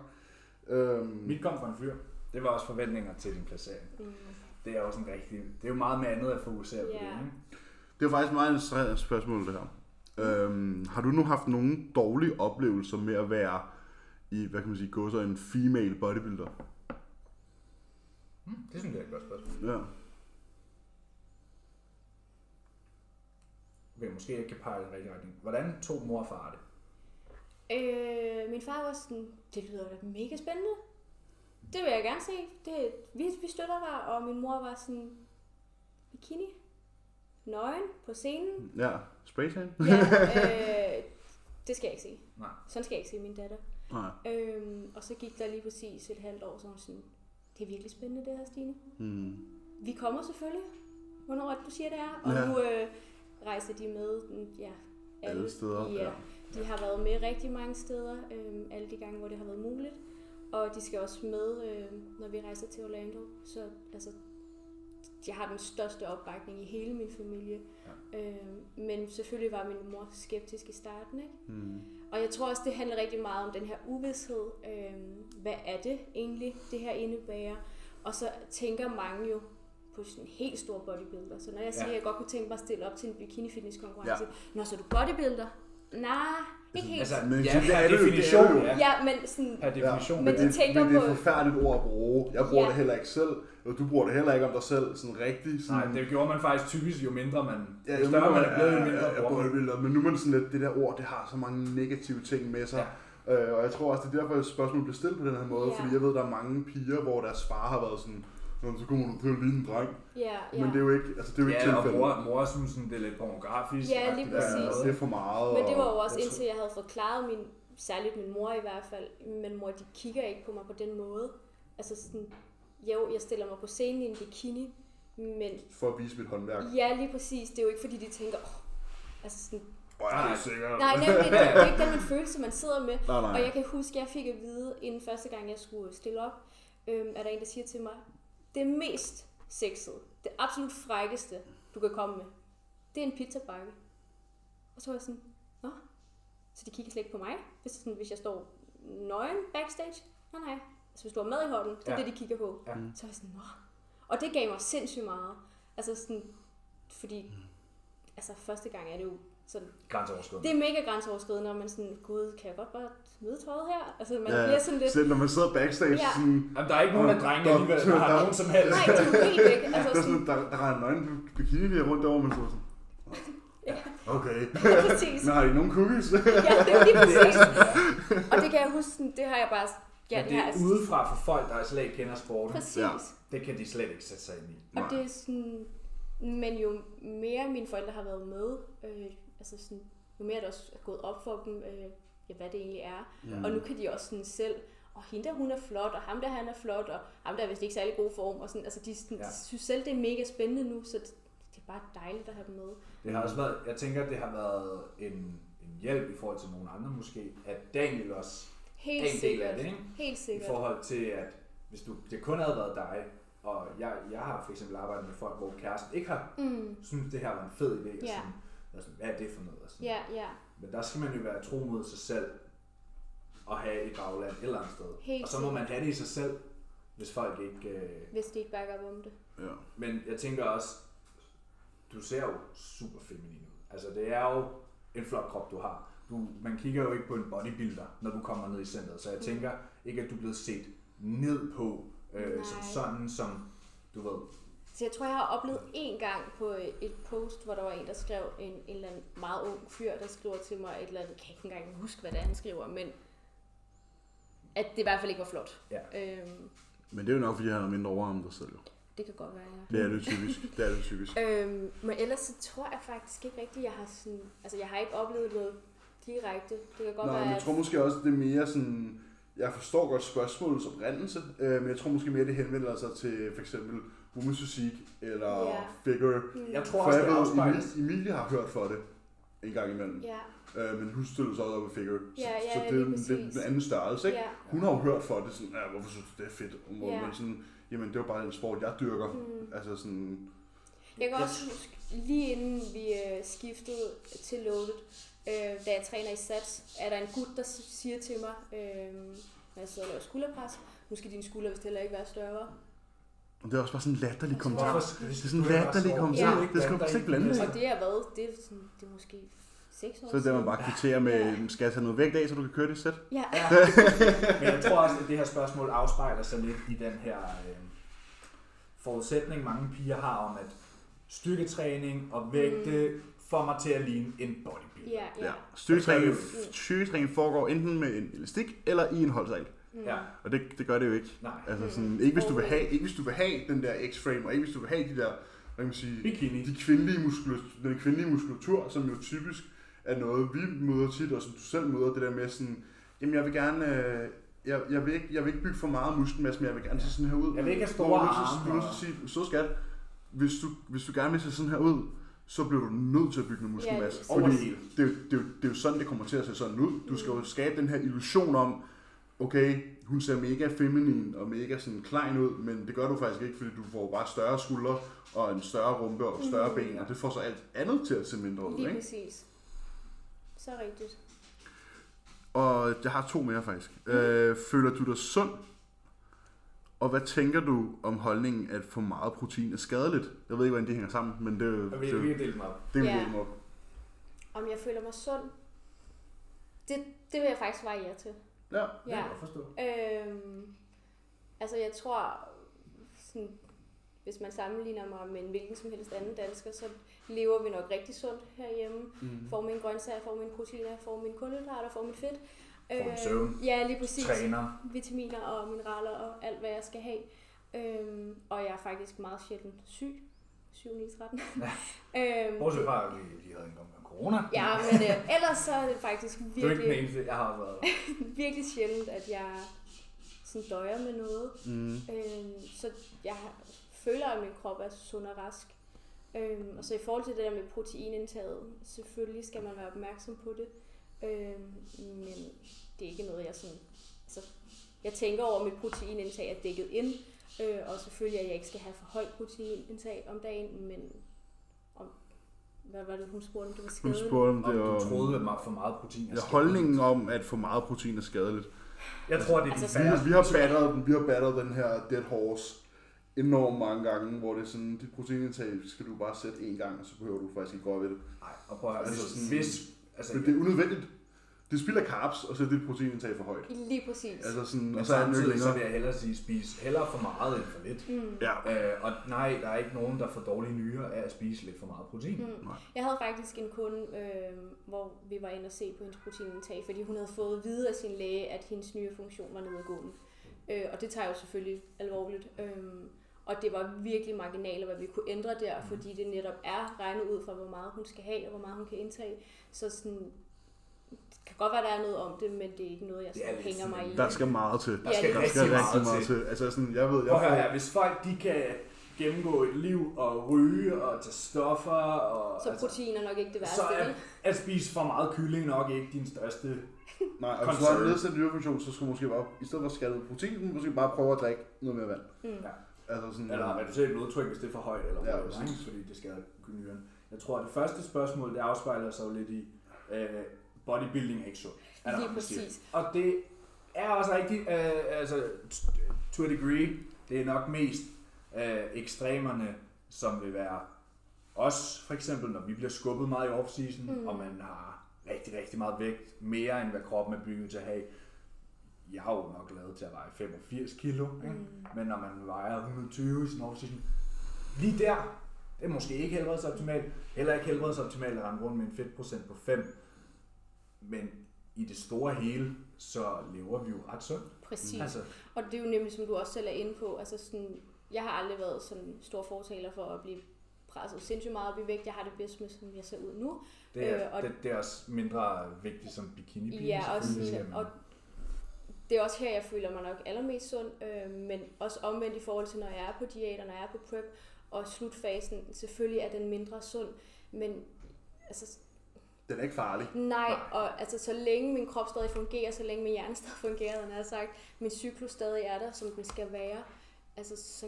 Øhm,
Mit kom fra en fyr. Det var også forventninger til din placering.
Mm.
Det er også en rigtig... Det er jo meget med andet at fokusere på
Ja.
det, ikke?
Det er faktisk et meget interessant spørgsmål, det her. Øhm, har du nu haft nogle dårlige oplevelser med at være i, hvad kan man sige, gå så en female bodybuilder?
Hm, det synes jeg er et godt spørgsmål.
Ja.
Okay, måske jeg kan pege i den rigtige retning. Hvordan tog mor og far det?
Øh, min far var sådan, det lyder da mega spændende. Det vil jeg gerne se. Det, vi, vi støtter dig. Og min mor var sådan, bikini? Nøgen på scenen?
Ja, spraytan?
Ja, øh, det skal jeg ikke se.
Nej.
Sådan skal jeg ikke se min datter.
Nej.
Øhm, og så gik der lige præcis et halvt år, så hun sådan, det er virkelig spændende det her, Stine.
Mm.
Vi kommer selvfølgelig, hvornår er det, du siger det er. Og
Ja.
ja. nu øh, rejser de med mm, ja,
Alle steder.
Ja,
Ja.
de har været med rigtig mange steder, øhm, alle de gange, hvor det har været muligt. Og de skal også med, øhm, når vi rejser til Orlando. Så altså, jeg har den største opbakning i hele min familie. Ja. Øhm, men selvfølgelig var min mor skeptisk i starten, ikke?
Mm.
Og jeg tror også, det handler rigtig meget om den her uvidshed. Øhm, hvad er det egentlig, det her indebærer? Og så tænker mange jo på sådan helt store bodybuilder. Så når jeg siger,
Ja.
at jeg godt kunne tænke mig at stille op til en bikini fitness konkurrence, ja. nå, så er du bodybuilder? Nej, ikke helt.
Altså,
Men
ja,
det
per
er det jo- det er
definition,
det jo.
ja.
ja, men sådan,
Per definition.
Men
Ja.
de tænker
men det er
på-
et forfærdeligt ord at bruge. Jeg bruger
Ja.
det heller ikke selv, og du bruger det heller ikke om dig selv sådan rigtigt. Sådan,
Nej, det gjorde man faktisk typisk, jo mindre man...
Ja,
jo større man er blevet, jo
ja,
mindre
ja, ja,
bruger man.
bodybuilder, men nu er man sådan lidt, det der ord, det har så mange negative ting med sig. Ja. Øh, og jeg tror også, det er derfor, at spørgsmålet bliver stillet på den her måde, ja.
Ja.
fordi jeg ved, der er mange piger, hvor deres far har været sådan, Nå, så kommer du til at ligne en dreng.
ja,
Ja.
ja.
Men det er jo ikke, altså, det er jo ikke
Ja, og
tilfældet.
mor, mor synes, sådan, det er lidt pornografisk.
Ja, lige
agtigt,
præcis.
eller noget,
det er for meget.
Men det var jo
og-
også
Jeg tror-
indtil jeg havde forklaret min, særligt min mor i hvert fald, men mor, de kigger ikke på mig på den måde. Altså sådan, jo, jeg stiller mig på scenen i en bikini, men
For at vise mit håndværk.
ja, lige præcis, det er jo ikke fordi, de tænker, oh, altså sådan,
Åh, det
Nej.
er sikkert.
nej, nemlig, det er jo ikke den man følelse, man sidder med.
Nej, nej.
Og jeg kan huske, jeg fik at vide, inden første gang, jeg skulle stille op, øhm, er der en, der siger til mig, det mest sexede, det absolut frækkeste, du kan komme med, det er en pizzabakke. Og så var jeg sådan, nå, så de kigger slet ikke på mig, hvis, sådan, hvis jeg står nøgen backstage. Nej, nej, altså hvis du har mad i hånden, det er
Ja.
ja. det, de kigger på.
Ja.
Så var jeg sådan, nå. Og det gav mig sindssygt meget. Altså sådan, fordi,
Mm.
altså første gang er det jo sådan
Grænseoverskridende.
det er mega grænseoverskridende, når man sådan, gud, kan jeg godt bare smide tøjet her? Altså, man
Ja,
bliver sådan lidt,
Selv når man sidder backstage,
Ja.
sådan,
Jamen, der er ikke nogen af drengene
Der-
alligevel, der har
der-
nogen som helst.
nej, det er jo helt væk. Altså,
der, er sådan,
sådan,
der, der render nøgen bikini lige rundt derovre, man sidder sådan. "Nå, Okay.
ja, præcis.
Men har I nogen cookies?
Ja, det er lige præcis. Og det kan jeg huske, sådan, det har jeg bare, ja,
Men
det
det
har
er
jeg,
udefra for folk, der slet ikke kender sporten.
præcis.
Det kan de slet ikke sætte sig ind i.
Og
Nej.
det er sådan, men jo mere mine forældre har været med, øh, altså sådan, jo mere er det også er gået op for dem, øh, ja, hvad det egentlig er. Mm. Og nu kan de også sådan selv, og hende der, hun er flot, og ham der, han er flot, og ham der er vist ikke særlig god form. Og sådan, altså de sådan,
Ja.
ja. synes selv, det er mega spændende nu, så det, det er bare dejligt at have dem med.
Det har også været, jeg tænker, det har været en, en hjælp i forhold til nogle andre måske, at Daniel også
Helt
er en del
sikkert.
af det, ikke?
Helt
i
sikkert.
forhold til, at hvis du, det kun havde været dig, og jeg, jeg har for eksempel arbejdet med folk, hvor kæresten ikke har
Mm.
synes det her var en fed idé, og
Ja.
sådan, og sådan, hvad er det for noget? Og sådan.
Ja, ja.
Men der skal man jo være tro mod sig selv, og have et bagland et eller andet sted.
Helt
og så må
sikkert.
man have det i sig selv, hvis folk ikke... Øh,
Hvis de ikke bakker op om det.
ja.
men jeg tænker også, du ser jo super feminin ud. Altså det er jo en flot krop, du har. Du, man kigger jo ikke på en bodybuilder, når du kommer ned i centret. Så jeg
Mm.
tænker ikke, at du er blevet set ned på
Nej. Mm.
øh, som sådan, som du ved.
Så jeg tror, jeg har oplevet en gang på øh, et post, hvor der var en, der skrev, en, en eller anden meget ung fyr, der skriver til mig et eller andet, jeg kan ikke engang huske, hvad det er, han skriver, men at det i hvert fald ikke var flot.
Ja.
Øhm,
Men det er jo nok, fordi han har mindre overarm end dig selv. jo.
det kan godt være, ja.
Det er det typisk. Det er det typisk.
Øhm, men ellers så tror jeg faktisk ikke rigtigt, jeg har sådan, altså jeg har ikke oplevet noget direkte. Det kan
Nej,
godt være,
men jeg
at-
tror måske også, det er mere sådan... Jeg forstår godt spørgsmålets oprindelse, øh, men jeg tror måske mere, det henvender sig til for eksempel women's fysik eller
Ja.
figure.
Jeg tror
For
også,
jeg
det
ved,
afspejles.
Emilie, Emilie har hørt for det. en gang imellem.
Ja,
Øh, men hun stillede sig også op og fik øl. Så,
Ja, ja,
så
ja,
det er
lige
en- lidt
præcis.
en anden størrelse, ikke?
ja.
Hun har jo hørt for det, sådan, ja, hvorfor synes du, det er fedt? Og Hvor
Ja.
man sådan, jamen det var bare den sport, jeg dyrker.
Mm.
Altså sådan,
Jeg kan
Ja.
også huske, lige inden vi øh, skiftede til Loaded, øh, da jeg træner i Sats, er der en gut, der s- siger til mig, øh, når jeg sidder og laver skulderpres, nu skal dine skuldre vist heller ikke være større.
og det er også bare sådan en latterlig kommentar.
Hvorfor
Hvorfor
skal
Det er sådan en latterlig kommentar.
Ja.
Det skal man slet ikke blande sig
Og
i.
det er hvad? Det er, sådan, det er måske 6 år
Så er det, man
siden.
bare kvitterer med, skal jeg tage noget vægt af, så du kan køre det sæt?
Ja,
Ja. Men jeg tror også, at det her spørgsmål afspejler sig lidt i den her øh, forudsætning, mange piger har om, at styrketræning og vægte mm. får mig til at ligne en bodybuilder.
ja, ja.
Styrketræning,
Og
så er det jo-
styrketræning foregår enten med en elastik eller i en holdsal.
Mm.
Ja.
Og det, det gør det jo ikke.
Nej.
Altså
Mm.
sådan, ikke hvis du vil
Overhovedet
have, ikke hvis du vil have den der X-frame, og ikke hvis du vil have de der, hvad kan man sige,
Bikini.
de kvindelige muskler, den kvindelige muskulatur, som jo typisk er noget, vi møder tit, og som du selv møder, det der med sådan, jamen jeg vil gerne, øh, jeg, jeg, vil ikke, jeg vil ikke bygge for meget muskelmasse, men jeg vil gerne se sådan her ud.
Jeg vil ikke have
Hvor
store
man
arme.
Så, så, sige, så skat, hvis du, hvis du gerne vil se sådan her ud, så bliver du nødt til at bygge noget
Ja, det er
muskelmasse.
Over det
fordi
hele.
det, er jo- det, er jo- det er jo sådan, det kommer til at se sådan ud. Du skal
Mm.
jo skabe den her illusion om, okay, hun ser mega feminin og mega sådan klein ud, men det gør du faktisk ikke, fordi du får bare større skuldre og en større rumpe og større
Mhm.
ben, og det får så alt andet til at se mindre ud,
Lige
ikke?
præcis. Så rigtigt.
Og jeg har to mere faktisk.
Mhm.
Øh, føler du dig sund? Og hvad tænker du om holdningen, at for meget protein er skadeligt? Jeg ved ikke, hvordan det hænger sammen, men det, det,
Og vi, vi
det,
kan dele dem op.
det vil
Ja.
jeg op.
Om jeg føler mig sund, det, det vil jeg faktisk svare ja til.
Ja.
Det kan jeg godt forstå.
Øhm, altså jeg tror, sådan, hvis man sammenligner mig med en hvilken som helst anden dansker, så lever vi nok rigtig sundt herhjemme.
Mhm.
Mm.
Får mine grøntsager, får mine proteiner, får mine kulhydrater, får min fedt. Øhm,
Får min søvn.
ja, lige præcis.
Træner.
Vitaminer og mineraler og alt, hvad jeg skal have. Øhm, og jeg er faktisk meget sjældent syg. 7, 9, 13. øhm,
Bortset fra, at vi lige havde en gang med corona.
ja, men øh, ellers så er det faktisk
Du er ikke den
virkelig,
eneste, jeg har været.
virkelig sjældent, at jeg sådan døjer med noget.
Mm.
Øhm, så jeg har- føler, at min krop er sund og rask. Øhm, og så i forhold til det der med proteinindtaget, selvfølgelig skal man være opmærksom på det. Øhm, men det er ikke noget, jeg sådan... Altså, jeg tænker over, at mit proteinindtag er dækket ind. Øh, og selvfølgelig, at jeg ikke skal have for højt proteinindtag om dagen, men... Om, hvad var det, hun spurgte, om det var
Hun
skadeligt?
spurgte om
Om
det,
du
og
troede, at mig for meget protein er
ja,
skadeligt.
holdningen om, at for meget protein er skadeligt.
Jeg tror, det er
Altså,
de
Vi,
færreste.
vi har batteret den, vi har batteret den her dead horse enormt mange gange, hvor det er sådan, dit proteinindtag skal du bare sætte en gang, og så behøver du faktisk ikke gå op ved det.
Nej, og prøv at høre, altså,
Altså,
sådan,
sådan-
hvis... Altså,
Men det er unødvendigt. Det spilder carbs, og så er dit proteinindtag for højt.
Lige præcis.
Altså sådan,
men
og så er den jo ikke
samtidig så vil
længere.
jeg hellere sige, spis hellere for meget end for lidt.
Mm.
Ja.
Øh, og nej, der er ikke nogen, der får dårlige nyrer af at spise lidt for meget protein. Mm.
Mm.
Nej.
Jeg havde faktisk en kunde, øh, hvor vi var inde og se på hendes proteinindtag, fordi hun havde fået at vide af sin læge, at hendes nye funktion var nedadgående. Øh, og det tager jeg jo selvfølgelig alvorligt. Øh, og det var virkelig marginaler, hvad vi kunne ændre der,
Mm.
fordi det netop er regnet ud fra, hvor meget hun skal have, og hvor meget hun kan indtage. Så sådan, det kan godt være, der er noget om det, men det er ikke noget, jeg
Det er
sådan
lidt
hænger mig
sådan-
i.
Der skal meget til.
Der skal
Ja,
Der
rigtig
skal rigtig
meget til.
til. Altså sådan, jeg ved, jeg
Prøv at høre her, hvis folk de kan gennemgå et liv og ryge og tage stoffer og... altså,
Så protein er nok ikke det værste.
så er,
vel?
at spise for meget kylling nok ikke din største...
Nej, og hvis du har en nedsat nyrefunktion, så skulle du måske bare, i stedet for at skalle proteinen, måske bare prøve at drikke noget mere vand.
Mm.
Ja.
Altså sådan,
Eller reducere blodtryk, hvis det er for højt, eller
Ja,
ja,
præcis.
præcis. fordi det skal nyren. Jeg tror, at det første spørgsmål, det afspejler sig jo lidt i, øh, bodybuilding er ikke sundt. er der
Lige
mange, der siger.
præcis.
Og det er også rigtigt, øh, altså t- to a degree, det er nok mest øh, ekstremerne, som vil være os, for eksempel, når vi bliver skubbet meget i off-season, mm.
Mm.
og man har rigtig, rigtig meget vægt, mere end hvad kroppen er bygget til at have. Jeg har jo nok lavet til at veje 85 kilo, ikke? Mm.
Mm.
men når man vejer 120 i sin off-season, lige der, det er måske ikke helbredsoptimalt, heller ikke helbredsoptimalt at rende rundt med en fedtprocent på 5, men i det store hele, så lever vi jo ret sundt.
Præcis.
Altså,
Og det er jo nemlig, som du også selv er inde på, altså sådan, jeg har aldrig været sådan stor fortaler for at blive presset sindssygt meget op i vægt. Jeg har det bedst med, som jeg ser ud nu.
det er,
Øh, og-
det, det er også mindre vigtigt som bikini
Ja, også, sådan, og det er også her, jeg føler mig nok allermest sund, øh, men også omvendt i forhold til, når jeg er på diæt og når jeg er på prep, og slutfasen selvfølgelig er den mindre sund, men altså,
Den er ikke farlig.
Nej,
Nej.
og altså, så længe min krop stadig fungerer, så længe min hjerne stadig fungerer, den har sagt, min cyklus stadig er der, som den skal være, altså, så,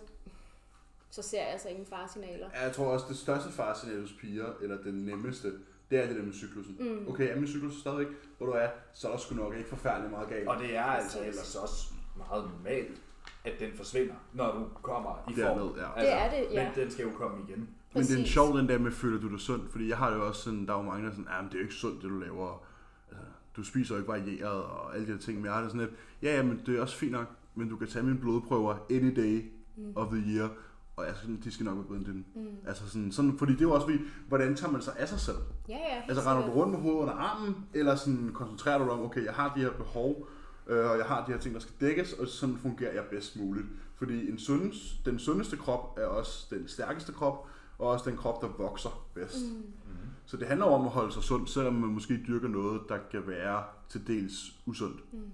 så ser jeg altså ingen faresignaler.
Ja, Jeg tror også, det største faresignal hos piger, eller den nemmeste, det er det der med cyklusen.
Mm.
Okay, er min cyklus stadigvæk, hvor du er, så er der sgu nok ikke forfærdelig meget galt.
Og det er altså ellers også meget normalt, at den forsvinder, når du kommer i form.
Derned, ja.
Det er det, ja.
Men den skal jo komme igen.
Altså, Men det er en
Præcis.
sjov den der med, føler du dig sund? Fordi jeg har det jo også sådan, der er jo mange, der er sådan, ja, men det er jo ikke sundt, det du laver. og, Altså, du spiser jo ikke varieret og alle de der ting, men jeg har det sådan lidt, ja, ja, men det er også fint nok, men du kan tage mine blodprøver any day
Mm.
of the year, og jeg er sådan, de skal nok være bedre end dine.
Mm.
Altså sådan, sådan, fordi det er jo også, fordi, hvordan tager man sig af sig selv?
Ja, ja. helt
Altså render du
sikkert.
rundt med hovedet under armen, eller sådan koncentrerer du dig om, okay, jeg har de her behov, øh, og jeg har de her ting, der skal dækkes, og sådan fungerer jeg bedst muligt. Fordi en sundes, den sundeste krop er også den stærkeste krop, og også den krop, der vokser bedst. Mm.
Mm.
Mm.
Så det handler jo om at holde sig sund, selvom man måske dyrker noget, der kan være til dels usundt.
Mm.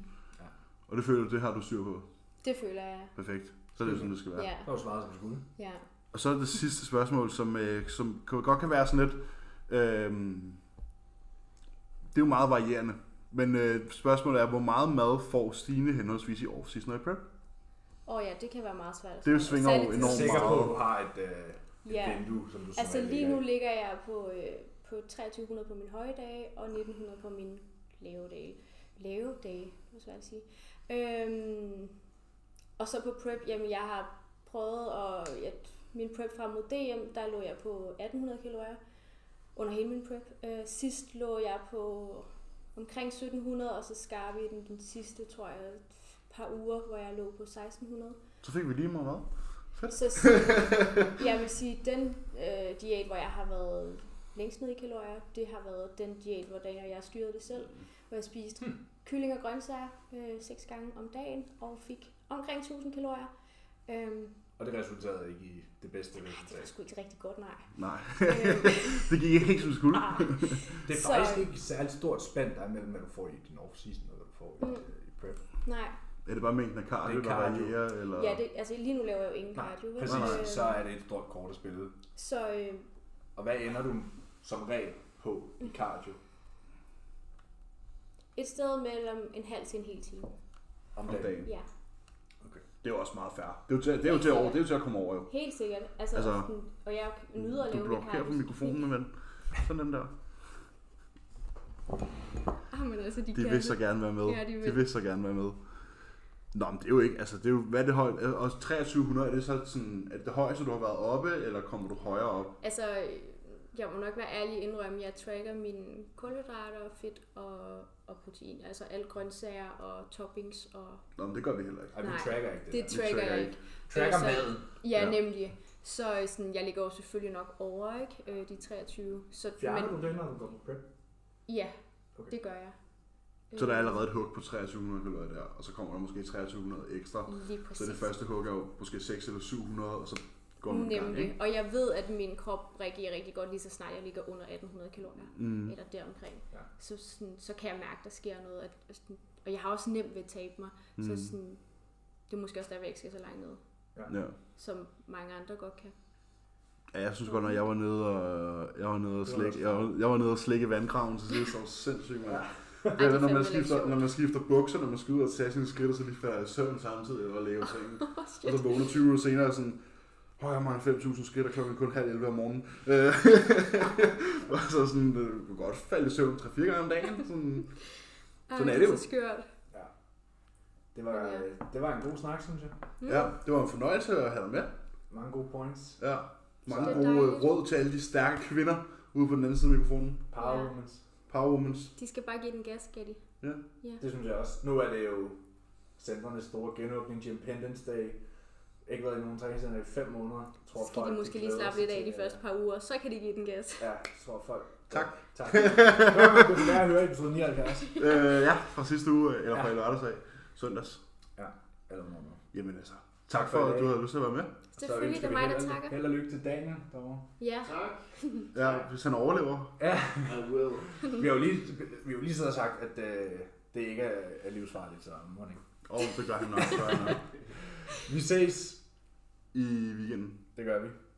Og det føler du, det har du styr på.
Det føler jeg.
Perfekt. Så er det jo sådan, det skal være.
Ja,
Så har du svaret, som du skulle.
ja.
Og så er det sidste spørgsmål, som, øh, som kan- godt kan være sådan lidt... Øh, det er jo meget varierende. Men øh, spørgsmålet er, hvor meget mad får Stine henholdsvis i off-season og i prep?
Og ja, det kan være meget svært.
Det
at svare på.
svinger jo
Særligt
Jeg
til
enormt
er sikker på,
meget.
at du har et, øh, et
Ja.
vindue, som du som
Altså
regel
lige
ligger
nu
i.
ligger jeg på, øh, på 2300 på min høje dag og 1900 på min lave dag. Lave dag, det var svært at sige. Øhm, og så på prep, jamen jeg har prøvet, og jeg, min prep frem mod DM, der lå jeg på 1800 kalorier under hele min prep. Øh, sidst lå jeg på omkring 1700, og så skar vi den, den sidste, tror jeg, et par uger, hvor jeg lå på 1600.
Så fik vi lige meget mad.
Så sig- jeg vil sige, den øh, diæt, hvor jeg har været længst ned i kalorier, det har været den diæt, hvor Daniel og jeg styrede det selv. Hvor jeg spiste hmm. kylling og grøntsager øh, seks gange om dagen og fik omkring 1000 kalorier. Øhm,
Og det resulterede ikke i det bedste
det var
resultat.
sgu ikke rigtig godt, nej.
Nej,
Øhm,
det gik ikke helt som det skulle.
ah,
Det er
Så-
faktisk ikke et særligt stort spænd, der er mellem, hvad du får i din off-season, og hvad du får i,
Mm.
øh, i prep.
nej.
Er det bare mængden af
Det
cardio,
er
der
cardio.
varierer? Eller?
Ja, det, altså lige nu laver jeg jo ingen
Nej,
cardio. vel?
præcis.
Øh,
Så er det et stort kort at spille.
Så øh,
Og hvad ender du som regel på i cardio
et sted mellem en halv til en hel time.
om
Om
dagen?
dagen.
Ja,
Det er jo også meget fair. Det er jo til, det er jo til, over, det er jo til at komme over, jo.
helt sikkert. Altså,
Altså,
altså og jeg nyder at
Du
lave min
blokerer
cardio.
på mikrofonen, men sådan den der.
Ah, men altså, de,
De
kan
vil så gerne være med.
Ja, de vil.
de vil så gerne være med. Nå, men det er jo ikke, altså det er jo, hvad er det hold, og 2300, er det så sådan, er det det højeste, du har været oppe, eller kommer du højere op?
Altså, øh, jeg må nok være ærlig indrømme, jeg tracker mine kulhydrater, fedt og, og protein. Altså alle grøntsager og toppings og...
Nå, men det gør vi heller ikke.
Ej, vi
Nej,
tracker ikke det.
Det, altså,
der.
vi
tracker
tracker
jeg ikke.
Tracker
så-
maden.
Ja,
Ja.
ja. nemlig. Så øh, sådan, jeg ligger jo selvfølgelig nok over, ikke? Øh, de 23. Så,
Fjerner du det, når du går på prep?
Ja,
Okay.
okay. det gør jeg.
Så der er
Øh,
allerede et hug på 2300 kalorier der, og så kommer der måske 2300 ekstra.
Lige præcis.
Så det første hug er jo måske 6 eller 700, og så går man i gang, ikke?
Nemlig. Og jeg ved, at min krop reagerer rigtig godt, lige så snart jeg ligger under 1800 kalorier.
Mm.
eller deromkring,
Ja.
ja. så, sådan, så kan jeg mærke, der sker noget. At, at sådan, og jeg har også nemt ved at tabe mig, mm.
Mm.
så sådan, det er måske også derfor, jeg ikke skal så langt ned,
Ja.
som mange andre godt kan.
ja, jeg synes godt, når jeg var nede og, jeg var nede og
Det var
slikke, jeg var, jeg var nede og slikke vandkraven til sidst, så var sindssygt, mand.
Ej,
Det er, når,
fandme
man
lidt
skifter,
sjovt.
når man skifter bukser, når man skal ud og tage sine skridt, og så lige falder i søvn samtidig og lave ting.
Åh,
Og
shit.
så vågner 20 minutter senere og sådan, Åh, jeg mangler 5.000 skridt, og klokken er kun halv 11 om morgenen. Øh, og så sådan, øh, du kan godt falde i søvn 3-4 gange om dagen. Sådan.
Ej,
sådan er
det
det jo.
så skørt.
Det var,
Ja.
øh, det var en god snak, synes jeg.
Mm.
Ja, det var en fornøjelse at have dig med.
Mange gode points.
Ja,
Så
mange
er
det
gode øh,
dejligt.
råd til alle de stærke kvinder ude på den anden side af mikrofonen.
Power
Ja.
Womans.
Power Womans.
De skal bare give den gas, skal de?
Det synes jeg også. Nu er det jo centrenes store genåbning, Jim Pendens Day. Ikke været i nogen træningscenter i fem måneder. Jeg
Så skal
folk,
de måske lige
glæder
slappe
sig
lidt af
til, øh,
de første par uger, så kan de give den gas.
Ja, jeg tror folk.
Tak.
tak. Det kunne være at høre episode 79.
øh, ja, fra sidste uge, eller fra
Ja.
i lørdags af, søndags.
Eller noget.
Jamen altså, tak
Tak for
for,
i
at
dag.
du havde lyst til at være med.
Selvfølgelig, det er mig, der takker.
Held og lykke til Daniel derovre.
Ja,
Tak.
Ja, hvis han overlever.
Ja,
I will.
vi har jo lige, vi har jo lige siddet og sagt, at øh, det ikke er, er livsfarligt, så må det ikke.
Åh, oh, det gør han nok. Gør han nok.
Vi ses.
I weekenden.
Det gør vi.